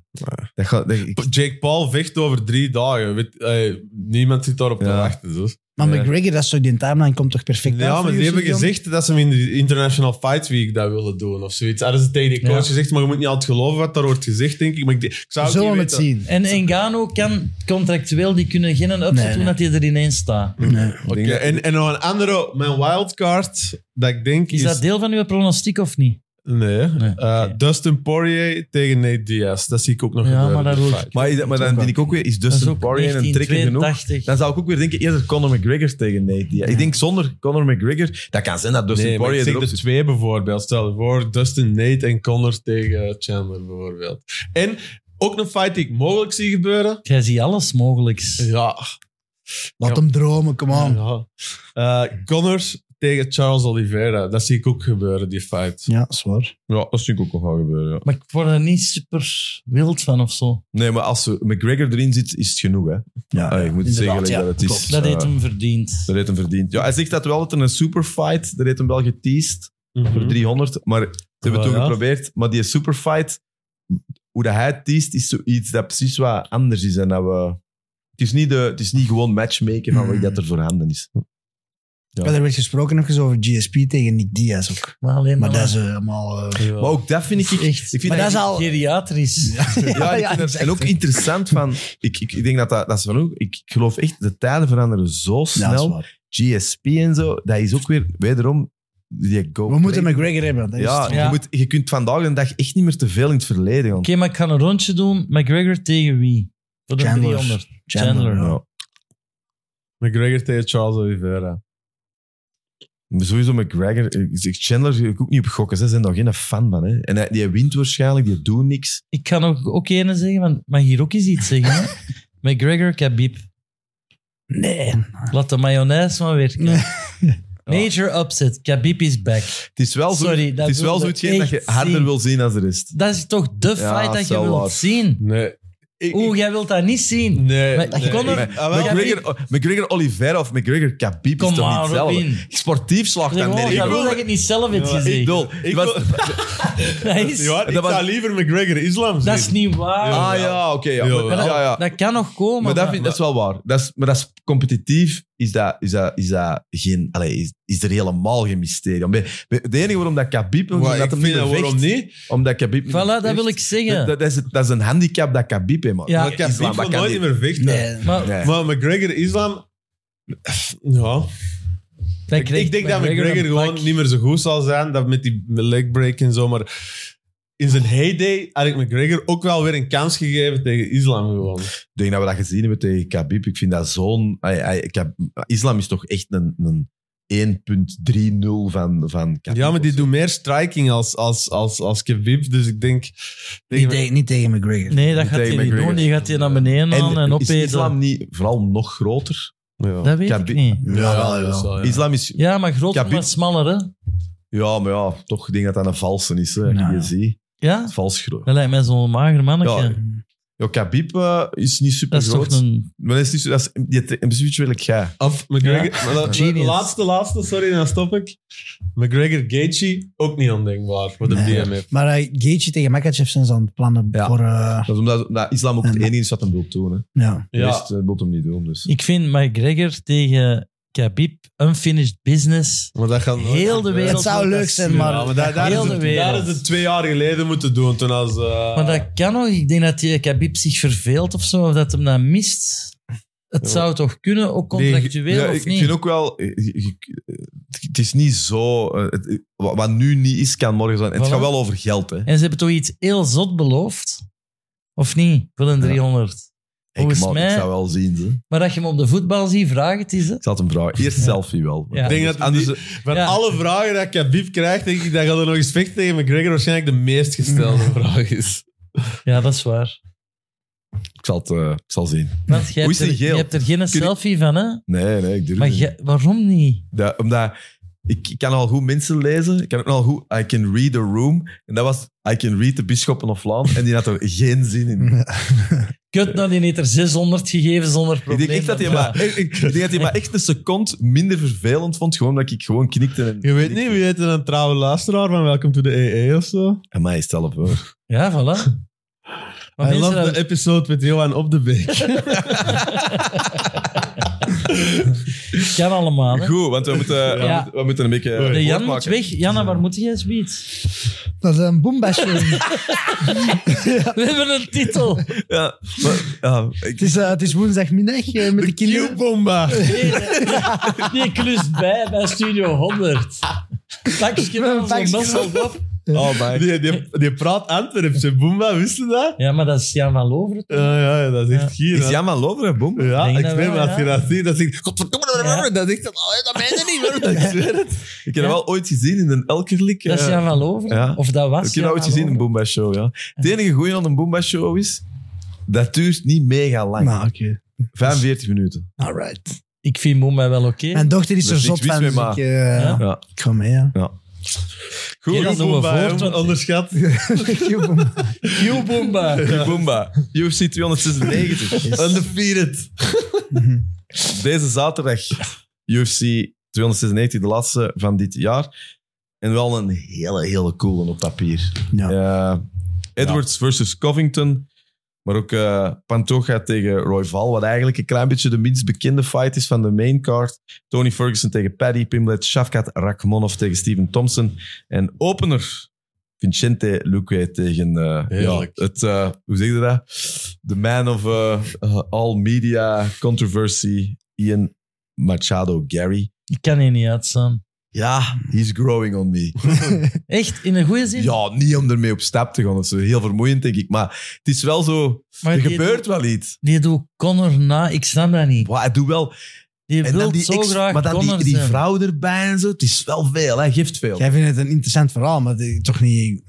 [SPEAKER 1] dat, gaat, dat ik-
[SPEAKER 3] Jake Paul vecht over drie dagen. Weet, hey, niemand zit daarop te
[SPEAKER 1] Ja.
[SPEAKER 3] wachten. Dus.
[SPEAKER 4] Maar
[SPEAKER 1] Ja.
[SPEAKER 4] McGregor, dat is zo die timeline komt toch perfect uit
[SPEAKER 3] Ja,
[SPEAKER 4] voor
[SPEAKER 3] maar die
[SPEAKER 4] UFC
[SPEAKER 3] hebben
[SPEAKER 4] dan?
[SPEAKER 3] gezegd dat ze hem in de International Fight Week dat willen doen of zoiets. Hadden ze tegen die coach
[SPEAKER 2] Ja.
[SPEAKER 3] gezegd, maar je moet niet altijd geloven wat daar wordt gezegd, denk ik. Maar ik, denk- ik zou
[SPEAKER 4] We
[SPEAKER 3] ook
[SPEAKER 4] zullen
[SPEAKER 3] niet
[SPEAKER 4] het
[SPEAKER 3] weten.
[SPEAKER 4] zien.
[SPEAKER 2] En Engano kan contractueel, die kunnen geen upset
[SPEAKER 4] Nee, nee.
[SPEAKER 2] doen dat hij er ineens staat.
[SPEAKER 4] Nee.
[SPEAKER 1] Ik
[SPEAKER 3] Oké,
[SPEAKER 1] denk
[SPEAKER 3] en, en nog een andere, mijn wildcard, dat ik denk
[SPEAKER 2] Is dat deel van uw pronostiek of niet?
[SPEAKER 3] Nee.
[SPEAKER 2] Nee,
[SPEAKER 3] Eh,
[SPEAKER 2] oké.
[SPEAKER 3] Dustin Poirier tegen Nate Diaz. Dat zie ik ook nog
[SPEAKER 2] Ja,
[SPEAKER 3] gebeuren.
[SPEAKER 2] maar dat
[SPEAKER 3] die
[SPEAKER 2] wil-
[SPEAKER 3] fight.
[SPEAKER 1] Maar, maar dan denk ik ook weer, is
[SPEAKER 2] Dat is
[SPEAKER 1] Dustin
[SPEAKER 2] ook
[SPEAKER 1] Poirier een trekker genoeg?
[SPEAKER 2] 1982.
[SPEAKER 1] Dan zou ik ook weer denken, eerder Conor McGregor tegen Nate Diaz. Ik denk zonder Conor McGregor, dat kan zijn dat Dustin
[SPEAKER 3] nee, maar ik
[SPEAKER 1] Poirier
[SPEAKER 3] zeg
[SPEAKER 1] erop
[SPEAKER 3] de
[SPEAKER 1] zit.
[SPEAKER 3] twee bijvoorbeeld. Stel je voor Dustin, Nate en Connor tegen Chandler bijvoorbeeld. En ook een fight die ik mogelijk zie gebeuren.
[SPEAKER 2] Jij ziet alles mogelijks.
[SPEAKER 3] Ja.
[SPEAKER 4] Laat
[SPEAKER 3] Ja.
[SPEAKER 4] hem dromen, come on.
[SPEAKER 3] ja. Eh, Connor tegen Charles Oliveira. Dat zie ik ook gebeuren, die fight.
[SPEAKER 4] Ja, zwaar.
[SPEAKER 1] dus- Ja, dat zie ik ook nog wel gebeuren, ja.
[SPEAKER 2] Maar ik word er niet super wild van of zo.
[SPEAKER 1] Nee, maar als ze- McGregor erin zit, is het genoeg, hè.
[SPEAKER 4] Ja,
[SPEAKER 1] Ah, ik moet
[SPEAKER 4] inderdaad,
[SPEAKER 1] zeggen
[SPEAKER 4] ja,
[SPEAKER 1] dat het is...
[SPEAKER 2] Dat
[SPEAKER 1] eh,
[SPEAKER 2] heeft hem verdiend.
[SPEAKER 1] dat heeft hem verdiend. Ja, hij zegt dat wel, dat er een superfight, dat heeft hem wel geteased. voor
[SPEAKER 3] Mhm.
[SPEAKER 1] 300. Maar ze hebben
[SPEAKER 3] Ja,
[SPEAKER 1] toen
[SPEAKER 3] ja.
[SPEAKER 1] geprobeerd. Maar die superfight, hoe dat hij het teest, is zoiets dat precies wat anders is. En dat we, het, is niet de, het is niet gewoon matchmaken van
[SPEAKER 4] Mm.
[SPEAKER 1] wat dat er voorhanden is. Ja.
[SPEAKER 4] Maar er werd gesproken even over GSP tegen Nick Diaz ook.
[SPEAKER 2] Maar alleen
[SPEAKER 4] Maar
[SPEAKER 2] maar...
[SPEAKER 4] dat is eh, allemaal... eh,
[SPEAKER 3] Ja.
[SPEAKER 1] Maar ook dat vind ik...
[SPEAKER 2] is echt...
[SPEAKER 1] ik vind
[SPEAKER 4] Maar dat is al-
[SPEAKER 2] Geriatrisch.
[SPEAKER 1] Ja, ik vind dat- en ook interessant van... Ik, ik, ik denk dat dat, dat is van ook... Ik, ik geloof echt, de tijden veranderen zo
[SPEAKER 4] Ja, dat is
[SPEAKER 1] snel.
[SPEAKER 4] waar.
[SPEAKER 1] GSP en zo, dat is ook weer... Wederom, die go
[SPEAKER 4] We moeten McGregor hebben. Dat is
[SPEAKER 1] Ja,
[SPEAKER 4] het.
[SPEAKER 2] Ja.
[SPEAKER 1] Je, moet, je kunt vandaag de dag echt niet meer te veel in het verleden gaan.
[SPEAKER 2] Oké, maar ik ga een rondje doen. McGregor tegen wie? Voor de
[SPEAKER 4] Chandler.
[SPEAKER 2] 300.
[SPEAKER 4] Chandler.
[SPEAKER 2] Chandler.
[SPEAKER 4] ja.
[SPEAKER 1] Ja.
[SPEAKER 3] McGregor tegen Charles Oliveira.
[SPEAKER 1] Maar Sowieso McGregor. Ik zeg, Chandler wil ik ook niet op gokken. Ze zijn daar geen fan van. Hè. En hij- die wint waarschijnlijk, die doet niks.
[SPEAKER 2] Ik kan ook, ook ene zeggen, want mag hier ook eens iets zeggen? Hè? McGregor, Khabib.
[SPEAKER 4] Nee.
[SPEAKER 2] Laat de mayonaise maar werken.
[SPEAKER 4] Nee.
[SPEAKER 2] Major upset. Khabib is back.
[SPEAKER 1] Het is wel, zo,
[SPEAKER 2] Sorry, dat
[SPEAKER 1] het is wel
[SPEAKER 2] wilde
[SPEAKER 1] zoiets geen dat je
[SPEAKER 2] echt
[SPEAKER 1] harder
[SPEAKER 2] zien.
[SPEAKER 1] wil zien dan de rest.
[SPEAKER 2] Dat is toch de fight dat je
[SPEAKER 1] zo
[SPEAKER 2] wilt
[SPEAKER 1] waar.
[SPEAKER 2] zien?
[SPEAKER 3] Nee. Ik-
[SPEAKER 2] Oeh, jij wilt dat niet zien.
[SPEAKER 3] Nee.
[SPEAKER 2] Maar
[SPEAKER 3] nee.
[SPEAKER 2] Conor-
[SPEAKER 3] Ik- ah, wel,
[SPEAKER 2] Khabib-
[SPEAKER 1] McGregor, McGregor Oliveira of McGregor Khabib is
[SPEAKER 2] Kom
[SPEAKER 1] toch niet
[SPEAKER 2] maar,
[SPEAKER 1] hetzelfde?
[SPEAKER 2] Robin.
[SPEAKER 1] Sportief slaagt
[SPEAKER 2] Zeg
[SPEAKER 1] hem
[SPEAKER 2] gewoon,
[SPEAKER 1] nergens
[SPEAKER 2] ik
[SPEAKER 1] op.
[SPEAKER 2] wil dat je het niet zelf hebt
[SPEAKER 3] Ja, ik
[SPEAKER 2] gezegd.
[SPEAKER 1] Doel.
[SPEAKER 3] Ik
[SPEAKER 1] Die was-
[SPEAKER 3] wil-
[SPEAKER 2] Dat is,
[SPEAKER 3] Ja, ik
[SPEAKER 1] Dat was-
[SPEAKER 3] zou liever McGregor Islam zien.
[SPEAKER 2] dat is niet waar.
[SPEAKER 1] Ah ja, oké. ja.
[SPEAKER 3] Ja,
[SPEAKER 1] Maar-
[SPEAKER 2] Maar dat,
[SPEAKER 1] ja, ja.
[SPEAKER 2] dat kan nog komen.
[SPEAKER 1] Maar dat,
[SPEAKER 2] maar-
[SPEAKER 1] vind, dat is wel waar. Dat is, maar dat is competitief. Is dat, is dat, is dat geen... Allee, is, is er helemaal geen mysterie. om. Bij- bij- De enige waarom dat Khabib...
[SPEAKER 3] Wat,
[SPEAKER 1] Omdat hem
[SPEAKER 3] ik vind dat
[SPEAKER 1] meer
[SPEAKER 3] waarom
[SPEAKER 1] vecht.
[SPEAKER 3] niet?
[SPEAKER 1] Omdat Khabib... niet meer
[SPEAKER 2] Voilà, dat wil
[SPEAKER 1] vecht.
[SPEAKER 2] ik zeggen.
[SPEAKER 1] Dat, dat is, het- dat is een handicap dat Khabib heeft, man.
[SPEAKER 2] Ja.
[SPEAKER 1] Dat
[SPEAKER 3] Maar Khabib
[SPEAKER 1] Islam,
[SPEAKER 3] wil
[SPEAKER 1] dat kan
[SPEAKER 3] nooit
[SPEAKER 1] niet.
[SPEAKER 3] meer vechten.
[SPEAKER 4] Nee.
[SPEAKER 2] Eh, maar
[SPEAKER 1] Nee.
[SPEAKER 3] Maar McGregor Islam... Ja.
[SPEAKER 2] dat
[SPEAKER 3] Ik,
[SPEAKER 2] krijgt
[SPEAKER 3] ik denk dat
[SPEAKER 2] McGregor
[SPEAKER 3] McGregor
[SPEAKER 2] een
[SPEAKER 3] gewoon
[SPEAKER 2] plak.
[SPEAKER 3] niet meer zo goed zal zijn. Dat met die leg break en zo. Maar in zijn heyday had ik McGregor ook wel weer een kans gegeven tegen Islam gewoon.
[SPEAKER 1] Ik denk dat we dat gezien hebben tegen Khabib. Ik vind dat zo'n... ai, ai, Khab- Islam is toch echt een, een 1.30 van, van Khabib.
[SPEAKER 3] Ja, maar die
[SPEAKER 1] of zo.
[SPEAKER 3] doet meer striking als, als, als, als Khabib. Dus ik denk...
[SPEAKER 4] Niet, tegen- niet tegen McGregor.
[SPEAKER 2] Nee, dat gaat hij
[SPEAKER 1] Tegen
[SPEAKER 2] niet
[SPEAKER 1] McGregor.
[SPEAKER 2] doen. Die gaat hij naar beneden
[SPEAKER 1] En
[SPEAKER 2] halen en
[SPEAKER 1] is
[SPEAKER 2] opeten.
[SPEAKER 1] Islam niet vooral nog groter?
[SPEAKER 3] Ja.
[SPEAKER 2] Dat weet
[SPEAKER 1] Khabib-
[SPEAKER 2] ik niet.
[SPEAKER 4] Ja, ja,
[SPEAKER 3] dat
[SPEAKER 4] ja.
[SPEAKER 3] zal, ja.
[SPEAKER 1] Islam is...
[SPEAKER 2] Ja, maar groter,
[SPEAKER 1] Khabib-
[SPEAKER 2] maar smaller, hè?
[SPEAKER 1] Ja, maar ja, toch. Ik denk dat dat een valse is, hè.
[SPEAKER 4] Ja.
[SPEAKER 1] Je ziet.
[SPEAKER 2] Ja?
[SPEAKER 1] Vals groot.
[SPEAKER 2] Dat lijkt mij zo'n mager mannetje.
[SPEAKER 1] Ja, Ja, Khabib eh, is niet super
[SPEAKER 2] Dat is
[SPEAKER 1] groot.
[SPEAKER 2] toch een...
[SPEAKER 1] Maar dat is niet zo- dat is, die- in principe wil ik jij.
[SPEAKER 3] Of McGregor. maar dat-
[SPEAKER 2] Genius.
[SPEAKER 3] laatste, laatste, sorry, dan stop ik. McGregor Gaethje, ook niet ondenkbaar wat hem
[SPEAKER 4] Nee.
[SPEAKER 3] die heeft.
[SPEAKER 4] Maar eh, Gaethje tegen Makachev zijn ze aan het plannen
[SPEAKER 1] Ja.
[SPEAKER 4] voor... eh,
[SPEAKER 1] Dat is omdat omdat islam ook het enige is wat hem wil doen. Hè.
[SPEAKER 4] ja.
[SPEAKER 1] De rest
[SPEAKER 3] Ja,
[SPEAKER 1] eh, wil hem niet doen. Dus.
[SPEAKER 2] Ik vind McGregor tegen Khabib unfinished business.
[SPEAKER 3] maar dat gaat nooit
[SPEAKER 2] Heel de
[SPEAKER 3] gebeuren.
[SPEAKER 2] wereld
[SPEAKER 4] Het zou
[SPEAKER 2] wil dat
[SPEAKER 4] leuk zijn,
[SPEAKER 2] zien.
[SPEAKER 4] maar-
[SPEAKER 3] Ja, maar daar, daar
[SPEAKER 2] Heel
[SPEAKER 3] is
[SPEAKER 2] de
[SPEAKER 3] het,
[SPEAKER 2] wereld.
[SPEAKER 3] daar is het twee jaar geleden moeten doen. Toen als, eh,
[SPEAKER 2] Maar dat kan nog. Ik denk dat die Khabib zich verveelt of zo, of dat hem dat mist. Het
[SPEAKER 3] Ja.
[SPEAKER 2] zou toch kunnen, ook
[SPEAKER 1] Nee,
[SPEAKER 2] contractueel
[SPEAKER 1] ja,
[SPEAKER 2] of
[SPEAKER 1] ik
[SPEAKER 2] niet?
[SPEAKER 1] vind ook wel... eh, ik- eh, Het is niet zo... eh, het- Wat wat nu niet is, kan morgen zijn. Het
[SPEAKER 2] Voilà.
[SPEAKER 1] gaat wel over geld, hè.
[SPEAKER 2] En ze hebben toch iets heel zot beloofd? Of niet? Voor een
[SPEAKER 1] Ja.
[SPEAKER 2] 300. Volgens
[SPEAKER 1] ik, maar,
[SPEAKER 2] mij-
[SPEAKER 1] ik zou wel zien. Hè.
[SPEAKER 2] Maar dat je hem op de voetbal ziet, vraag het eens. hè.
[SPEAKER 1] Ik zal het hem vragen. Eerst selfie wel.
[SPEAKER 2] Ja.
[SPEAKER 3] Ik denk dat
[SPEAKER 1] Anders- eh,
[SPEAKER 3] Van
[SPEAKER 2] Ja.
[SPEAKER 3] alle vragen die Khabib krijgt, denk ik dat gaat er nog eens vechten tegen McGregor waarschijnlijk de meest gestelde
[SPEAKER 2] Mm.
[SPEAKER 3] vraag is.
[SPEAKER 2] Ja, dat is waar.
[SPEAKER 1] ik, zal het, eh, ik zal zien.
[SPEAKER 2] Want jij
[SPEAKER 1] Hoe
[SPEAKER 2] hebt,
[SPEAKER 1] is die
[SPEAKER 2] er,
[SPEAKER 1] geel?
[SPEAKER 2] jij hebt er geen selfie van, hè?
[SPEAKER 1] Nee, nee, ik durf
[SPEAKER 2] Maar
[SPEAKER 1] het niet.
[SPEAKER 2] jij- waarom niet?
[SPEAKER 1] Dat- omdat ik, ik kan al goed mensen lezen. Ik kan ook al goed... I can read the room. En dat was... I can read the Bisschoppen of Vlaanderen. En die had er geen zin in.
[SPEAKER 2] Kut, nou, die heeft er 600 gegeven zonder
[SPEAKER 1] Ik
[SPEAKER 2] probleem.
[SPEAKER 1] denk echt dat hij
[SPEAKER 2] Ja.
[SPEAKER 1] maar, ik, ik denk dat hij maar echt een seconde minder vervelend vond. Gewoon dat ik gewoon knikte. En,
[SPEAKER 3] Je weet niet, wie heet een trouwe luisteraar van Welcome to the EE of zo?
[SPEAKER 1] En mij stel op hoor.
[SPEAKER 2] Ja, voilà. Maar
[SPEAKER 3] I
[SPEAKER 2] mensen,
[SPEAKER 3] love
[SPEAKER 2] dat-
[SPEAKER 3] the episode met Johan op de beek.
[SPEAKER 2] het kan allemaal, hè?
[SPEAKER 1] Goed, want we moeten, we
[SPEAKER 2] Ja.
[SPEAKER 1] moeten, we moeten een beetje.
[SPEAKER 3] Nee,
[SPEAKER 2] De Jan moet
[SPEAKER 1] voortmaken.
[SPEAKER 2] weg. Janna, waar moet jij zoiets?
[SPEAKER 4] Dat is een boombasje.
[SPEAKER 2] We hebben een titel.
[SPEAKER 1] Ja, maar, ja,
[SPEAKER 4] het,
[SPEAKER 1] ik,
[SPEAKER 4] is, eh, het is woensdagmiddag eh, met de kinderen.
[SPEAKER 3] Q-bomba.
[SPEAKER 2] Nee, die klust bij, bij Studio 100. Pakje
[SPEAKER 4] Met een
[SPEAKER 2] van
[SPEAKER 4] pakje.
[SPEAKER 2] zo'n nozzels op.
[SPEAKER 1] oh my.
[SPEAKER 3] Die, die, die praat Antwerpse. Boomba, wist je dat?
[SPEAKER 2] Ja, maar dat is Jan van Loveren.
[SPEAKER 3] Ja, ja, ja, dat is echt gier.
[SPEAKER 1] Is
[SPEAKER 3] hè.
[SPEAKER 1] Jan van Loveren boem?
[SPEAKER 3] Ja,
[SPEAKER 2] Denk
[SPEAKER 3] ik
[SPEAKER 2] dat
[SPEAKER 3] weet
[SPEAKER 2] wel,
[SPEAKER 3] maar als je
[SPEAKER 2] ja.
[SPEAKER 3] dat ziet, dat zegt... Godverdomme,
[SPEAKER 2] Ja.
[SPEAKER 3] dat is echt... oh, Dat ben je niet, hoor. Ik zweer het.
[SPEAKER 1] Ik heb dat wel ooit gezien in een Elkerlik.
[SPEAKER 2] Dat is Jan van Loveren.
[SPEAKER 1] ja.
[SPEAKER 2] Of dat was
[SPEAKER 1] ik heb dat
[SPEAKER 2] Jan
[SPEAKER 1] ooit
[SPEAKER 2] van
[SPEAKER 1] gezien in een
[SPEAKER 2] Loveren.
[SPEAKER 1] Boomba Show. Ja. Het enige goede aan een Boomba Show is. Dat duurt niet mega lang.
[SPEAKER 4] Nou, oké.
[SPEAKER 1] 45 minuten.
[SPEAKER 4] Alright.
[SPEAKER 2] Ik vind Moema wel oké.
[SPEAKER 4] Mijn dochter is
[SPEAKER 1] Er
[SPEAKER 4] er
[SPEAKER 1] is
[SPEAKER 4] zot
[SPEAKER 1] niks mis
[SPEAKER 4] van.
[SPEAKER 1] mee,
[SPEAKER 4] dus
[SPEAKER 1] maar-
[SPEAKER 4] ik, eh,
[SPEAKER 2] Ja.
[SPEAKER 1] Ja.
[SPEAKER 4] ik ga mee, ja.
[SPEAKER 1] Goed,
[SPEAKER 2] Ja, dan doen we
[SPEAKER 3] Boomba,
[SPEAKER 2] voort,
[SPEAKER 3] jongen,
[SPEAKER 2] want-
[SPEAKER 3] Onderschat.
[SPEAKER 4] Q-bomba.
[SPEAKER 2] Q Boomba.
[SPEAKER 1] Die Boomba. UFC 296.
[SPEAKER 3] Undefeated.
[SPEAKER 1] Deze zaterdag UFC 296, de laatste van dit jaar. En wel een hele, hele coole op papier.
[SPEAKER 4] ja.
[SPEAKER 1] Eh, Edwards versus Covington. Maar ook eh Pantoja tegen Royval, wat eigenlijk een klein beetje de minst bekende fight is van de maincard. Tony Ferguson tegen Paddy Pimlet, Shafkat Rakhmonov tegen Steven Thompson. En opener, Vincente Luque tegen eh, ja,
[SPEAKER 3] Heerlijk.
[SPEAKER 1] het, eh, hoe zeg je dat? The man of eh, eh, all media controversy, Ian Machado Gary.
[SPEAKER 2] Ik kan hier niet uitstaan.
[SPEAKER 1] Ja, he's growing on me.
[SPEAKER 2] Echt, in een goede zin.
[SPEAKER 1] Ja, niet om ermee op stap te gaan. Dat is heel vermoeiend, denk ik. Maar het is wel zo...
[SPEAKER 2] Maar
[SPEAKER 1] er
[SPEAKER 2] die
[SPEAKER 1] gebeurt
[SPEAKER 2] doet-
[SPEAKER 1] wel iets.
[SPEAKER 2] Die doet Connor na. Ik snap dat niet.
[SPEAKER 1] Maar hij doet wel...
[SPEAKER 2] Die
[SPEAKER 1] En
[SPEAKER 2] wil
[SPEAKER 1] dan die
[SPEAKER 2] zo
[SPEAKER 1] ex-
[SPEAKER 2] graag
[SPEAKER 1] maar dan die,
[SPEAKER 2] Connor
[SPEAKER 1] die
[SPEAKER 2] zijn.
[SPEAKER 1] vrouw erbij en zo. Het is wel veel. Hij geeft veel.
[SPEAKER 4] Jij vindt het een interessant verhaal, maar die- toch niet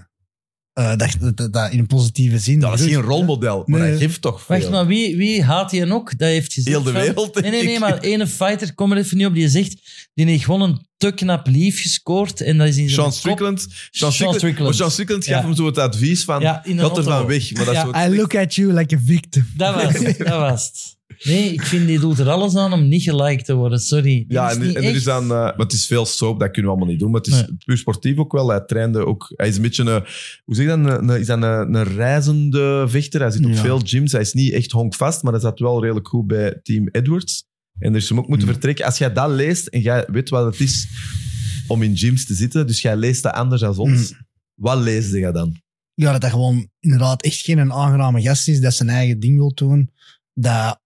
[SPEAKER 4] eh, dat, dat, dat- dat in een positieve zin.
[SPEAKER 1] dat is
[SPEAKER 4] bedoeld.
[SPEAKER 1] geen rolmodel, maar
[SPEAKER 4] Nee.
[SPEAKER 1] hij geeft toch veel.
[SPEAKER 2] Wacht, maar wie, wie haat hij ook? Dat heeft gezegd.
[SPEAKER 1] Heel de
[SPEAKER 2] van-
[SPEAKER 1] wereld,
[SPEAKER 2] Nee, nee,
[SPEAKER 1] denk
[SPEAKER 2] nee,
[SPEAKER 1] ik.
[SPEAKER 2] maar ene fighter, kom er even niet op, die zegt, die heeft gewoon een te knap lief gescoord en dat is in zijn
[SPEAKER 1] Sean
[SPEAKER 2] kop.
[SPEAKER 1] Strickland... Sean
[SPEAKER 2] Sean
[SPEAKER 1] Strickland,
[SPEAKER 2] Strickland.
[SPEAKER 1] maar Sean Strickland geeft
[SPEAKER 2] Ja.
[SPEAKER 1] hem zo het advies van...
[SPEAKER 2] Ja, in een
[SPEAKER 1] Gaat er
[SPEAKER 2] auto.
[SPEAKER 1] van weg. Maar dat is
[SPEAKER 2] Ja,
[SPEAKER 1] zo-
[SPEAKER 4] I look at you like a victim.
[SPEAKER 2] Dat was, het, dat was het. Nee, ik vind die doet er alles aan om niet gelijk te worden, sorry. Die
[SPEAKER 1] Ja,
[SPEAKER 2] is
[SPEAKER 1] en,
[SPEAKER 2] niet
[SPEAKER 1] en er
[SPEAKER 2] echt.
[SPEAKER 1] is dan... eh, maar het is veel soap, dat kunnen we allemaal niet doen. Maar het is
[SPEAKER 2] Nee.
[SPEAKER 1] puur sportief ook wel. Hij trainde ook... Hij is een beetje een... Hoe zeg je dat? Een, een- is dat een, een reizende vechter. Hij zit op
[SPEAKER 4] Ja.
[SPEAKER 1] veel gyms. Hij is niet echt honkvast, maar hij zat wel redelijk goed bij Team Edwards. En er is hem ook moeten
[SPEAKER 4] Hmm.
[SPEAKER 1] vertrekken. Als jij dat leest en jij weet wat het is om in gyms te zitten, dus jij leest dat anders dan ons, wat leesde jij dan?
[SPEAKER 4] Ja, dat dat gewoon inderdaad echt geen een aangename gast is, dat zijn eigen ding wil doen, dat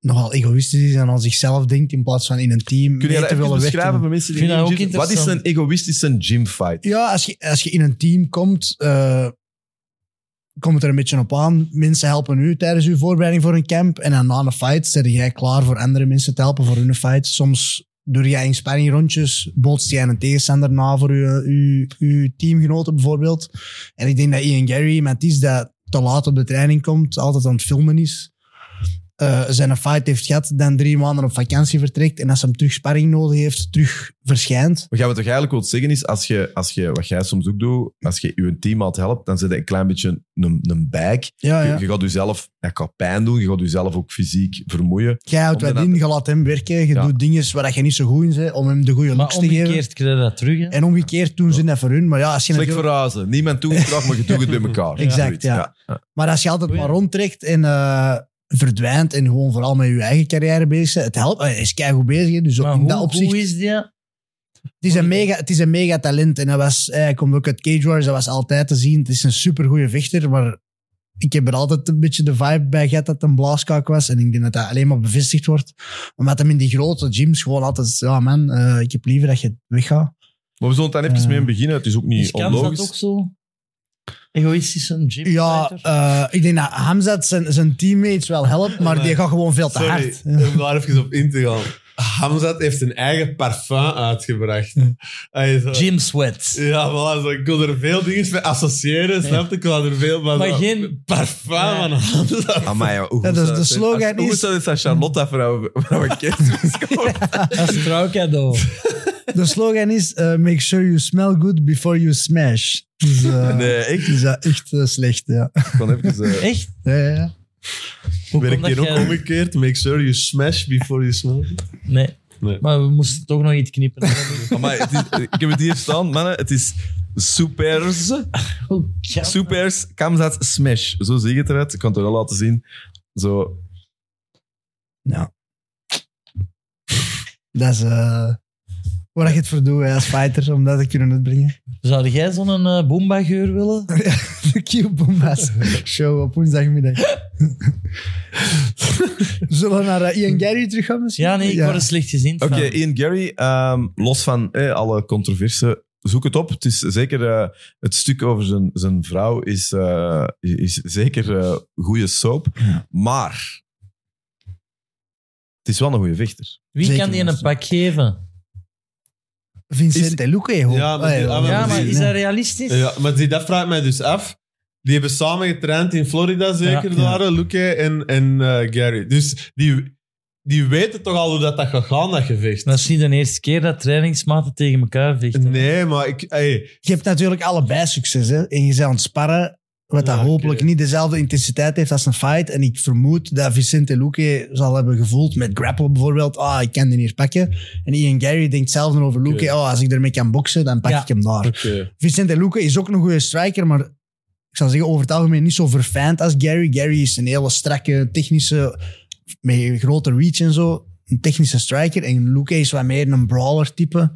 [SPEAKER 4] nogal egoïstisch is en aan zichzelf denkt in plaats van in een team
[SPEAKER 1] Kun je
[SPEAKER 4] mee
[SPEAKER 1] dat
[SPEAKER 4] te
[SPEAKER 1] even
[SPEAKER 4] willen
[SPEAKER 1] beschrijven
[SPEAKER 4] wegdoen.
[SPEAKER 1] voor mensen die
[SPEAKER 2] Ik vind
[SPEAKER 1] niet
[SPEAKER 2] dat
[SPEAKER 1] in
[SPEAKER 2] ook
[SPEAKER 1] gyms- Wat is een
[SPEAKER 2] interessant.
[SPEAKER 1] egoïstische gymfight?
[SPEAKER 4] Ja, als je, als je in een team komt, eh, komt het er een beetje op aan. Mensen helpen u tijdens uw voorbereiding voor een camp. En dan na een fight zet jij klaar voor andere mensen te helpen voor hun fight. Soms doe jij in sparringrondjes, bootst jij een tegenstander na voor uw, uw, uw teamgenoten bijvoorbeeld. En ik denk dat Ian Gary iemand is dat te laat op de training komt, altijd aan het filmen is. eh, zijn een fight heeft gehad, dan drie maanden op vakantie vertrekt en als ze hem terug sparring nodig heeft, terug verschijnt.
[SPEAKER 1] Maar wat ik eigenlijk wil zeggen is, als je, als je, wat jij soms ook doet, als je je teammaat helpt, dan zit je een klein beetje een, een bijk.
[SPEAKER 4] Ja, Ah, ja.
[SPEAKER 1] Je, je gaat jezelf, dat kan pijn doen, je gaat jezelf ook fysiek vermoeien.
[SPEAKER 4] Jij houdt wat
[SPEAKER 1] Omdat
[SPEAKER 4] in, je laat hem werken, je
[SPEAKER 1] Ja.
[SPEAKER 4] doet dingen waar je niet zo goed in bent, om hem de
[SPEAKER 1] eh,
[SPEAKER 4] goede
[SPEAKER 2] Maar
[SPEAKER 4] looks te geven.
[SPEAKER 2] omgekeerd krijg je dat terug. Hè?
[SPEAKER 4] En omgekeerd doen ze dat voor hun, maar ja, als je
[SPEAKER 1] Slecht
[SPEAKER 4] natuurlijk...
[SPEAKER 1] verhuizen. Niemand doet het graag, maar je doet het bij elkaar.
[SPEAKER 4] Exact,
[SPEAKER 1] Zoiets,
[SPEAKER 4] ja. Maar als je altijd maar rondtrekt en eh, verdwijnt en gewoon vooral met je eigen carrière bezig bent, het helpt. Hij is keigoed bezig, hè. dus ook
[SPEAKER 2] Maar
[SPEAKER 4] in
[SPEAKER 2] hoe,
[SPEAKER 4] dat opzicht.
[SPEAKER 2] hoe is die?
[SPEAKER 4] het, is een mega, het is een mega talent en hij, was, eh, hij komt ook uit Cage Warriors, dat was altijd te zien. Het is een supergoeie vechter, maar ik heb er altijd een beetje de vibe bij gehad dat het een blaaskak was. En ik denk dat dat alleen maar bevestigd wordt. Omdat hem in die grote gyms gewoon altijd, ja man, eh, ik heb liever dat je weggaat.
[SPEAKER 1] Maar we zullen het dan even
[SPEAKER 4] Ja.
[SPEAKER 1] mee beginnen. Het is ook niet
[SPEAKER 2] Is Kams dat
[SPEAKER 1] onlogisch.
[SPEAKER 2] ook zo? Egoïstisch, een gym
[SPEAKER 4] Ja, eh, ik denk dat Hamzat zijn, zijn teammates wel helpt, maar die gaat gewoon veel te
[SPEAKER 3] Sorry,
[SPEAKER 4] hard.
[SPEAKER 3] om daar even op in te gaan. Hamzat heeft een eigen parfum uitgebracht.
[SPEAKER 4] Hm.
[SPEAKER 3] Hij is, eh,
[SPEAKER 2] Gym sweats.
[SPEAKER 3] Ja, voilà, zo, ik kon er veel dingen mee associëren, snap je? Ik kon er veel van...
[SPEAKER 2] Maar
[SPEAKER 3] zo,
[SPEAKER 2] geen-
[SPEAKER 3] Parfum
[SPEAKER 2] Ja.
[SPEAKER 3] aan Hamzat.
[SPEAKER 1] Amai, Ah, ja, hoe goed
[SPEAKER 4] Ja, dat is
[SPEAKER 1] zou
[SPEAKER 4] de
[SPEAKER 1] zijn?
[SPEAKER 4] slogan
[SPEAKER 1] Als- Hoe
[SPEAKER 4] is-
[SPEAKER 1] goed zou het zijn Charlotte vrouw vrouw een kerstmis koopt?
[SPEAKER 2] Dat is trouwcadeau.
[SPEAKER 4] De slogan is: eh, Make sure you smell good before you smash. Dus, eh,
[SPEAKER 1] Nee, ik
[SPEAKER 4] dus dat is echt eh, slecht, ja.
[SPEAKER 1] kan even... eh,
[SPEAKER 2] Echt?
[SPEAKER 4] ja, ja, ja.
[SPEAKER 2] Hoe
[SPEAKER 3] Werkt
[SPEAKER 2] komt
[SPEAKER 3] hier
[SPEAKER 2] dat
[SPEAKER 3] ook
[SPEAKER 2] jij-
[SPEAKER 3] omgekeerd? Make sure you smash before you smell.
[SPEAKER 2] Nee.
[SPEAKER 3] Nee.
[SPEAKER 2] Maar we moesten toch nog iets knippen.
[SPEAKER 1] amai, Ah, het is- ik heb het hier staan, mannen. Het is supers.
[SPEAKER 2] Hoe kan-
[SPEAKER 1] Supers Kamzat Smash. Zo zie je het eruit. Ik kan het wel laten zien. Zo.
[SPEAKER 4] Dat is eh, waar ik het voor doe hè, als fighter, om dat te kunnen uitbrengen.
[SPEAKER 2] Zou jij zo'n eh Boomba-geur willen?
[SPEAKER 4] De Q-Bombas show op woensdagmiddag. Zullen we naar eh, Ian Gary terug gaan misschien?
[SPEAKER 2] Ja, nee, ik dus- word er slecht gezien.
[SPEAKER 1] Oké,
[SPEAKER 2] van.
[SPEAKER 1] Ian Gary. ehm, los van eh, alle controverse, zoek het op. Het is zeker... eh, het stuk over zijn, zijn vrouw is, eh, is zeker eh goede soap. Maar... Het is wel een goede vechter.
[SPEAKER 2] Wie
[SPEAKER 4] Zeker
[SPEAKER 2] kan die een
[SPEAKER 4] mensen.
[SPEAKER 2] pak geven?
[SPEAKER 4] Vincent De Luque, hoor.
[SPEAKER 3] Ja, maar die-
[SPEAKER 4] Ah,
[SPEAKER 3] ah,
[SPEAKER 2] Ja,
[SPEAKER 3] maar
[SPEAKER 2] maar
[SPEAKER 3] die-
[SPEAKER 2] is dat realistisch?
[SPEAKER 3] Ja, maar zie, dat vraagt mij dus af. Die hebben samen getraind in Florida, zeker
[SPEAKER 4] Ja.
[SPEAKER 3] daar, Luke en, en eh, Gary. Dus die, die weten toch al hoe dat, dat gaat gaan, dat gevecht.
[SPEAKER 2] Dat is niet de eerste keer dat trainingsmaten tegen elkaar vechten.
[SPEAKER 3] Nee, maar ik... Hey,
[SPEAKER 4] Je hebt natuurlijk allebei succes. Hè? En je bent aan het sparren, wat dat
[SPEAKER 3] Ja, oké.
[SPEAKER 4] hopelijk niet dezelfde intensiteit heeft als een fight. En ik vermoed dat Vicente Luque zal hebben gevoeld met grapple bijvoorbeeld. Ah, ik kan die hier pakken. En Ian Gary denkt zelf dan over Luque.
[SPEAKER 3] Oké.
[SPEAKER 4] Oh, als ik ermee kan boksen, dan pak
[SPEAKER 2] Ja.
[SPEAKER 4] ik hem daar.
[SPEAKER 3] oké.
[SPEAKER 4] Vicente Luque is ook een goede striker, maar ik zou zeggen over het algemeen niet zo verfijnd als Gary. Gary is een hele strakke, technische, met een grote reach en zo. Een technische striker. En Luque is wat meer een brawler type.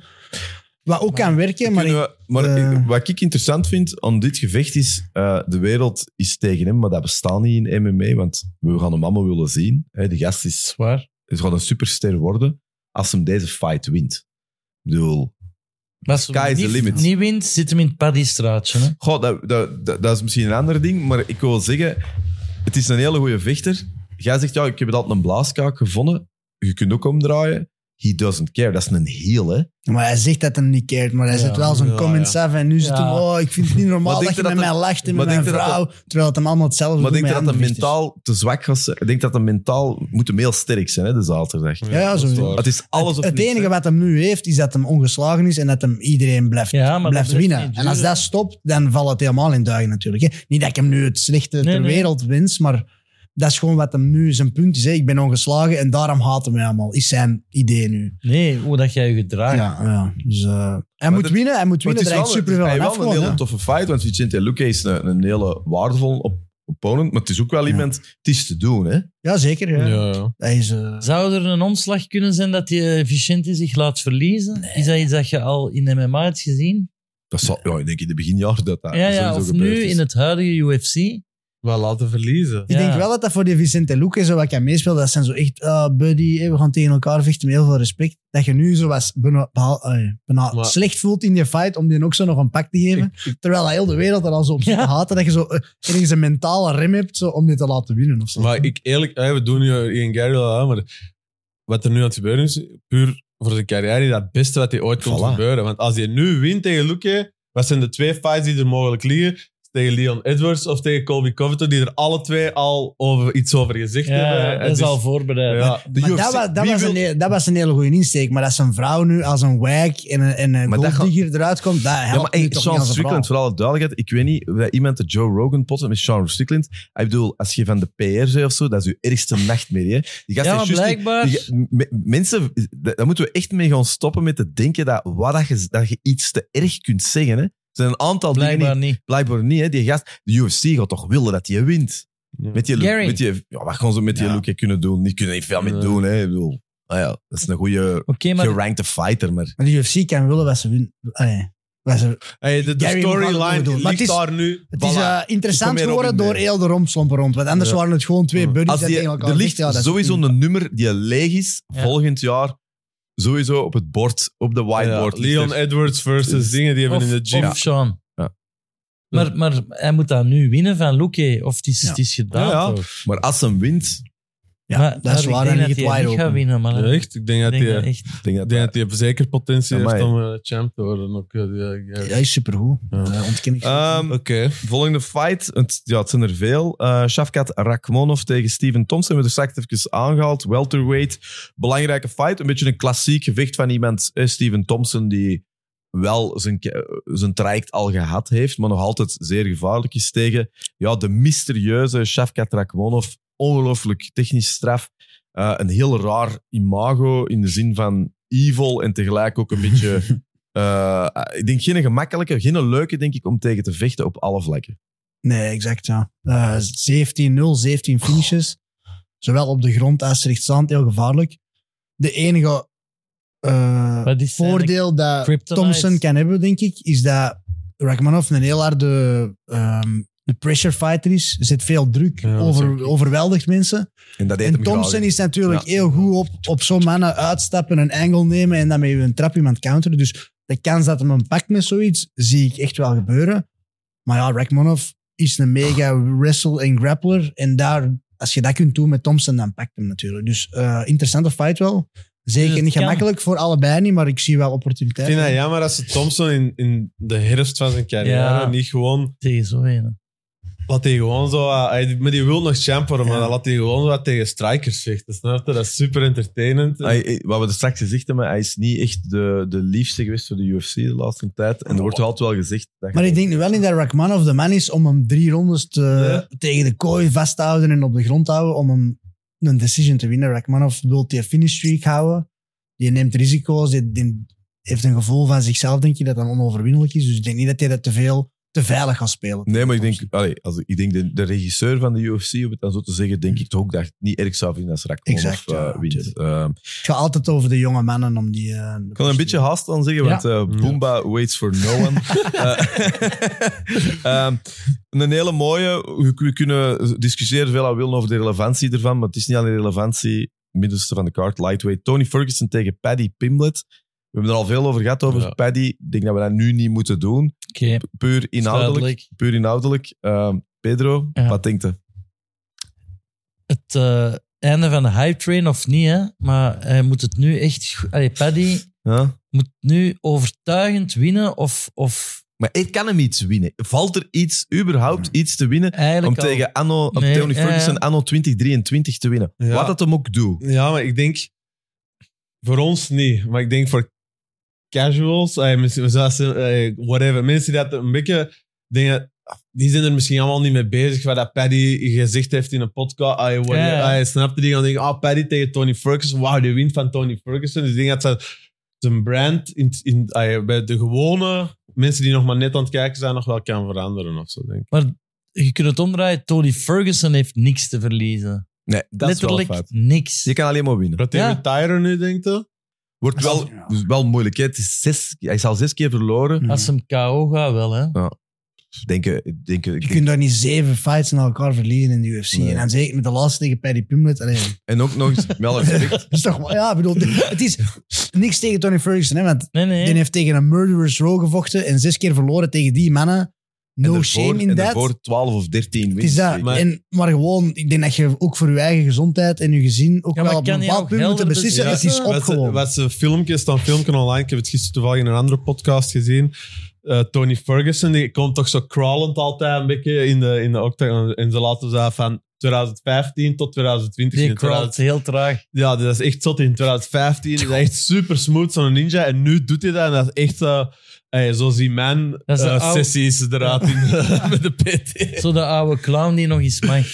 [SPEAKER 4] Wat ook kan werken, maar...
[SPEAKER 1] Kunnen
[SPEAKER 4] ik-
[SPEAKER 1] we- maar
[SPEAKER 4] eh,
[SPEAKER 1] ik- wat ik interessant vind aan dit gevecht is, eh, de wereld is tegen hem, maar dat bestaat niet in MMA, want we gaan hem allemaal willen zien. Hè, die gast is
[SPEAKER 2] Zwaar.
[SPEAKER 1] het gaat een superster worden als hem deze fight wint. Ik bedoel,
[SPEAKER 2] Maar als hij
[SPEAKER 1] Sky is the
[SPEAKER 2] niet,
[SPEAKER 1] limit.
[SPEAKER 2] niet wint, zit hem in het paddystraatje. Hè?
[SPEAKER 1] goh, dat, dat, dat, dat is misschien een ander ding, maar ik wil zeggen, het is een hele goede vechter. Jij zegt, ja, ik heb altijd een blaaskaak gevonden. Je kunt ook omdraaien. He doesn't care. Dat is een heel, hè.
[SPEAKER 4] Maar hij zegt dat hij hem niet keert, maar hij
[SPEAKER 3] Ja,
[SPEAKER 4] zet wel zo'n
[SPEAKER 3] ja,
[SPEAKER 4] comments af en nu zit
[SPEAKER 2] Ja.
[SPEAKER 4] hem, oh, ik vind het niet
[SPEAKER 1] Maar
[SPEAKER 4] normaal dat
[SPEAKER 1] denk
[SPEAKER 4] je
[SPEAKER 1] je
[SPEAKER 4] met
[SPEAKER 1] dat
[SPEAKER 4] mij
[SPEAKER 1] dat-
[SPEAKER 4] lacht en
[SPEAKER 1] maar
[SPEAKER 4] met mijn
[SPEAKER 1] denk je dat
[SPEAKER 4] vrouw, terwijl het hem allemaal hetzelfde
[SPEAKER 1] Maar ik
[SPEAKER 4] doet
[SPEAKER 1] denk
[SPEAKER 4] met
[SPEAKER 1] dat dat
[SPEAKER 4] andere vechters.
[SPEAKER 1] mentaal te zwak gaat zijn. Ik denk dat dat mentaal... Moet hem heel sterk zijn, hè, de zaterdag.
[SPEAKER 4] Ja, ja,
[SPEAKER 3] dat is
[SPEAKER 4] sowieso.
[SPEAKER 3] waar.
[SPEAKER 1] Het is alles
[SPEAKER 4] Het,
[SPEAKER 1] of
[SPEAKER 4] het
[SPEAKER 1] niks,
[SPEAKER 4] enige
[SPEAKER 1] hè.
[SPEAKER 4] wat hem nu heeft, is dat hem ongeslagen is en dat hem iedereen blijft,
[SPEAKER 2] Ja, maar
[SPEAKER 4] blijft
[SPEAKER 2] dat blijft
[SPEAKER 4] winnen.
[SPEAKER 2] niet
[SPEAKER 4] En als
[SPEAKER 2] duren.
[SPEAKER 4] dat stopt, dan valt het helemaal in duigen natuurlijk. Hè. Niet dat ik hem nu het slechte ter
[SPEAKER 2] nee.
[SPEAKER 4] wereld wins, maar dat is gewoon wat hem nu zijn punt is. Hè. Ik ben ongeslagen en daarom haat hij mij allemaal, is zijn idee nu.
[SPEAKER 2] Nee, hoe dat jij je
[SPEAKER 4] Ja,
[SPEAKER 2] gedraagt.
[SPEAKER 4] ja. Dus, eh, hij moet
[SPEAKER 1] het-
[SPEAKER 4] winnen, hij moet
[SPEAKER 1] Maar het
[SPEAKER 4] winnen. Er
[SPEAKER 1] is
[SPEAKER 4] hangt
[SPEAKER 1] wel,
[SPEAKER 4] superveel
[SPEAKER 1] het is
[SPEAKER 4] aan
[SPEAKER 1] wel
[SPEAKER 4] af
[SPEAKER 1] een
[SPEAKER 4] gewoon,
[SPEAKER 1] hele
[SPEAKER 4] hè.
[SPEAKER 1] toffe fight, want Vicente Luque is een, een hele waardevolle op- opponent, maar het is ook wel
[SPEAKER 4] Ja.
[SPEAKER 1] iemand... Het is te doen, hè.
[SPEAKER 4] Ja, zeker. Ja.
[SPEAKER 3] Ja, ja.
[SPEAKER 4] Hij is... eh,
[SPEAKER 2] Zou er een omslag kunnen zijn dat je Vicente zich laat verliezen? Is dat iets dat je al in MMA hebt gezien?
[SPEAKER 1] Dat zal, ja, ik denk in de beginjaren dat dat
[SPEAKER 2] ja, ja,
[SPEAKER 1] sowieso
[SPEAKER 2] of
[SPEAKER 1] gebeurd
[SPEAKER 2] nu
[SPEAKER 1] is.
[SPEAKER 2] in het huidige UFC?
[SPEAKER 3] Wel laten verliezen.
[SPEAKER 4] Ik
[SPEAKER 2] Ja.
[SPEAKER 4] denk wel dat dat voor die Vicente Luque, zo wat ik meespeel, dat zijn zo echt ah, buddy, eh, we gaan tegen elkaar vechten met heel veel respect. Dat je nu zo was bijna, behaal- eh, bijna
[SPEAKER 3] Maar-
[SPEAKER 4] slecht voelt in je fight om die ook zo nog een pak te geven. terwijl heel de wereld er al zo op zit
[SPEAKER 2] Ja.
[SPEAKER 4] te haten. Dat je zo eh, ergens een mentale rem hebt zo, om dit te laten winnen of zo.
[SPEAKER 3] Maar ik eerlijk, hey, we doen nu Ian Gary wel aan, maar wat er nu aan het gebeuren is, puur voor zijn carrière, dat het beste wat hij ooit kon
[SPEAKER 1] Voilà.
[SPEAKER 3] gebeuren. Want als hij nu wint tegen Luke, wat zijn de twee fights die er mogelijk liggen? tegen Leon Edwards of tegen Colby Covington, die er alle twee al over, iets over gezegd hebben.
[SPEAKER 2] Ja,
[SPEAKER 3] En
[SPEAKER 2] dat is
[SPEAKER 3] dus-
[SPEAKER 2] al voorbereid.
[SPEAKER 3] ja, de
[SPEAKER 4] Maar
[SPEAKER 3] UFC
[SPEAKER 4] dat, was, dat,
[SPEAKER 3] wie
[SPEAKER 4] was
[SPEAKER 3] wil-
[SPEAKER 4] een hele, dat was een hele goede insteek. Maar dat zijn vrouw nu als een wijk en een, en een
[SPEAKER 1] Maar dat
[SPEAKER 4] golddigger eruit komt, dat helpt
[SPEAKER 1] Ja, maar hey,
[SPEAKER 4] nu toch niet
[SPEAKER 1] Sean
[SPEAKER 4] aan zijn verhaal.
[SPEAKER 1] Strickland, voor alle duidelijkheid. Ik weet niet of dat iemand de Joe Rogan pot met Sean Strickland. Ik bedoel, als je van de PR zei of zo, dat is je ergste nachtmerrie. hè. Die gast
[SPEAKER 2] Ja,
[SPEAKER 1] is
[SPEAKER 2] maar
[SPEAKER 1] juist niet-
[SPEAKER 2] blijkbaar.
[SPEAKER 1] die ga- m- mensen, da- daar moeten we echt mee gaan stoppen met te denken dat, wat dat, je, dat je iets te erg kunt zeggen. Hè. Er zijn een aantal dingen
[SPEAKER 2] Blijkbaar
[SPEAKER 1] die-
[SPEAKER 2] niet.
[SPEAKER 1] blijkbaar niet. Hè. Die gast, de UFC gaat toch willen dat je wint.
[SPEAKER 3] Ja.
[SPEAKER 1] Met die,
[SPEAKER 2] Gary.
[SPEAKER 1] met die, ja, wat gaan ze met die
[SPEAKER 3] Ja.
[SPEAKER 1] look kunnen doen? Die kunnen niet veel mee
[SPEAKER 3] Nee.
[SPEAKER 1] doen. Hè. Ik bedoel, nou ja, dat is een goede
[SPEAKER 2] Oké, maar
[SPEAKER 1] gerankte fighter, maar...
[SPEAKER 4] Maar de UFC kan willen wat ze winnen. Allee, wat ze-
[SPEAKER 3] Hey, de de
[SPEAKER 4] Gary moet
[SPEAKER 3] storyline
[SPEAKER 4] het doen.
[SPEAKER 3] die
[SPEAKER 4] Maar
[SPEAKER 3] ligt
[SPEAKER 4] het is-
[SPEAKER 3] daar nu.
[SPEAKER 4] het is
[SPEAKER 3] Voilà.
[SPEAKER 4] eh, interessant
[SPEAKER 3] meer op
[SPEAKER 4] geworden
[SPEAKER 3] in
[SPEAKER 4] door
[SPEAKER 3] mee.
[SPEAKER 4] heel de romslomper rond. Want anders
[SPEAKER 3] Ja.
[SPEAKER 4] waren het gewoon twee
[SPEAKER 3] Ja.
[SPEAKER 4] buddies
[SPEAKER 1] Als die,
[SPEAKER 4] tegen elkaar
[SPEAKER 1] er ligt
[SPEAKER 4] vechten, ja, dat is
[SPEAKER 1] sowieso
[SPEAKER 4] prima.
[SPEAKER 1] een nummer die leeg is
[SPEAKER 2] Ja.
[SPEAKER 1] volgend jaar. Sowieso op het bord, op de whiteboard.
[SPEAKER 3] Ja, Leon
[SPEAKER 1] ligt er.
[SPEAKER 3] Edwards versus dingen die hebben
[SPEAKER 2] of,
[SPEAKER 3] in de gym.
[SPEAKER 2] of Sean.
[SPEAKER 1] Ja.
[SPEAKER 2] Maar, maar hij moet dat nu winnen van Luque, of het is,
[SPEAKER 4] Ja.
[SPEAKER 2] het is gedaan.
[SPEAKER 1] Ja, ja.
[SPEAKER 2] toch?
[SPEAKER 1] Maar als hem wint,
[SPEAKER 4] Ja,
[SPEAKER 2] Maar-
[SPEAKER 4] dat
[SPEAKER 2] maar
[SPEAKER 4] is waar.
[SPEAKER 2] Ik
[SPEAKER 4] Dan
[SPEAKER 2] denk
[SPEAKER 4] ligt
[SPEAKER 2] dat
[SPEAKER 4] het
[SPEAKER 2] hij
[SPEAKER 4] wide
[SPEAKER 2] niet gaat
[SPEAKER 4] open.
[SPEAKER 2] winnen, man.
[SPEAKER 3] Ja, echt? Ik denk dat
[SPEAKER 2] Ik denk dat
[SPEAKER 3] hij
[SPEAKER 2] echt.
[SPEAKER 1] ik denk dat,
[SPEAKER 3] ik denk dat die zeker potentie
[SPEAKER 1] Amai.
[SPEAKER 3] heeft om eh, champ te worden. Ook, eh, ja, ja.
[SPEAKER 4] Ja, is supergoed.
[SPEAKER 3] Ja.
[SPEAKER 4] Dat ontken ik.
[SPEAKER 1] Ehm,
[SPEAKER 3] Oké.
[SPEAKER 1] Volgende fight, het, ja, het zijn er veel. Eh Shafkat Rakhmonov tegen Steven Thompson. We hebben er straks even aangehaald. Welterweight, belangrijke fight. Een beetje een klassiek gevecht van iemand, eh, Steven Thompson, die wel zijn, ke- eh, zijn traject al gehad heeft, maar nog altijd zeer gevaarlijk is tegen ja, de mysterieuze Shafkat Rakhmonov. Ongelooflijk technisch straf. Eh, een heel raar imago in de zin van evil en tegelijk ook een beetje... eh, ik denk geen gemakkelijke, geen leuke, denk ik, om tegen te vechten op alle vlakken.
[SPEAKER 4] Nee, exact, ja. Eh, 17-0, 17 finishes. Zowel op de grond als rechtsstand, heel gevaarlijk. De enige eh,
[SPEAKER 2] Maar die zijn
[SPEAKER 4] voordeel dat
[SPEAKER 2] kryptonite.
[SPEAKER 4] Thompson kan hebben, denk ik, is dat Rachmanov een heel harde ehm, de pressure fighter is. Er zit veel druk,
[SPEAKER 3] Ja,
[SPEAKER 4] over, overweldigt mensen.
[SPEAKER 1] En dat deed
[SPEAKER 4] En
[SPEAKER 1] hem
[SPEAKER 4] Thompson
[SPEAKER 1] graag.
[SPEAKER 4] is natuurlijk
[SPEAKER 1] Ja.
[SPEAKER 4] heel goed op, op zo'n mannen uitstappen, een angle nemen en dan met een trap iemand counteren. Dus de kans dat hem een pakt met zoiets, zie ik echt wel gebeuren. Maar ja, Rachmanov is een mega wrestle- en grappler. En daar, als je dat kunt doen met Thompson, dan pakt hem natuurlijk. Dus eh, interessante fight wel. Zeker
[SPEAKER 2] Dus het
[SPEAKER 4] niet
[SPEAKER 2] kan.
[SPEAKER 4] gemakkelijk voor allebei niet, maar ik zie wel
[SPEAKER 3] Ik vind dat
[SPEAKER 4] opportuniteiten.
[SPEAKER 3] jammer dat ze Thompson in, in de herfst van zijn carrière
[SPEAKER 2] Ja.
[SPEAKER 3] niet gewoon...
[SPEAKER 2] Tegen zo winnen.
[SPEAKER 3] Laat hij gewoon zo... eh, hij- maar die wil nog champ worden, maar
[SPEAKER 4] Ja.
[SPEAKER 3] dan laat hij gewoon zo wat tegen strikers vechten. Snap je? Dat is super entertainend.
[SPEAKER 1] Hij- hij- wat we er straks gezegd hebben, hij is niet echt de, de liefste geweest voor de UFC de laatste tijd. En er wordt altijd wel gezegd... Dat je-
[SPEAKER 4] Maar ik denk nu wel niet dat Rachmanov de man is om hem drie rondes te, tegen de kooi vast te houden en op de grond te houden om hem een decision te winnen. Rachmanov wil die finish streak houden. Die neemt risico's. Die, die heeft een gevoel van zichzelf, denk je, dat dat onoverwinnelijk is. Dus ik denk niet dat hij dat te veel, te veilig gaat spelen.
[SPEAKER 1] Nee, maar ik denk, allee, als, ik denk de, de regisseur van de UFC, om het dan zo te zeggen, denk ik toch ook dat het niet erg zou vinden als Rakhmonov
[SPEAKER 4] Exact, ja,
[SPEAKER 1] eh, wint.
[SPEAKER 4] tuurlijk.
[SPEAKER 1] Ehm,
[SPEAKER 4] Het gaat altijd over de jonge mannen om die... eh,
[SPEAKER 1] ik kan er een beetje haast aan zeggen, want eh, Boomba waits for no one. Eh, ehm, een hele mooie. We, we kunnen discussiëren veel aan willen over de relevantie ervan, maar het is niet alleen relevantie. Middelste van de kaart, lightweight. Tony Ferguson tegen Paddy Pimblett. We hebben er al veel over gehad, over
[SPEAKER 3] Ja.
[SPEAKER 1] Paddy. Ik denk dat we dat nu niet moeten doen.
[SPEAKER 2] Oké,
[SPEAKER 1] Puur inhoudelijk.
[SPEAKER 2] duidelijk.
[SPEAKER 1] Puur inhoudelijk. Ehm, Pedro,
[SPEAKER 2] Ja.
[SPEAKER 1] wat denkt je?
[SPEAKER 2] Het eh, einde van de hype train of niet, hè? maar hij moet het nu echt. go- Allee, Paddy
[SPEAKER 1] Ja?
[SPEAKER 2] moet nu overtuigend winnen of, of
[SPEAKER 1] Maar ik kan hem iets winnen. Valt er iets, überhaupt iets te winnen om
[SPEAKER 2] eigenlijk. al-
[SPEAKER 1] tegen anno, op
[SPEAKER 2] Nee,
[SPEAKER 1] Tony
[SPEAKER 2] ja,
[SPEAKER 1] Ferguson
[SPEAKER 2] ja.
[SPEAKER 1] anno 2023 te winnen?
[SPEAKER 3] Ja.
[SPEAKER 1] Wat dat hem ook doet.
[SPEAKER 3] Ja, maar ik denk... Voor ons niet, maar ik denk voor casuals, eh, misschien- zoals, eh, whatever, mensen die dat een beetje... Dingen, die zijn er misschien allemaal niet mee bezig, wat dat Paddy gezegd heeft in een podcast. Ah, whatever,
[SPEAKER 2] Ja, ja.
[SPEAKER 3] ah, snapte die gaan denken, ah, Paddy tegen Tony Ferguson, wauw, die wint van Tony Ferguson. Dus ik denk dat ze zijn brand in, in, ah, bij de gewone mensen die nog maar net aan het kijken zijn, nog wel kan veranderen of zo, denk ik.
[SPEAKER 2] Je kunt het omdraaien. Tony Ferguson heeft niks te verliezen.
[SPEAKER 1] Nee, dat is
[SPEAKER 2] Letterlijk
[SPEAKER 1] wel fout.
[SPEAKER 2] niks.
[SPEAKER 1] Je kan alleen maar winnen.
[SPEAKER 3] Gaat hij
[SPEAKER 2] Ja.
[SPEAKER 3] retiren nu, denk je?
[SPEAKER 1] Wordt wel,
[SPEAKER 4] Ja.
[SPEAKER 1] is wel moeilijk. Hè? Het is zes, hij is al zes keer verloren. eh,
[SPEAKER 4] Hmm.
[SPEAKER 2] Als hem KO gaat, wel hè?
[SPEAKER 1] Denken, denken,
[SPEAKER 4] Je kunt daar niet zeven fights na elkaar verliezen in de UFC.
[SPEAKER 1] Nee.
[SPEAKER 4] En dan zeker met de laatste tegen Paddy Pimlet. Allee,
[SPEAKER 1] En ook nog eens, wel respect.
[SPEAKER 4] dat is toch... wel- Ja, ik bedoel, het is niks tegen Tony Ferguson, hè, want
[SPEAKER 2] Nee, nee.
[SPEAKER 4] Die heeft tegen een murderer's row gevochten en zes keer verloren tegen die mannen. No
[SPEAKER 1] en daarvoor-
[SPEAKER 4] shame
[SPEAKER 1] en
[SPEAKER 4] in that.
[SPEAKER 1] daarvoor 12 of 13
[SPEAKER 4] Het is
[SPEAKER 1] winst.
[SPEAKER 4] dat.
[SPEAKER 3] Maar-
[SPEAKER 4] En, maar gewoon, ik denk dat je ook voor je eigen gezondheid en je gezin ook
[SPEAKER 2] Ja, maar
[SPEAKER 4] wel op
[SPEAKER 2] kan dus-
[SPEAKER 4] een
[SPEAKER 2] je
[SPEAKER 4] bepaald
[SPEAKER 2] ook
[SPEAKER 4] punt moet
[SPEAKER 2] helder
[SPEAKER 4] beslissen.
[SPEAKER 2] beslissen?
[SPEAKER 4] Het is
[SPEAKER 3] Wat ze,
[SPEAKER 4] opgewonden.
[SPEAKER 3] wat ze filmpjes, dan filmpje online. Ik heb het gisteren toevallig in een andere podcast gezien. eh, Tony Ferguson, die komt toch zo crawlend altijd een beetje in de, in de octagon. En ze laten ze van 2015 tot 2020.
[SPEAKER 2] Die
[SPEAKER 3] In 2000
[SPEAKER 2] crawlt heel traag.
[SPEAKER 3] ja, dat is echt zot in 2015. is hij echt super smooth, zo'n ninja. En nu doet hij dat en dat is echt... eh ey, zo zien mijn
[SPEAKER 2] Dat is de oude-
[SPEAKER 3] sessies eruit in de, met de PT.
[SPEAKER 2] Zo de oude clown die nog eens mag.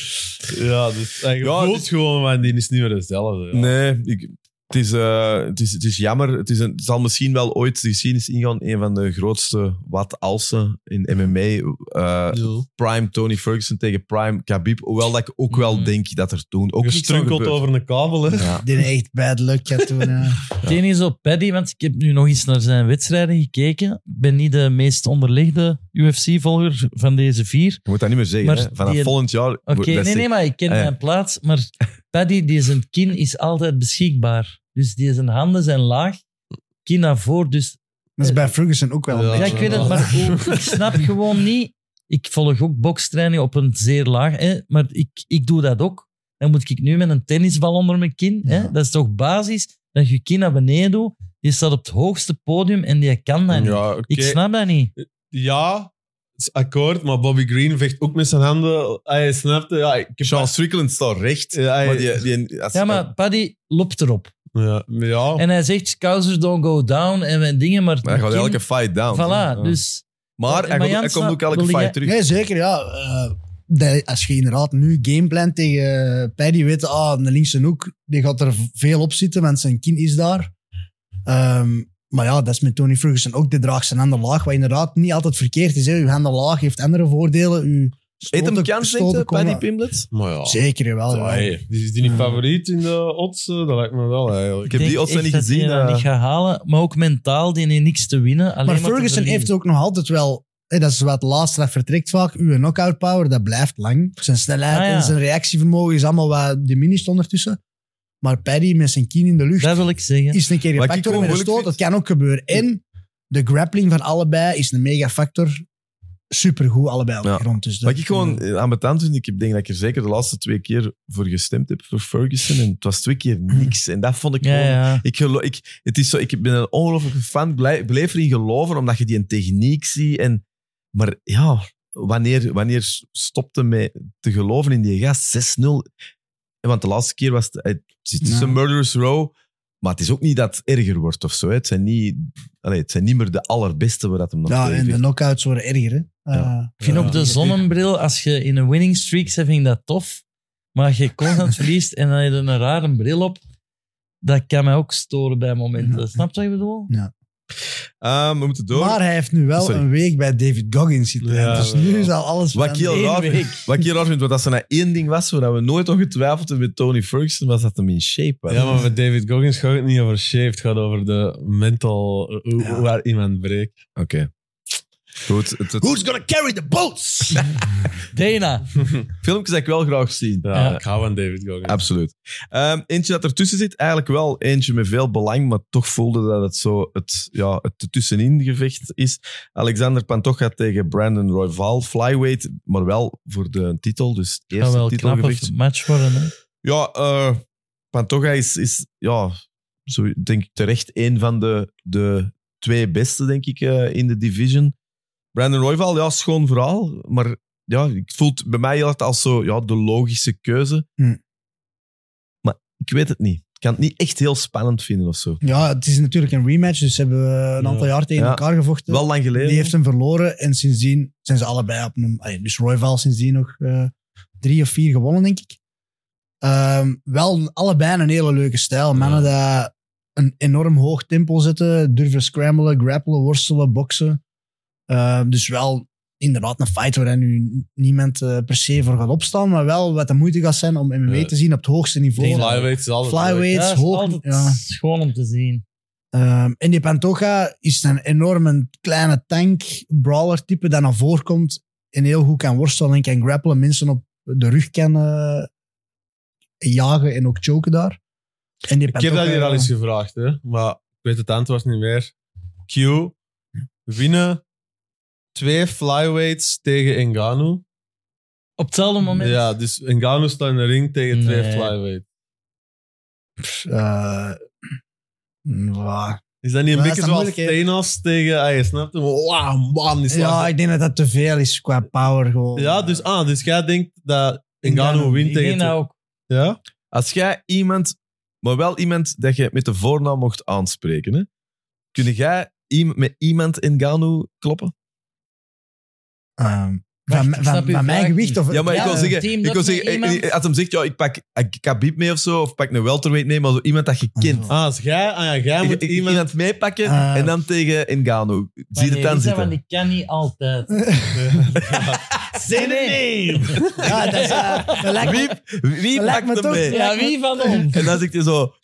[SPEAKER 3] Ja, dus hij
[SPEAKER 1] Ja,
[SPEAKER 3] voelt
[SPEAKER 1] dus-
[SPEAKER 3] gewoon, man, die is niet meer dezelfde. Ja.
[SPEAKER 1] Nee, ik, het, is, eh, het, is, het is jammer. Het, is een, het zal misschien wel ooit de geschiedenis ingaan. Een van de grootste wat-alsen in MMA. eh, prime Tony Ferguson tegen Prime Khabib. Hoewel dat ik ook wel
[SPEAKER 2] Mhm.
[SPEAKER 1] denk dat er toen ook niks aan
[SPEAKER 3] Gestrunkeld
[SPEAKER 1] gebeurd.
[SPEAKER 3] over een kabel, hè.
[SPEAKER 1] Ja.
[SPEAKER 4] Die heeft echt bad luck gehad toen. eh.
[SPEAKER 2] Ken je zo Paddy, want ik heb nu nog eens naar zijn wedstrijden gekeken. Ik ben niet de meest onderlegde UFC-volger van deze vier.
[SPEAKER 1] Je moet dat niet meer zeggen.
[SPEAKER 2] Maar
[SPEAKER 1] hè. Vanaf
[SPEAKER 2] die-
[SPEAKER 1] volgend jaar...
[SPEAKER 2] Oké,
[SPEAKER 1] wordt dat
[SPEAKER 2] nee, nee,
[SPEAKER 1] zeggen.
[SPEAKER 2] maar ik ken
[SPEAKER 1] Ah, ja.
[SPEAKER 2] mijn plaats. Maar Paddy, die zijn kin is altijd beschikbaar. Dus die zijn handen zijn laag, kin naar voren. Dus
[SPEAKER 4] Dat is bij Ferguson ook wel. een
[SPEAKER 3] Ja,
[SPEAKER 2] ja,
[SPEAKER 4] beetje.
[SPEAKER 2] ik weet het, maar ik snap gewoon niet. Ik volg ook bokstraining op een zeer laag, hè, maar ik, ik doe dat ook. Dan moet ik nu met een tennisbal onder mijn kin. Hè?
[SPEAKER 4] Ja.
[SPEAKER 2] Dat is toch basis? Dat je je kin naar beneden doet. Je staat op het hoogste podium en die kan dat niet.
[SPEAKER 3] Ja, oké.
[SPEAKER 2] Ik snap dat niet.
[SPEAKER 3] Ja, het is akkoord, maar Bobby Green vecht ook met zijn handen. Hij snapte, ja, ik heb...
[SPEAKER 1] Charles Strickland staat recht.
[SPEAKER 3] Ja, hij-
[SPEAKER 1] Maar die, die, als-
[SPEAKER 2] Ja, maar Paddy loopt erop.
[SPEAKER 3] ja, maar ja.
[SPEAKER 2] En hij zegt, scousers don't go down en mijn dingen, maar...
[SPEAKER 1] Maar hij gaat
[SPEAKER 2] kin-
[SPEAKER 1] elke fight down.
[SPEAKER 2] Voilà,
[SPEAKER 1] Ja.
[SPEAKER 2] dus...
[SPEAKER 1] Maar hij, gaat-
[SPEAKER 2] Maar Jan
[SPEAKER 1] hij komt ook
[SPEAKER 2] snap-
[SPEAKER 1] elke
[SPEAKER 2] wil
[SPEAKER 1] fight
[SPEAKER 2] jij-
[SPEAKER 1] terug.
[SPEAKER 4] Nee, zeker, ja. Eh, dat- als je inderdaad nu gameplan tegen Paddy weet, ah, aan de linkse hoek, die gaat er veel op zitten, want zijn kin is daar. Ehm, maar ja, dat is met Tony Ferguson ook. Die draagt zijn handen laag, wat inderdaad niet altijd verkeerd is. Hè. Uw handen laag heeft andere voordelen. Uw
[SPEAKER 1] Eet hem
[SPEAKER 4] stoten-
[SPEAKER 1] kans, denk
[SPEAKER 4] stoten
[SPEAKER 1] je,
[SPEAKER 4] komen-
[SPEAKER 1] Paddy Pimblett?
[SPEAKER 3] Maar ja.
[SPEAKER 4] Zeker, jawel.
[SPEAKER 3] Ja,
[SPEAKER 4] Ja.
[SPEAKER 3] hey, die is die niet favoriet in de odds? eh, Dat lijkt me wel, eigenlijk.
[SPEAKER 1] Ik heb die
[SPEAKER 2] denk
[SPEAKER 1] odds nog
[SPEAKER 2] echt
[SPEAKER 1] niet
[SPEAKER 2] dat die
[SPEAKER 1] gezien.
[SPEAKER 2] dat
[SPEAKER 1] eh.
[SPEAKER 2] niet gaat halen, maar ook mentaal, die heeft niks te winnen. Alleen
[SPEAKER 4] Maar
[SPEAKER 2] te
[SPEAKER 4] Ferguson
[SPEAKER 2] verliezen.
[SPEAKER 4] heeft ook nog altijd wel... hè, dat is wat het laatste dat vertrekt vaak. Uw knockout power, dat blijft lang. Zijn snelheid
[SPEAKER 2] Ah, ja.
[SPEAKER 4] en zijn reactievermogen is allemaal wat diminished ondertussen. Maar Paddy met zijn kin in de lucht...
[SPEAKER 2] Dat wil ik zeggen.
[SPEAKER 4] is een keer
[SPEAKER 1] Wat ik
[SPEAKER 4] gepakt worden
[SPEAKER 1] gewoon
[SPEAKER 4] met een
[SPEAKER 1] moeilijk
[SPEAKER 4] stoot. Dat kan ook gebeuren. En de grappling van allebei is een mega factor. Supergoed allebei op de
[SPEAKER 1] Ja.
[SPEAKER 4] grond. Dus dat-
[SPEAKER 1] Wat ik gewoon eh, ambetant vind, ik denk dat ik er zeker de laatste twee keer voor gestemd heb, voor Ferguson. En het was twee keer niks. En dat vond ik
[SPEAKER 2] Ja,
[SPEAKER 1] gewoon...
[SPEAKER 2] ja.
[SPEAKER 1] Ik, gelo- ik, het is zo, ik ben een ongelooflijke fan. Blij- Bleef erin geloven, omdat je die een techniek ziet. En, maar ja, wanneer, wanneer stopte met te geloven in die gast? 6-0. En Want de laatste keer was het... Het is het is
[SPEAKER 4] Ja.
[SPEAKER 1] een murderous row. Maar het is ook niet dat het erger wordt of zo. hè. Het zijn niet, allee, het zijn niet meer de allerbeste waar dat hem nog
[SPEAKER 4] ja,
[SPEAKER 1] tegen
[SPEAKER 4] en de
[SPEAKER 1] vecht.
[SPEAKER 4] knockouts worden erger. Hè. Eh,
[SPEAKER 2] Ik vind
[SPEAKER 3] Ja.
[SPEAKER 2] ook de zonnebril, als je in een winning streak zit, vind ik dat tof. Maar als je constant verliest en dan heb je een rare bril op, dat kan mij ook storen bij momenten. Snap je wat ik bedoel?
[SPEAKER 1] Ah, we moeten door.
[SPEAKER 4] maar hij heeft nu wel
[SPEAKER 1] Sorry.
[SPEAKER 4] een week bij David Goggins zitten.
[SPEAKER 3] Ja,
[SPEAKER 4] dus
[SPEAKER 3] wel.
[SPEAKER 4] nu zal alles...
[SPEAKER 1] Wat ik heel
[SPEAKER 2] Eén
[SPEAKER 1] raar vind-
[SPEAKER 2] week.
[SPEAKER 1] Wat ik hier raar vind, want als er nou één ding was waar we nooit om getwijfeld hebben met Tony Ferguson, was dat hem in shape was.
[SPEAKER 3] Ja, maar met David Goggins gaat het niet over shape. Het gaat over de mental, eh, hoe-
[SPEAKER 4] Ja.
[SPEAKER 3] waar iemand breekt.
[SPEAKER 1] Oké. Goed. Het, het
[SPEAKER 4] Who's gonna carry the boats?
[SPEAKER 2] Dana.
[SPEAKER 1] filmpje dat ik wel graag zie.
[SPEAKER 3] Ja,
[SPEAKER 2] Ja.
[SPEAKER 3] ik hou van David Goggins.
[SPEAKER 1] Absoluut. Ehm, eentje dat ertussen zit, eigenlijk wel eentje met veel belang, maar toch voelde dat het zo het, ja, het tussenin gevecht is. Alexander Pantoja tegen Brandon Royval, flyweight, maar wel voor de titel, dus het
[SPEAKER 2] Dat
[SPEAKER 1] eerste
[SPEAKER 2] kan wel een
[SPEAKER 1] titelgevecht.
[SPEAKER 2] knappe match worden. Hè?
[SPEAKER 1] Ja, eh Pantoja is, is ja, zo denk ik terecht een van de, de twee beste, denk ik, eh, in de division. Brandon Royval, ja, schoon verhaal. Maar ja, ik voel het bij mij heel hard als zo, ja, de logische keuze.
[SPEAKER 4] Hm.
[SPEAKER 1] Maar ik weet het niet. Ik kan het niet echt heel spannend vinden of zo.
[SPEAKER 4] ja, het is natuurlijk een rematch. Dus ze hebben een aantal jaar tegen
[SPEAKER 1] Ja.
[SPEAKER 4] elkaar gevochten.
[SPEAKER 1] Wel eh, lang geleden.
[SPEAKER 4] Die heeft hem verloren en sindsdien zijn ze allebei op een... allee, Dus Royval sindsdien nog eh, drie of vier gewonnen, denk ik. Ehm, wel allebei een hele leuke stijl. Mannen die een enorm hoog tempo zetten, durven scramblen, grappelen, worstelen, boksen. Ehm, dus wel inderdaad een fight waar nu niemand eh, per se voor gaat opstaan, maar wel wat de moeite gaat zijn om MMA
[SPEAKER 3] Ja.
[SPEAKER 4] te zien op het hoogste niveau.
[SPEAKER 2] Tegen-
[SPEAKER 3] Flyweight is altijd
[SPEAKER 4] Flyweight.
[SPEAKER 2] Ja,
[SPEAKER 4] It's
[SPEAKER 2] dat is
[SPEAKER 4] hoog-
[SPEAKER 2] altijd
[SPEAKER 4] ja.
[SPEAKER 2] schoon om te zien.
[SPEAKER 4] Ehm, en die Pantoja is een enorme kleine tank, brawler type dat naar voren komt en heel goed kan worstelen en kan grappelen, mensen op de rug kan eh, jagen en ook choken daar. En eh, die
[SPEAKER 3] Ik heb dat
[SPEAKER 4] Pantoja-
[SPEAKER 3] hier al eens gevraagd, hè? maar ik weet het antwoord niet meer. Q, winnen twee flyweights tegen Engano.
[SPEAKER 2] Op hetzelfde moment.
[SPEAKER 3] Ja, dus Engano staat in de ring tegen twee
[SPEAKER 2] Nee.
[SPEAKER 3] flyweights.
[SPEAKER 4] eh, mm, wa-
[SPEAKER 3] Is dat niet een
[SPEAKER 4] Maar
[SPEAKER 3] beetje
[SPEAKER 4] dat is
[SPEAKER 3] zoals
[SPEAKER 4] moeilijk, hè?
[SPEAKER 3] Thanos tegen... Ah, je snapt hem. Wauw, man, die slaat
[SPEAKER 4] Ja, ik denk dat dat te veel is qua power gewoon.
[SPEAKER 3] Ja, dus, ah, dus jij denkt dat Ngannou
[SPEAKER 4] Ngannou,
[SPEAKER 3] wint
[SPEAKER 2] Ik denk
[SPEAKER 3] tegen...
[SPEAKER 2] dat ook.
[SPEAKER 3] Ja?
[SPEAKER 1] Als jij iemand, maar wel iemand dat je met de voornaam mocht aanspreken, hè? kun jij iem- met iemand in Gano kloppen?
[SPEAKER 4] Ehm,
[SPEAKER 2] Wacht,
[SPEAKER 4] van
[SPEAKER 2] ik snap
[SPEAKER 4] van,
[SPEAKER 2] je
[SPEAKER 4] van mijn
[SPEAKER 2] vraag
[SPEAKER 4] gewicht
[SPEAKER 2] niet.
[SPEAKER 4] of...
[SPEAKER 1] Ja, maar ik
[SPEAKER 2] Ja,
[SPEAKER 1] wil
[SPEAKER 2] een
[SPEAKER 1] zeggen,
[SPEAKER 2] team
[SPEAKER 1] ik
[SPEAKER 2] dat
[SPEAKER 1] wil
[SPEAKER 2] met
[SPEAKER 1] zeggen
[SPEAKER 2] iemand-
[SPEAKER 1] als hem zegt, ja, ik pak ik- Khabib mee of zo, of pak een welterweight mee, maar zo iemand dat je kent.
[SPEAKER 3] Ah, als jij... Ah ja, jij
[SPEAKER 1] Ik-
[SPEAKER 3] moet
[SPEAKER 1] ik-
[SPEAKER 3] iemand...
[SPEAKER 1] iemand meepakken
[SPEAKER 4] Ah.
[SPEAKER 1] en dan tegen Ngannou. Zie je
[SPEAKER 2] Maar
[SPEAKER 1] het
[SPEAKER 2] nee,
[SPEAKER 1] dan
[SPEAKER 2] Lisa, Want
[SPEAKER 1] zitten.
[SPEAKER 2] ik kan niet altijd. Zin
[SPEAKER 4] Ja, dat, is, eh, dat lijkt me-
[SPEAKER 1] Wie, wie
[SPEAKER 4] Dat lijkt me
[SPEAKER 1] pakt hem
[SPEAKER 4] toch-
[SPEAKER 1] mee?
[SPEAKER 2] Ja, wie van ons?
[SPEAKER 1] En dan zegt hij zo,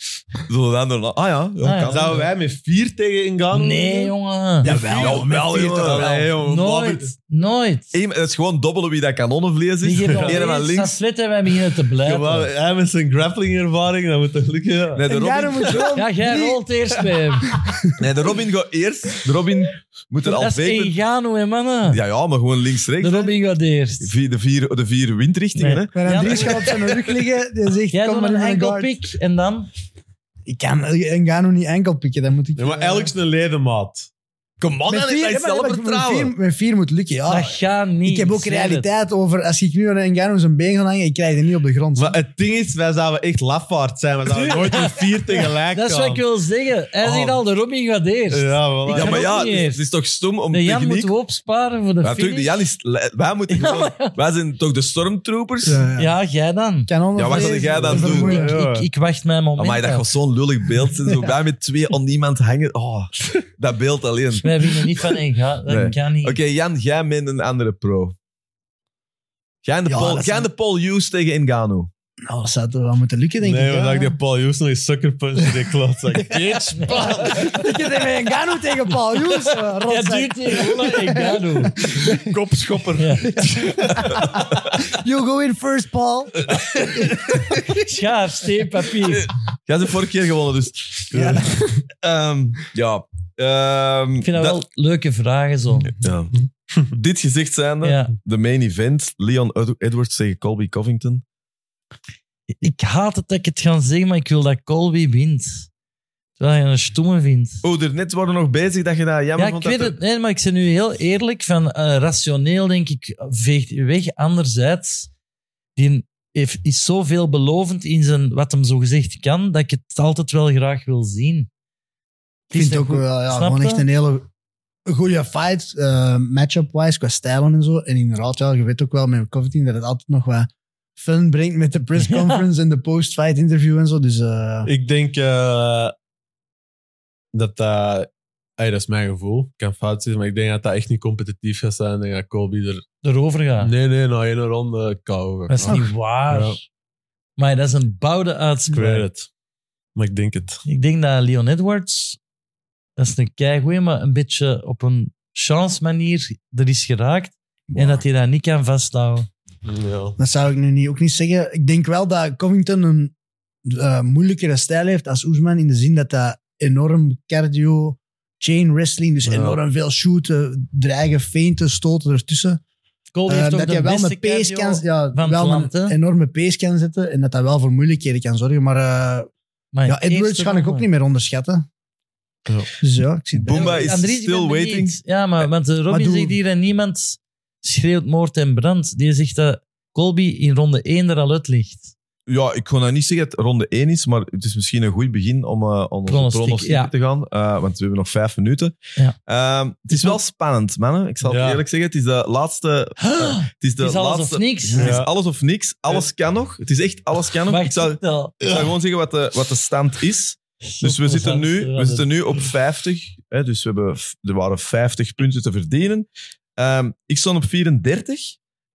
[SPEAKER 1] zo de ander, ah ja, ja,
[SPEAKER 2] Ah, ja.
[SPEAKER 1] kan.
[SPEAKER 3] Zouden wij met vier tegen Ngannou?
[SPEAKER 2] Nee, jongen.
[SPEAKER 4] Ja,
[SPEAKER 1] Ja, wel, wel, jongen.
[SPEAKER 3] Nee, jongen. Robert.
[SPEAKER 2] Nooit. Nooit.
[SPEAKER 1] Eén- Het is gewoon dobbelen wie dat kanonnenvlees
[SPEAKER 2] Die
[SPEAKER 1] is.
[SPEAKER 2] geeft
[SPEAKER 1] Eén
[SPEAKER 2] al
[SPEAKER 1] van links. eh,
[SPEAKER 2] links. en wij beginnen te
[SPEAKER 3] Jawel,
[SPEAKER 2] blijven.
[SPEAKER 3] hij met zijn grappling ervaring, dat moet toch lukken? Ja.
[SPEAKER 1] Nee, de
[SPEAKER 4] En jij
[SPEAKER 1] Robin,
[SPEAKER 4] dan moet wel
[SPEAKER 2] Ja, jij
[SPEAKER 4] niet-
[SPEAKER 2] rolt eerst bij hem.
[SPEAKER 1] nee, de Robin gaat eerst. De Robin moet er
[SPEAKER 2] Dat
[SPEAKER 1] al
[SPEAKER 2] is
[SPEAKER 1] veten.
[SPEAKER 2] Engano, hè, mannen.
[SPEAKER 1] Ja, ja, maar gewoon links-rechts.
[SPEAKER 2] De Robin gaat eerst.
[SPEAKER 1] Vier- De vier, de vier windrichtingen,
[SPEAKER 2] Nee.
[SPEAKER 1] hè?
[SPEAKER 4] Maar
[SPEAKER 2] Ja,
[SPEAKER 4] Andries
[SPEAKER 2] maar-
[SPEAKER 4] gaat op zijn rug liggen. Die zegt,
[SPEAKER 2] Jij
[SPEAKER 4] kom
[SPEAKER 2] doet
[SPEAKER 4] maar
[SPEAKER 2] een
[SPEAKER 4] in mijn
[SPEAKER 2] enkel
[SPEAKER 4] guard.
[SPEAKER 2] pick en dan...
[SPEAKER 4] Ik kan Engano niet enkel pikken, dan moet ik...
[SPEAKER 3] Ja, maar
[SPEAKER 4] eh,
[SPEAKER 3] elk is een ledenmaat.
[SPEAKER 1] Kom op,
[SPEAKER 4] met
[SPEAKER 1] dan
[SPEAKER 4] vier-
[SPEAKER 1] is
[SPEAKER 4] ja,
[SPEAKER 1] hij
[SPEAKER 4] maar- maar
[SPEAKER 1] zelf
[SPEAKER 4] met vier-
[SPEAKER 1] vertrouwen.
[SPEAKER 4] Met vier moet lukken, ja.
[SPEAKER 2] Dat gaat niet.
[SPEAKER 4] Ik heb ook
[SPEAKER 2] Zeg het.
[SPEAKER 4] realiteit over... Als ik nu aan Engano zijn been ga hangen, ik krijg die niet op de grond.
[SPEAKER 3] Maar het ding is, wij zouden echt lafaard zijn. We zouden nooit met vier tegelijk
[SPEAKER 2] Dat is wat ik wil zeggen. Hij
[SPEAKER 3] Oh.
[SPEAKER 2] zegt al, de Robin gaat eerst.
[SPEAKER 3] Ja,
[SPEAKER 1] Ah.
[SPEAKER 2] Ik
[SPEAKER 3] voilà.
[SPEAKER 1] Ja,
[SPEAKER 2] kan
[SPEAKER 1] maar
[SPEAKER 2] ook
[SPEAKER 1] ja,
[SPEAKER 2] Oh, niet
[SPEAKER 1] het is,
[SPEAKER 2] eerst.
[SPEAKER 1] het is toch stom om
[SPEAKER 2] De Jan
[SPEAKER 1] techniek...
[SPEAKER 2] moeten we opsparen voor de
[SPEAKER 1] Ja, natuurlijk,
[SPEAKER 2] finish.
[SPEAKER 1] de Jan is... le- Wij, moeten
[SPEAKER 2] Ja,
[SPEAKER 1] gewoon- wij zijn toch de stormtroopers?
[SPEAKER 4] Dus, eh,
[SPEAKER 1] Ja.
[SPEAKER 2] Ja, jij dan.
[SPEAKER 4] Kanon
[SPEAKER 1] Ja, wat zou jij dan doen?
[SPEAKER 2] Ik,
[SPEAKER 4] Ja,
[SPEAKER 2] ik, ik wacht mijn moment
[SPEAKER 1] Maar dat
[SPEAKER 2] af.
[SPEAKER 1] was zo'n lullig beeld. zijn. Zo bij met twee om niemand hangen. Oh, dat beeld alleen. Oké,
[SPEAKER 2] Wij vinden niet van Enga. Dat
[SPEAKER 1] Nee.
[SPEAKER 2] kan niet.
[SPEAKER 1] Jan, jij met een andere pro. Jij en de,
[SPEAKER 4] Ja,
[SPEAKER 1] Paul,
[SPEAKER 4] dat
[SPEAKER 1] jij en
[SPEAKER 4] zijn-
[SPEAKER 1] de Paul Hughes tegen Engano.
[SPEAKER 4] Nou, dat zou toch wel moeten lukken, denk
[SPEAKER 3] nee,
[SPEAKER 4] ik.
[SPEAKER 3] maar
[SPEAKER 4] ja.
[SPEAKER 3] dat ik die Paul Hughes nog eens sucker punch in de klootzak. Bitch,
[SPEAKER 4] Ik heb tegen Engano tegen Paul Hughes. eh,
[SPEAKER 2] Ja, duurt
[SPEAKER 4] rotzak.
[SPEAKER 2] hier Ola Engano.
[SPEAKER 3] kopschopper.
[SPEAKER 2] Ja.
[SPEAKER 4] You go in first, Paul.
[SPEAKER 2] Schaar, steen, papier.
[SPEAKER 1] Jij hebt de vorige keer gewonnen, dus...
[SPEAKER 4] Ja.
[SPEAKER 1] Ehm, ja. Ehm,
[SPEAKER 2] Ik vind dat,
[SPEAKER 1] dat-
[SPEAKER 2] wel leuke vragen zo.
[SPEAKER 1] ja. Dit gezegd zijnde,
[SPEAKER 2] Ja.
[SPEAKER 1] de main event, Leon Ed- Edwards tegen Colby Covington.
[SPEAKER 2] Ik haat het dat ik het ga zeggen, maar ik wil dat Colby wint. Terwijl je een stomme vindt.
[SPEAKER 1] Oh, er net waren we nog bezig dat je dat jammer
[SPEAKER 2] Ja,
[SPEAKER 1] vond.
[SPEAKER 2] ik weet
[SPEAKER 1] dat
[SPEAKER 2] het. Nee, maar ik ben nu heel eerlijk. Van, eh, rationeel denk ik, veegt u weg. Anderzijds, die heeft, is zo veelbelovend in zijn, wat hem zo gezegd kan, dat ik het altijd wel graag wil zien.
[SPEAKER 4] Ik vind het ook wel, ja,
[SPEAKER 2] Snap
[SPEAKER 4] gewoon
[SPEAKER 2] je?
[SPEAKER 4] echt een hele goede fight, eh, matchup-wise, qua stijlen en zo. En inderdaad, ja, je weet ook wel met Covington dat het altijd nog wat fun brengt met de press conference en de post-fight interview en zo. Dus eh,
[SPEAKER 3] Ik denk eh, dat dat... Hey, dat is mijn gevoel. Ik kan fout zijn, maar ik denk dat dat echt niet competitief gaat zijn. Ik denk dat Colby er...
[SPEAKER 2] Erover gaan.
[SPEAKER 3] Nee, nee, na één ronde kou.
[SPEAKER 2] Dat is niet waar.
[SPEAKER 3] Ja.
[SPEAKER 2] Maar dat is een boude
[SPEAKER 3] Ik weet
[SPEAKER 2] uitspraak.
[SPEAKER 3] het. Maar ik denk het.
[SPEAKER 2] Ik denk dat Leon Edwards, dat is een keigoeie, maar een beetje op een chance manier er is geraakt. En dat hij dat niet kan vasthouden.
[SPEAKER 3] Ja.
[SPEAKER 4] dat zou ik nu niet, ook niet zeggen. Ik denk wel dat Covington een eh, moeilijkere stijl heeft als Oesman in de zin dat dat enorm cardio, chain wrestling, dus
[SPEAKER 3] Ja.
[SPEAKER 4] enorm veel shooten, dreigen, feinten, stoten ertussen.
[SPEAKER 2] Cole
[SPEAKER 4] Eh,
[SPEAKER 2] heeft ook
[SPEAKER 4] dat
[SPEAKER 2] de
[SPEAKER 4] hij wel
[SPEAKER 2] beste
[SPEAKER 4] met pace
[SPEAKER 2] cardio.
[SPEAKER 4] kan, ja,
[SPEAKER 2] van het
[SPEAKER 4] wel
[SPEAKER 2] land, hè?
[SPEAKER 4] een enorme pace kan zetten en dat dat wel voor moeilijkheden kan zorgen. Maar eh,
[SPEAKER 2] Maar
[SPEAKER 4] ja, Edwards
[SPEAKER 2] eerste
[SPEAKER 4] ga ik ook
[SPEAKER 2] ronde.
[SPEAKER 4] niet meer onderschatten.
[SPEAKER 3] Ja.
[SPEAKER 4] Dus ja, ik zie
[SPEAKER 1] Boemba is
[SPEAKER 2] Andries, ik
[SPEAKER 1] still
[SPEAKER 2] ben benieuwd.
[SPEAKER 1] waiting.
[SPEAKER 2] Ja, maar want eh, Robin
[SPEAKER 4] doe-
[SPEAKER 2] zegt hier en niemand schreeuwt moord en brand. Die zegt dat Colby in ronde 1 er al uit ligt.
[SPEAKER 1] Ja, ik kon nou niet zeggen dat het ronde 1 is, maar het is misschien een goed begin om, eh om onze
[SPEAKER 2] Pronostiek,
[SPEAKER 1] pronostiek
[SPEAKER 2] ja.
[SPEAKER 1] te gaan. eh, want we hebben nog vijf minuten.
[SPEAKER 2] Ja.
[SPEAKER 1] Ehm, het is wel spannend, mannen. Ik zal het
[SPEAKER 3] Ja.
[SPEAKER 1] eerlijk zeggen. Het is de laatste... eh, het is de
[SPEAKER 2] is alles
[SPEAKER 1] laatste,
[SPEAKER 2] of niks.
[SPEAKER 3] Ja.
[SPEAKER 1] Het is alles of niks. Alles kan nog. Het is echt alles kan nog.
[SPEAKER 2] Wacht,
[SPEAKER 1] ik zou,
[SPEAKER 2] vertel.
[SPEAKER 1] Ik zou gewoon zeggen wat de, wat de stand is. Dus we zitten nu, we zitten nu op 50. Hè, dus we hebben, f- er waren 50 punten te verdienen. Ehm, ik stond op 34.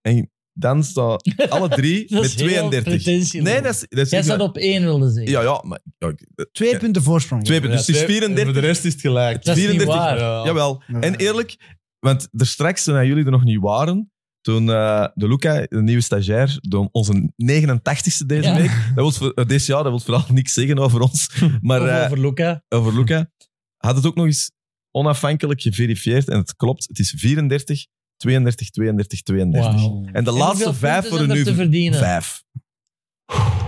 [SPEAKER 1] En dan staan alle drie
[SPEAKER 2] Dat
[SPEAKER 1] met
[SPEAKER 2] is heel
[SPEAKER 1] 32.
[SPEAKER 2] pretentieloos.
[SPEAKER 1] Nee, dat is... Dat is
[SPEAKER 2] Jij
[SPEAKER 1] echt-
[SPEAKER 2] staat op 1 wilde zeggen.
[SPEAKER 1] Ja, ja, maar... Ja, ik- eh,
[SPEAKER 4] twee punten voorsprong.
[SPEAKER 1] twee punten.
[SPEAKER 3] Ja,
[SPEAKER 1] dus het is
[SPEAKER 3] twee- en
[SPEAKER 1] 34.
[SPEAKER 3] Voor de rest is het gelijk.
[SPEAKER 2] Dat is niet
[SPEAKER 1] 34.
[SPEAKER 2] waar.
[SPEAKER 1] Jawel.
[SPEAKER 4] Ja.
[SPEAKER 1] En eerlijk, want er straks, toen jullie er nog niet waren, toen eh, de Luca, de nieuwe stagiair, de, onze 89ste deze
[SPEAKER 2] Ja.
[SPEAKER 1] week, dat wil, voor- dit jaar, dat wil vooral niks zeggen over ons, maar
[SPEAKER 2] Of
[SPEAKER 1] eh,
[SPEAKER 2] over Luca.
[SPEAKER 1] over Luca, had het ook nog eens onafhankelijk geverifieerd en het klopt. Het is 34, 32, 32, 32.
[SPEAKER 2] Wauw.
[SPEAKER 1] En de
[SPEAKER 2] En
[SPEAKER 1] laatste
[SPEAKER 2] hoeveel
[SPEAKER 1] vijf
[SPEAKER 2] punten
[SPEAKER 1] voor de
[SPEAKER 2] zijn er
[SPEAKER 1] nu
[SPEAKER 2] te verdienen.
[SPEAKER 1] vijf.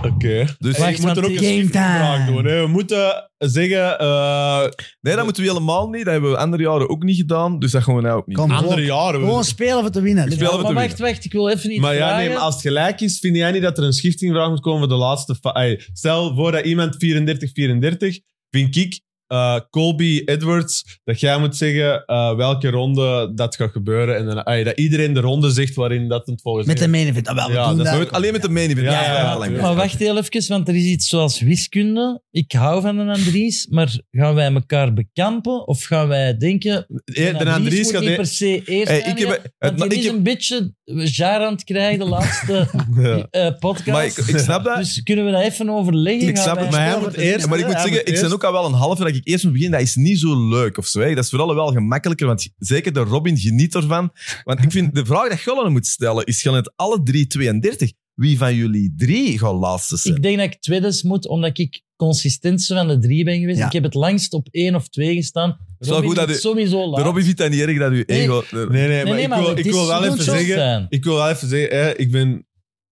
[SPEAKER 3] Oké. Dus
[SPEAKER 2] Wacht,
[SPEAKER 3] ik moet
[SPEAKER 2] want
[SPEAKER 3] er ook een
[SPEAKER 2] die-
[SPEAKER 4] Game
[SPEAKER 3] vraag
[SPEAKER 4] time.
[SPEAKER 3] doen. Hè. We moeten zeggen, eh,
[SPEAKER 1] Nee, dat moeten we helemaal niet. Dat hebben we andere jaren ook niet gedaan. Dus dat gaan we nou ook niet.
[SPEAKER 4] Kom,
[SPEAKER 3] andere
[SPEAKER 4] gewoon,
[SPEAKER 3] jaren.
[SPEAKER 4] gewoon spelen voor te winnen.
[SPEAKER 1] speel-
[SPEAKER 2] Ja,
[SPEAKER 1] we
[SPEAKER 2] maar
[SPEAKER 1] te
[SPEAKER 2] wacht, wacht, ik wil even niet
[SPEAKER 3] Maar ja, nee,
[SPEAKER 2] vragen.
[SPEAKER 3] maar als het gelijk is, vind jij niet dat er een schiftingvraag moet komen voor de laatste... fa- Ay, stel, voordat iemand 34-34, vind ik, eh, Colby Edwards, dat jij moet zeggen eh, welke ronde dat gaat gebeuren. En dan, ay, dat iedereen de ronde zegt waarin dat het volgens
[SPEAKER 4] Met de main event. Ah, wel, we
[SPEAKER 3] Ja,
[SPEAKER 4] doen
[SPEAKER 3] dat is
[SPEAKER 4] dat.
[SPEAKER 1] Nooit- alleen met de main event.
[SPEAKER 3] Ja,
[SPEAKER 1] Dat is
[SPEAKER 3] ja,
[SPEAKER 1] wel
[SPEAKER 3] ja,
[SPEAKER 1] belangrijk.
[SPEAKER 3] tuurlijk.
[SPEAKER 2] Maar wacht heel even, want er is iets zoals wiskunde. Ik hou van een Andries, maar gaan wij elkaar bekampen? Of gaan wij denken...
[SPEAKER 3] Eh,
[SPEAKER 2] een
[SPEAKER 3] de Andries
[SPEAKER 2] moet
[SPEAKER 3] gaat...
[SPEAKER 2] niet
[SPEAKER 3] nee-
[SPEAKER 2] per se eerst
[SPEAKER 1] Hey, ik
[SPEAKER 2] aangaan,
[SPEAKER 1] heb-
[SPEAKER 2] want
[SPEAKER 1] maar
[SPEAKER 2] die
[SPEAKER 1] ik
[SPEAKER 2] is
[SPEAKER 1] heb-
[SPEAKER 2] een beetje jaar aan het krijgen, de laatste
[SPEAKER 3] Ja.
[SPEAKER 2] eh, podcast.
[SPEAKER 1] Maar ik, ik snap dat.
[SPEAKER 2] dus kunnen we dat even overleggen?
[SPEAKER 1] Ik
[SPEAKER 2] Gaan
[SPEAKER 1] snap het,
[SPEAKER 2] wij-
[SPEAKER 3] Maar hij
[SPEAKER 4] spelen
[SPEAKER 3] moet
[SPEAKER 4] voor te
[SPEAKER 3] eerst...
[SPEAKER 1] Ja, maar ik moet
[SPEAKER 3] Hij
[SPEAKER 1] zeggen, ik
[SPEAKER 3] eerst-
[SPEAKER 1] ben ook al wel een halve dat ik eerst moet beginnen. Dat is niet zo leuk of zo. Hè. Dat is vooral wel gemakkelijker, want zeker de Robin geniet ervan. Want ik vind de vraag dat Gollen moet stellen is: gaan het alle drie 32? Wie van jullie drie gaat laatste zijn?
[SPEAKER 2] Ik denk dat ik tweede moet, omdat ik consistentste van de drie ben geweest.
[SPEAKER 4] Ja.
[SPEAKER 2] Ik heb het langst op één of twee gestaan.
[SPEAKER 1] is wel
[SPEAKER 2] Robin
[SPEAKER 1] goed dat
[SPEAKER 2] doet
[SPEAKER 1] u-
[SPEAKER 2] sowieso laat.
[SPEAKER 1] De Robin vindt dat niet erg dat uw
[SPEAKER 2] Nee.
[SPEAKER 1] ego.
[SPEAKER 3] Nee, nee,
[SPEAKER 2] nee,
[SPEAKER 3] maar,
[SPEAKER 2] nee, maar
[SPEAKER 3] ik, wil,
[SPEAKER 2] dit
[SPEAKER 3] ik wil wel
[SPEAKER 2] moet
[SPEAKER 3] even
[SPEAKER 2] zo
[SPEAKER 3] zeggen...
[SPEAKER 2] zijn.
[SPEAKER 3] Ik wil wel even zeggen, hè, ik ben,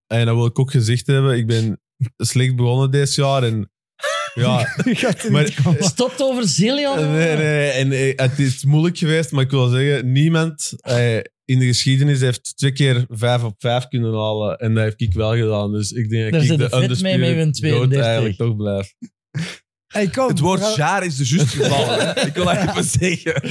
[SPEAKER 3] en dat wil ik ook gezegd hebben, ik ben slecht begonnen dit jaar. En, ja, maar,
[SPEAKER 2] Stopt over Zillion.
[SPEAKER 3] nee, nee, nee, en eh, het is moeilijk geweest, maar ik wil zeggen, niemand eh, in de geschiedenis heeft twee keer vijf op vijf kunnen halen. En dat heb ik wel gedaan. Dus ik denk
[SPEAKER 2] Daar
[SPEAKER 3] dat ik
[SPEAKER 2] zit
[SPEAKER 3] de
[SPEAKER 2] de vet mee
[SPEAKER 3] undisputed
[SPEAKER 2] met mijn
[SPEAKER 3] goat
[SPEAKER 2] 32.
[SPEAKER 3] eigenlijk toch blijf.
[SPEAKER 4] Hey, kom.
[SPEAKER 1] Het woord
[SPEAKER 4] we gaan-
[SPEAKER 1] jaar is er juist gevallen. hè. Ik wil dat even zeggen.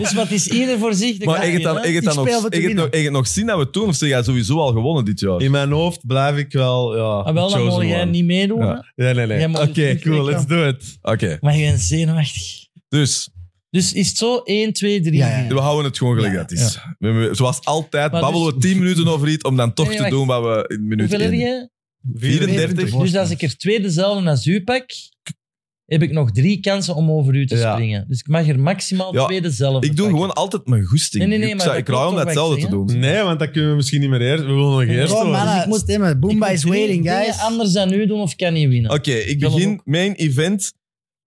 [SPEAKER 2] Dus wat is ieder voor zich? de
[SPEAKER 1] Maar ik het
[SPEAKER 2] koning,
[SPEAKER 1] dan,
[SPEAKER 2] hè?
[SPEAKER 1] ik het
[SPEAKER 4] Ik
[SPEAKER 1] dan nog,
[SPEAKER 4] speel voor te
[SPEAKER 1] ik het
[SPEAKER 4] winnen.
[SPEAKER 1] nog, ik het nog zien dat we het doen? Of zeg jij sowieso al gewonnen dit jaar?
[SPEAKER 3] In mijn hoofd blijf ik wel, ja,
[SPEAKER 2] Ah, wel, dan
[SPEAKER 3] chosen
[SPEAKER 2] mogen jij
[SPEAKER 3] one.
[SPEAKER 2] niet meedoen.
[SPEAKER 1] Ja.
[SPEAKER 2] hè?
[SPEAKER 3] Nee, nee, nee.
[SPEAKER 2] Jij mag
[SPEAKER 3] Oké,
[SPEAKER 2] het niet
[SPEAKER 3] cool,
[SPEAKER 2] zeggen.
[SPEAKER 3] let's do it.
[SPEAKER 1] Oké,
[SPEAKER 2] Maar je bent zenuwachtig.
[SPEAKER 1] dus
[SPEAKER 2] Dus is het zo 1, 2, 3,
[SPEAKER 4] Ja, ja.
[SPEAKER 1] we houden het gewoon gelijk
[SPEAKER 4] Ja,
[SPEAKER 1] dat het is. We hebben- Zoals altijd
[SPEAKER 2] Maar
[SPEAKER 1] babbelen we 10 minuten over iets om dan toch
[SPEAKER 2] Nee,
[SPEAKER 1] te
[SPEAKER 2] wacht.
[SPEAKER 1] doen wat we in minuut
[SPEAKER 2] Hoeveel heb
[SPEAKER 1] 1
[SPEAKER 2] je?
[SPEAKER 1] 34.
[SPEAKER 2] Dus als ik er twee dezelfde als u pak, heb ik nog drie kansen om over u te
[SPEAKER 3] Ja.
[SPEAKER 2] springen. Dus ik mag er maximaal
[SPEAKER 1] Ja,
[SPEAKER 2] twee dezelfde
[SPEAKER 1] Ik doe
[SPEAKER 2] pakken.
[SPEAKER 1] gewoon altijd mijn goesting.
[SPEAKER 2] Nee, nee, nee,
[SPEAKER 1] ik
[SPEAKER 2] maar
[SPEAKER 1] zou-
[SPEAKER 2] dat
[SPEAKER 1] ik raai om
[SPEAKER 2] klopt
[SPEAKER 1] dat
[SPEAKER 2] ook wat
[SPEAKER 1] hetzelfde
[SPEAKER 2] ik
[SPEAKER 1] te
[SPEAKER 2] zeg,
[SPEAKER 1] doen.
[SPEAKER 3] Nee, want dat kunnen we misschien niet meer eerst. We willen nog eerst
[SPEAKER 4] Kom,
[SPEAKER 3] worden.
[SPEAKER 4] mannen,
[SPEAKER 2] ik moet-
[SPEAKER 4] stemmen.
[SPEAKER 2] Ik
[SPEAKER 4] Boomba
[SPEAKER 2] moet
[SPEAKER 4] is
[SPEAKER 2] drie
[SPEAKER 4] waiting,
[SPEAKER 2] dingen
[SPEAKER 4] guys.
[SPEAKER 2] anders dan u doen of kan niet winnen.
[SPEAKER 1] Oké, ik
[SPEAKER 2] Kan hem
[SPEAKER 1] begin mijn event.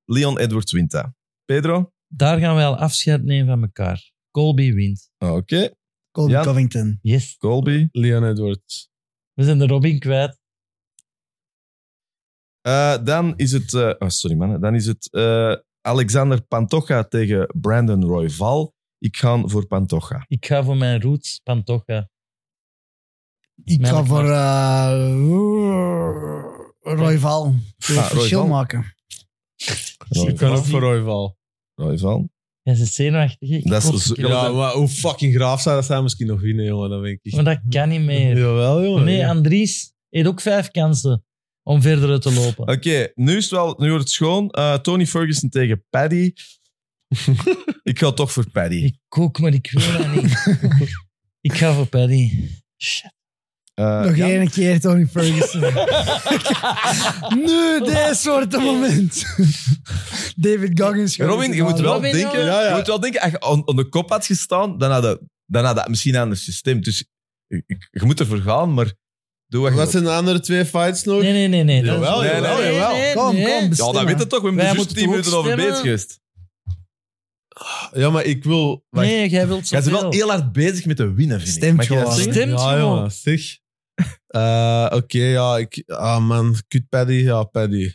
[SPEAKER 1] Leon Edwards wint dat. Pedro?
[SPEAKER 2] Daar gaan wij al afscheid nemen van elkaar. Colby wint.
[SPEAKER 1] Oké.
[SPEAKER 4] Colby
[SPEAKER 1] Ja.
[SPEAKER 4] Covington.
[SPEAKER 2] Yes.
[SPEAKER 1] Colby?
[SPEAKER 3] Leon Edwards.
[SPEAKER 2] We zijn de Robin kwijt.
[SPEAKER 1] Eh, dan is het... eh, oh, sorry, man. Dan is het eh, Alexander Pantoja tegen Brandon Royval. Ik ga voor Pantoja.
[SPEAKER 2] Ik ga voor mijn roots, Pantoja.
[SPEAKER 4] Ik ga
[SPEAKER 2] Melk
[SPEAKER 4] voor eh Royval. Ik wil
[SPEAKER 1] Ah,
[SPEAKER 4] het verschil
[SPEAKER 1] Royval.
[SPEAKER 4] maken.
[SPEAKER 3] Ik kan ook voor Royval.
[SPEAKER 1] Royval.
[SPEAKER 2] Jij bent zenuwachtig. Ik
[SPEAKER 1] Dat is
[SPEAKER 2] word
[SPEAKER 1] zo-
[SPEAKER 2] een keer-
[SPEAKER 1] Ja,
[SPEAKER 3] Ja, maar hoe fucking graaf zou dat zijn misschien nog winnen, jongen. Dat denk ik.
[SPEAKER 2] Maar dat kan niet meer.
[SPEAKER 3] Jawel, jongen.
[SPEAKER 2] Nee, Andries heeft ook vijf kansen om verder uit te lopen.
[SPEAKER 1] Oké, nu is het wel... Nu wordt het schoon. Eh, Tony Ferguson tegen Paddy. ik ga toch voor Paddy.
[SPEAKER 2] Ik kook, maar ik wil dat niet. ik ga voor Paddy. Shit.
[SPEAKER 1] Eh,
[SPEAKER 4] Nog
[SPEAKER 1] Jan?
[SPEAKER 4] één keer Tony Ferguson. nu, dit soort moment. David Goggins. gaat
[SPEAKER 1] Robin,
[SPEAKER 4] het
[SPEAKER 1] je moet
[SPEAKER 4] halen.
[SPEAKER 1] wel
[SPEAKER 2] Robin,
[SPEAKER 1] denken...
[SPEAKER 2] ja.
[SPEAKER 1] Je moet wel denken, als je on- onder kop had gestaan, dan had dat, dan had dat misschien anders gestemd. Dus ik- ik- je moet ervoor gaan, maar doe wat je
[SPEAKER 3] Wat
[SPEAKER 1] wilt.
[SPEAKER 3] zijn de andere twee fights nog?
[SPEAKER 2] Nee, nee, nee. nee. dat is-
[SPEAKER 3] Jawel,
[SPEAKER 2] nee,
[SPEAKER 1] jawel,
[SPEAKER 2] nee,
[SPEAKER 1] jawel.
[SPEAKER 2] nee,
[SPEAKER 4] Kom,
[SPEAKER 2] nee.
[SPEAKER 4] kom.
[SPEAKER 1] Ja, dat
[SPEAKER 4] stemmen.
[SPEAKER 1] weet het toch. We hebben
[SPEAKER 2] Wij
[SPEAKER 1] er juist
[SPEAKER 2] moeten
[SPEAKER 1] 10
[SPEAKER 2] toch
[SPEAKER 1] minuten
[SPEAKER 2] ook
[SPEAKER 1] over bezig
[SPEAKER 2] stemmen?
[SPEAKER 1] geweest.
[SPEAKER 3] Ja, maar ik wil... Wacht.
[SPEAKER 2] Nee, jij wilt
[SPEAKER 1] Jij
[SPEAKER 2] zo
[SPEAKER 1] bent wel heel hard bezig met de winnen, vind ik.
[SPEAKER 4] Stemt
[SPEAKER 1] Mag je dat
[SPEAKER 4] gewoon.
[SPEAKER 1] zeggen?
[SPEAKER 2] Stemt
[SPEAKER 3] ja,
[SPEAKER 2] gewoon.
[SPEAKER 3] jongen. Zeg. Eh, Oké, ja. Ik, ah, man. Kut Paddy. Ja, Paddy.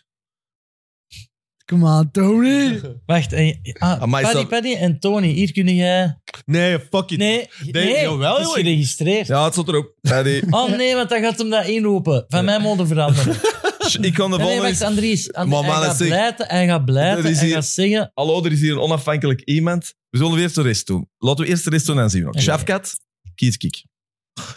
[SPEAKER 4] Come on, Tony.
[SPEAKER 2] Wacht, en, ah,
[SPEAKER 1] Amai, is
[SPEAKER 2] Paddy,
[SPEAKER 1] dat-
[SPEAKER 2] Paddy en Tony, hier kun jij...
[SPEAKER 3] Nee, fuck it.
[SPEAKER 2] Nee, nee,
[SPEAKER 3] jawel,
[SPEAKER 2] het is
[SPEAKER 3] joh.
[SPEAKER 2] geregistreerd.
[SPEAKER 1] Ja, het stond erop. Paddy.
[SPEAKER 2] Oh nee, want dan gaat hem dat inroepen. Van mij mogen veranderen.
[SPEAKER 1] Ik kan de
[SPEAKER 2] Nee, nee,
[SPEAKER 1] volgende...
[SPEAKER 2] wacht, Andries. And-
[SPEAKER 1] Maar man,
[SPEAKER 2] hij,
[SPEAKER 1] dat
[SPEAKER 2] gaat
[SPEAKER 1] zeg-
[SPEAKER 2] blijten, hij gaat blijten,
[SPEAKER 1] Dat is
[SPEAKER 2] hij
[SPEAKER 1] hier-
[SPEAKER 2] gaat zeggen...
[SPEAKER 1] Hallo, er is hier een onafhankelijk iemand. We zullen eerst de rest doen. Laten we eerst de rest doen en dan zien we nog.
[SPEAKER 2] Oké.
[SPEAKER 1] Shafkat, kies ik.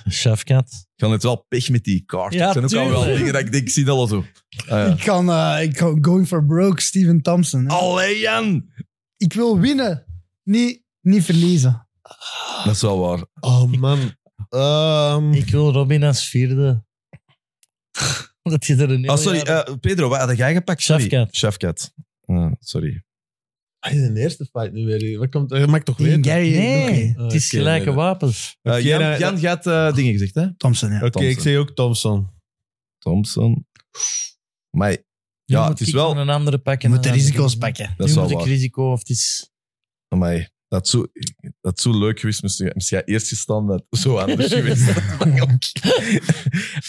[SPEAKER 1] Ik
[SPEAKER 2] Chefkat.
[SPEAKER 1] ga net wel pech met die kaart.
[SPEAKER 2] Ja,
[SPEAKER 1] Het zijn ook al wel
[SPEAKER 2] tuurlijk.
[SPEAKER 1] dingen dat ik denk, ik zie dat al zo. Ah, ja.
[SPEAKER 4] Ik kan, eh, ik kan going for broke, Steven Thompson. hè.
[SPEAKER 1] Allee, Jan!
[SPEAKER 4] Ik wil winnen, niet, niet verliezen.
[SPEAKER 1] Dat is wel waar. Ah,
[SPEAKER 3] Oh, man. Ehm,
[SPEAKER 2] Ik wil Robin als vierde. Omdat je er een heel
[SPEAKER 1] Oh, sorry,
[SPEAKER 2] jaar-
[SPEAKER 1] eh, Pedro, wat had jij gepakt? Sorry.
[SPEAKER 2] Shafkat.
[SPEAKER 1] Shafkat. Ah, sorry.
[SPEAKER 3] ah, de eerste fight nu weer. Wat komt, je maakt toch weer...
[SPEAKER 4] Tegen Gary.
[SPEAKER 2] Nee,
[SPEAKER 4] Oké.
[SPEAKER 2] het is
[SPEAKER 3] Oké,
[SPEAKER 2] gelijke
[SPEAKER 3] nee, nee.
[SPEAKER 2] wapens.
[SPEAKER 1] Eh,
[SPEAKER 3] Oké,
[SPEAKER 1] Jan,
[SPEAKER 3] dan-
[SPEAKER 1] Jan gaat eh, dingen gezegd, hè?
[SPEAKER 4] Thompson, ja.
[SPEAKER 3] Oké, ik
[SPEAKER 1] Thompson.
[SPEAKER 3] zeg ook Thompson.
[SPEAKER 1] Thompson. Maar Ja,
[SPEAKER 2] Nu
[SPEAKER 1] het
[SPEAKER 2] moet
[SPEAKER 1] is
[SPEAKER 2] ik
[SPEAKER 1] wel-
[SPEAKER 2] dan een andere pakken.
[SPEAKER 4] Je moet de
[SPEAKER 2] dan
[SPEAKER 4] risico's
[SPEAKER 2] Andries.
[SPEAKER 4] pakken.
[SPEAKER 1] dat
[SPEAKER 2] nu
[SPEAKER 1] is
[SPEAKER 2] moet
[SPEAKER 1] wel
[SPEAKER 2] ik
[SPEAKER 1] waar.
[SPEAKER 2] risico of het is...
[SPEAKER 1] Amai. Dat zo, dat zo leuk geweest, moest je- moest jij eerst gestaan dat zo anders geweest.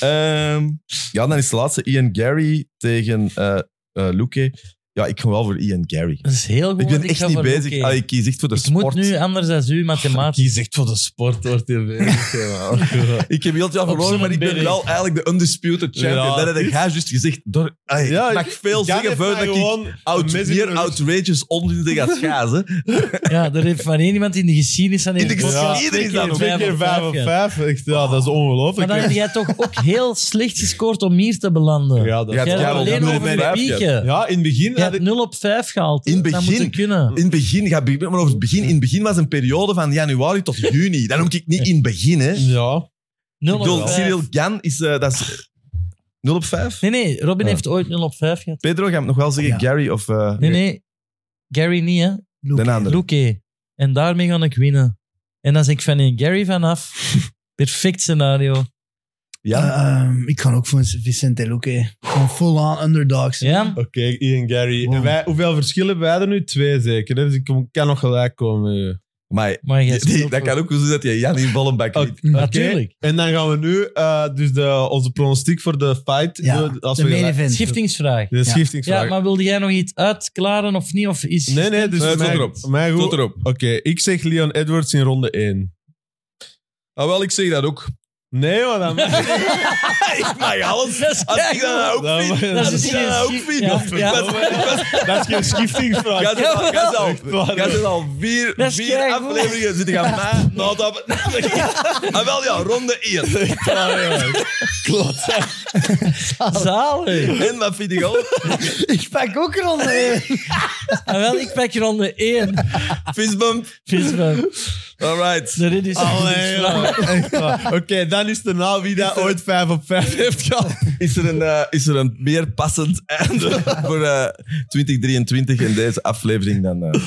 [SPEAKER 1] Ehm, ja, dan is de laatste Ian Gary tegen eh eh, Luque. Ja, ik ga wel voor Ian Gary.
[SPEAKER 2] Dat is heel goed.
[SPEAKER 1] Ik
[SPEAKER 2] want
[SPEAKER 1] ben echt
[SPEAKER 2] ga
[SPEAKER 1] niet
[SPEAKER 2] voor
[SPEAKER 1] bezig.
[SPEAKER 2] Luque.
[SPEAKER 1] Ah, ik kies echt voor de
[SPEAKER 2] ik
[SPEAKER 1] sport.
[SPEAKER 2] moet nu anders dan u mathematisch.
[SPEAKER 3] Kies echt voor de sport, wordt hier bezig. hè, man.
[SPEAKER 1] Ik heb heel veel verloren,
[SPEAKER 2] zijn
[SPEAKER 1] maar ik ben
[SPEAKER 2] berry.
[SPEAKER 1] wel eigenlijk de undisputed champion.
[SPEAKER 3] Ja.
[SPEAKER 1] Dat heb ik haar juist gezegd. Door, Ai,
[SPEAKER 3] Ja,
[SPEAKER 1] ik mag
[SPEAKER 3] ik-
[SPEAKER 1] veel
[SPEAKER 3] Jan
[SPEAKER 1] zeggen
[SPEAKER 3] heeft
[SPEAKER 1] voor
[SPEAKER 3] mij
[SPEAKER 1] dat ik
[SPEAKER 3] gewoon
[SPEAKER 1] out,
[SPEAKER 3] een mes in
[SPEAKER 1] meer
[SPEAKER 3] mijn rug.
[SPEAKER 1] outrageous onzin gaat schazen.
[SPEAKER 2] Ja, er heeft maar één iemand in de geschiedenis aan
[SPEAKER 1] In de
[SPEAKER 2] deze podcast
[SPEAKER 1] geschiedenis
[SPEAKER 2] twee
[SPEAKER 1] dan ook.
[SPEAKER 3] Twee keer vijf op
[SPEAKER 2] ja.
[SPEAKER 3] vijf. Echt, ja, dat is
[SPEAKER 2] Maar
[SPEAKER 3] ongelooflijk.
[SPEAKER 2] dan heb jij toch ook heel slecht gescoord om hier te belanden.
[SPEAKER 3] Ja, dat
[SPEAKER 1] Ja,
[SPEAKER 3] ja,
[SPEAKER 1] het
[SPEAKER 2] jij hebt
[SPEAKER 1] Karel,
[SPEAKER 2] alleen
[SPEAKER 1] nul op
[SPEAKER 2] over
[SPEAKER 1] vijf,
[SPEAKER 2] Mieke.
[SPEAKER 1] ja.
[SPEAKER 3] ja, in het begin
[SPEAKER 2] Je
[SPEAKER 3] had
[SPEAKER 2] hebt
[SPEAKER 3] ik...
[SPEAKER 2] 0 op 5 gehaald.
[SPEAKER 1] In
[SPEAKER 2] dat moet
[SPEAKER 1] begin-
[SPEAKER 2] je kunnen.
[SPEAKER 1] In het begin, ga ik maar over het begin. In het begin was een periode van januari tot juni. Dan noem ik niet in het begin, hè. Ik
[SPEAKER 3] Ja.
[SPEAKER 2] 0 op
[SPEAKER 1] bedoel,
[SPEAKER 2] 5.
[SPEAKER 1] Cyril Gan is, eh, dat is 0 op 5.
[SPEAKER 2] Nee, nee, Robin
[SPEAKER 1] Ja.
[SPEAKER 2] heeft ooit 0 op 5 gehad.
[SPEAKER 1] Pedro, ga ik nog wel zeggen Gary of... eh,
[SPEAKER 2] Nee, nee. Gary niet, hè.
[SPEAKER 1] De andere.
[SPEAKER 2] Luke. En daarmee ga ik winnen. En dan zeg ik van in Gary vanaf. Perfect scenario.
[SPEAKER 1] Ja,
[SPEAKER 2] Eh,
[SPEAKER 4] Ehm, ik kan ook voor Vicente Luque. Gewoon full-on underdogs.
[SPEAKER 2] Ja?
[SPEAKER 3] Oké, Ian Gary.
[SPEAKER 4] Wow.
[SPEAKER 3] En wij, hoeveel verschillen hebben wij er nu? Twee zeker. Hè? Dus ik kom- kan nog gelijk komen. eh.
[SPEAKER 1] maar
[SPEAKER 2] Maar jij
[SPEAKER 1] die- die- dat kan ook zo zijn dat je Jan in Ballenbak
[SPEAKER 3] Oké.
[SPEAKER 1] niet...
[SPEAKER 4] Mm.
[SPEAKER 2] Natuurlijk.
[SPEAKER 3] En dan gaan we nu eh, dus de, onze pronostiek voor de fight.
[SPEAKER 4] Ja,
[SPEAKER 3] de, als
[SPEAKER 4] de
[SPEAKER 3] we
[SPEAKER 4] main
[SPEAKER 3] gelijk-
[SPEAKER 4] event.
[SPEAKER 2] Schiftingsvraag.
[SPEAKER 3] de schiftingsvraag.
[SPEAKER 2] Ja, maar wilde jij nog iets uitklaren of niet? Of is
[SPEAKER 3] Nee, nee, dus
[SPEAKER 1] Nee, het
[SPEAKER 3] mij,
[SPEAKER 1] zat erop.
[SPEAKER 3] mij goed.
[SPEAKER 1] Tot
[SPEAKER 3] Oké,
[SPEAKER 1] erop.
[SPEAKER 3] ik zeg Leon Edwards in ronde 1.
[SPEAKER 1] Ah, wel, ik zeg dat ook.
[SPEAKER 3] Nee, maar dan...
[SPEAKER 1] ik mag alles.
[SPEAKER 2] Dat is
[SPEAKER 1] Als ik dat nou ook
[SPEAKER 3] Dat
[SPEAKER 1] vind,
[SPEAKER 3] is-
[SPEAKER 1] dat
[SPEAKER 2] dat
[SPEAKER 1] is
[SPEAKER 2] is geen
[SPEAKER 1] ook
[SPEAKER 2] schi-
[SPEAKER 1] vind.
[SPEAKER 2] ja,
[SPEAKER 1] Dat is-
[SPEAKER 2] ja.
[SPEAKER 1] dat is-
[SPEAKER 3] dat is geen schiftingsvraag.
[SPEAKER 1] Jij zit al- jij zit al-
[SPEAKER 3] waar.
[SPEAKER 1] jij zit al vier,
[SPEAKER 2] Dat is
[SPEAKER 1] vier
[SPEAKER 2] keigoed.
[SPEAKER 1] afleveringen zitten gaan mij nou dat. Ah, wel ja, ronde 1.
[SPEAKER 2] zalig.
[SPEAKER 1] En wat vind ik al?
[SPEAKER 4] Ik pak ook er onder.
[SPEAKER 2] Ah, wel, ik pak ronde 1.
[SPEAKER 1] Fistbump.
[SPEAKER 2] Visman.
[SPEAKER 1] Alright.
[SPEAKER 2] De rit is
[SPEAKER 3] Allee,
[SPEAKER 2] schiftingsvraag.
[SPEAKER 3] jongen, echt waar. Oké, dan is de naam wie dat ooit 5 op 5 heeft gehad.
[SPEAKER 1] Is er, een, eh, is er een meer passend einde voor eh, 2023 in deze aflevering dan eh,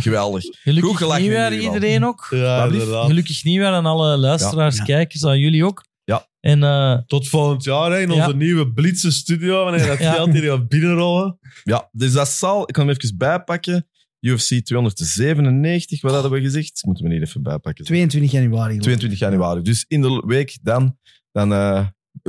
[SPEAKER 1] geweldig. Goed
[SPEAKER 2] Gelukkig
[SPEAKER 1] gelachen in
[SPEAKER 2] nieuwjaar
[SPEAKER 1] ieder geval.
[SPEAKER 2] iedereen ook.
[SPEAKER 3] Ja,
[SPEAKER 1] Alsjeblieft.
[SPEAKER 3] inderdaad.
[SPEAKER 2] Gelukkig nieuwjaar aan alle luisteraars,
[SPEAKER 4] Ja.
[SPEAKER 2] kijkers, aan jullie ook.
[SPEAKER 1] Ja.
[SPEAKER 2] En eh,
[SPEAKER 3] Tot volgend jaar hè, in onze
[SPEAKER 2] Ja.
[SPEAKER 3] nieuwe Blitse studio. Wanneer dat
[SPEAKER 2] Ja.
[SPEAKER 3] geld hier gaat binnenrollen.
[SPEAKER 1] Ja, dus dat zal... Ik kan hem even bijpakken. UFC 297, wat hadden we gezegd? Moeten we hier even bijpakken.
[SPEAKER 4] 22 januari.
[SPEAKER 1] 22 januari. Dus in de week dan... dan eh, eh,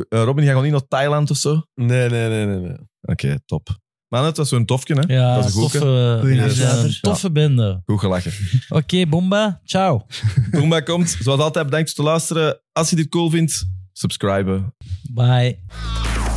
[SPEAKER 1] Robin, ga gewoon niet naar Thailand of zo? Oké,
[SPEAKER 3] Nee, nee, nee, nee. nee.
[SPEAKER 1] top. Maar het was zo'n tofje, hè?
[SPEAKER 2] ja,
[SPEAKER 1] dat is een goeie.
[SPEAKER 2] toffe,
[SPEAKER 4] Goeie
[SPEAKER 2] we zijn
[SPEAKER 4] afsluiter.
[SPEAKER 2] een toffe bende.
[SPEAKER 1] Goed gelachen.
[SPEAKER 2] Oké, Bomba, ciao.
[SPEAKER 1] Boomba komt. Zoals altijd, bedankt voor het luisteren. Als je dit cool vindt, subscriben.
[SPEAKER 2] Bye.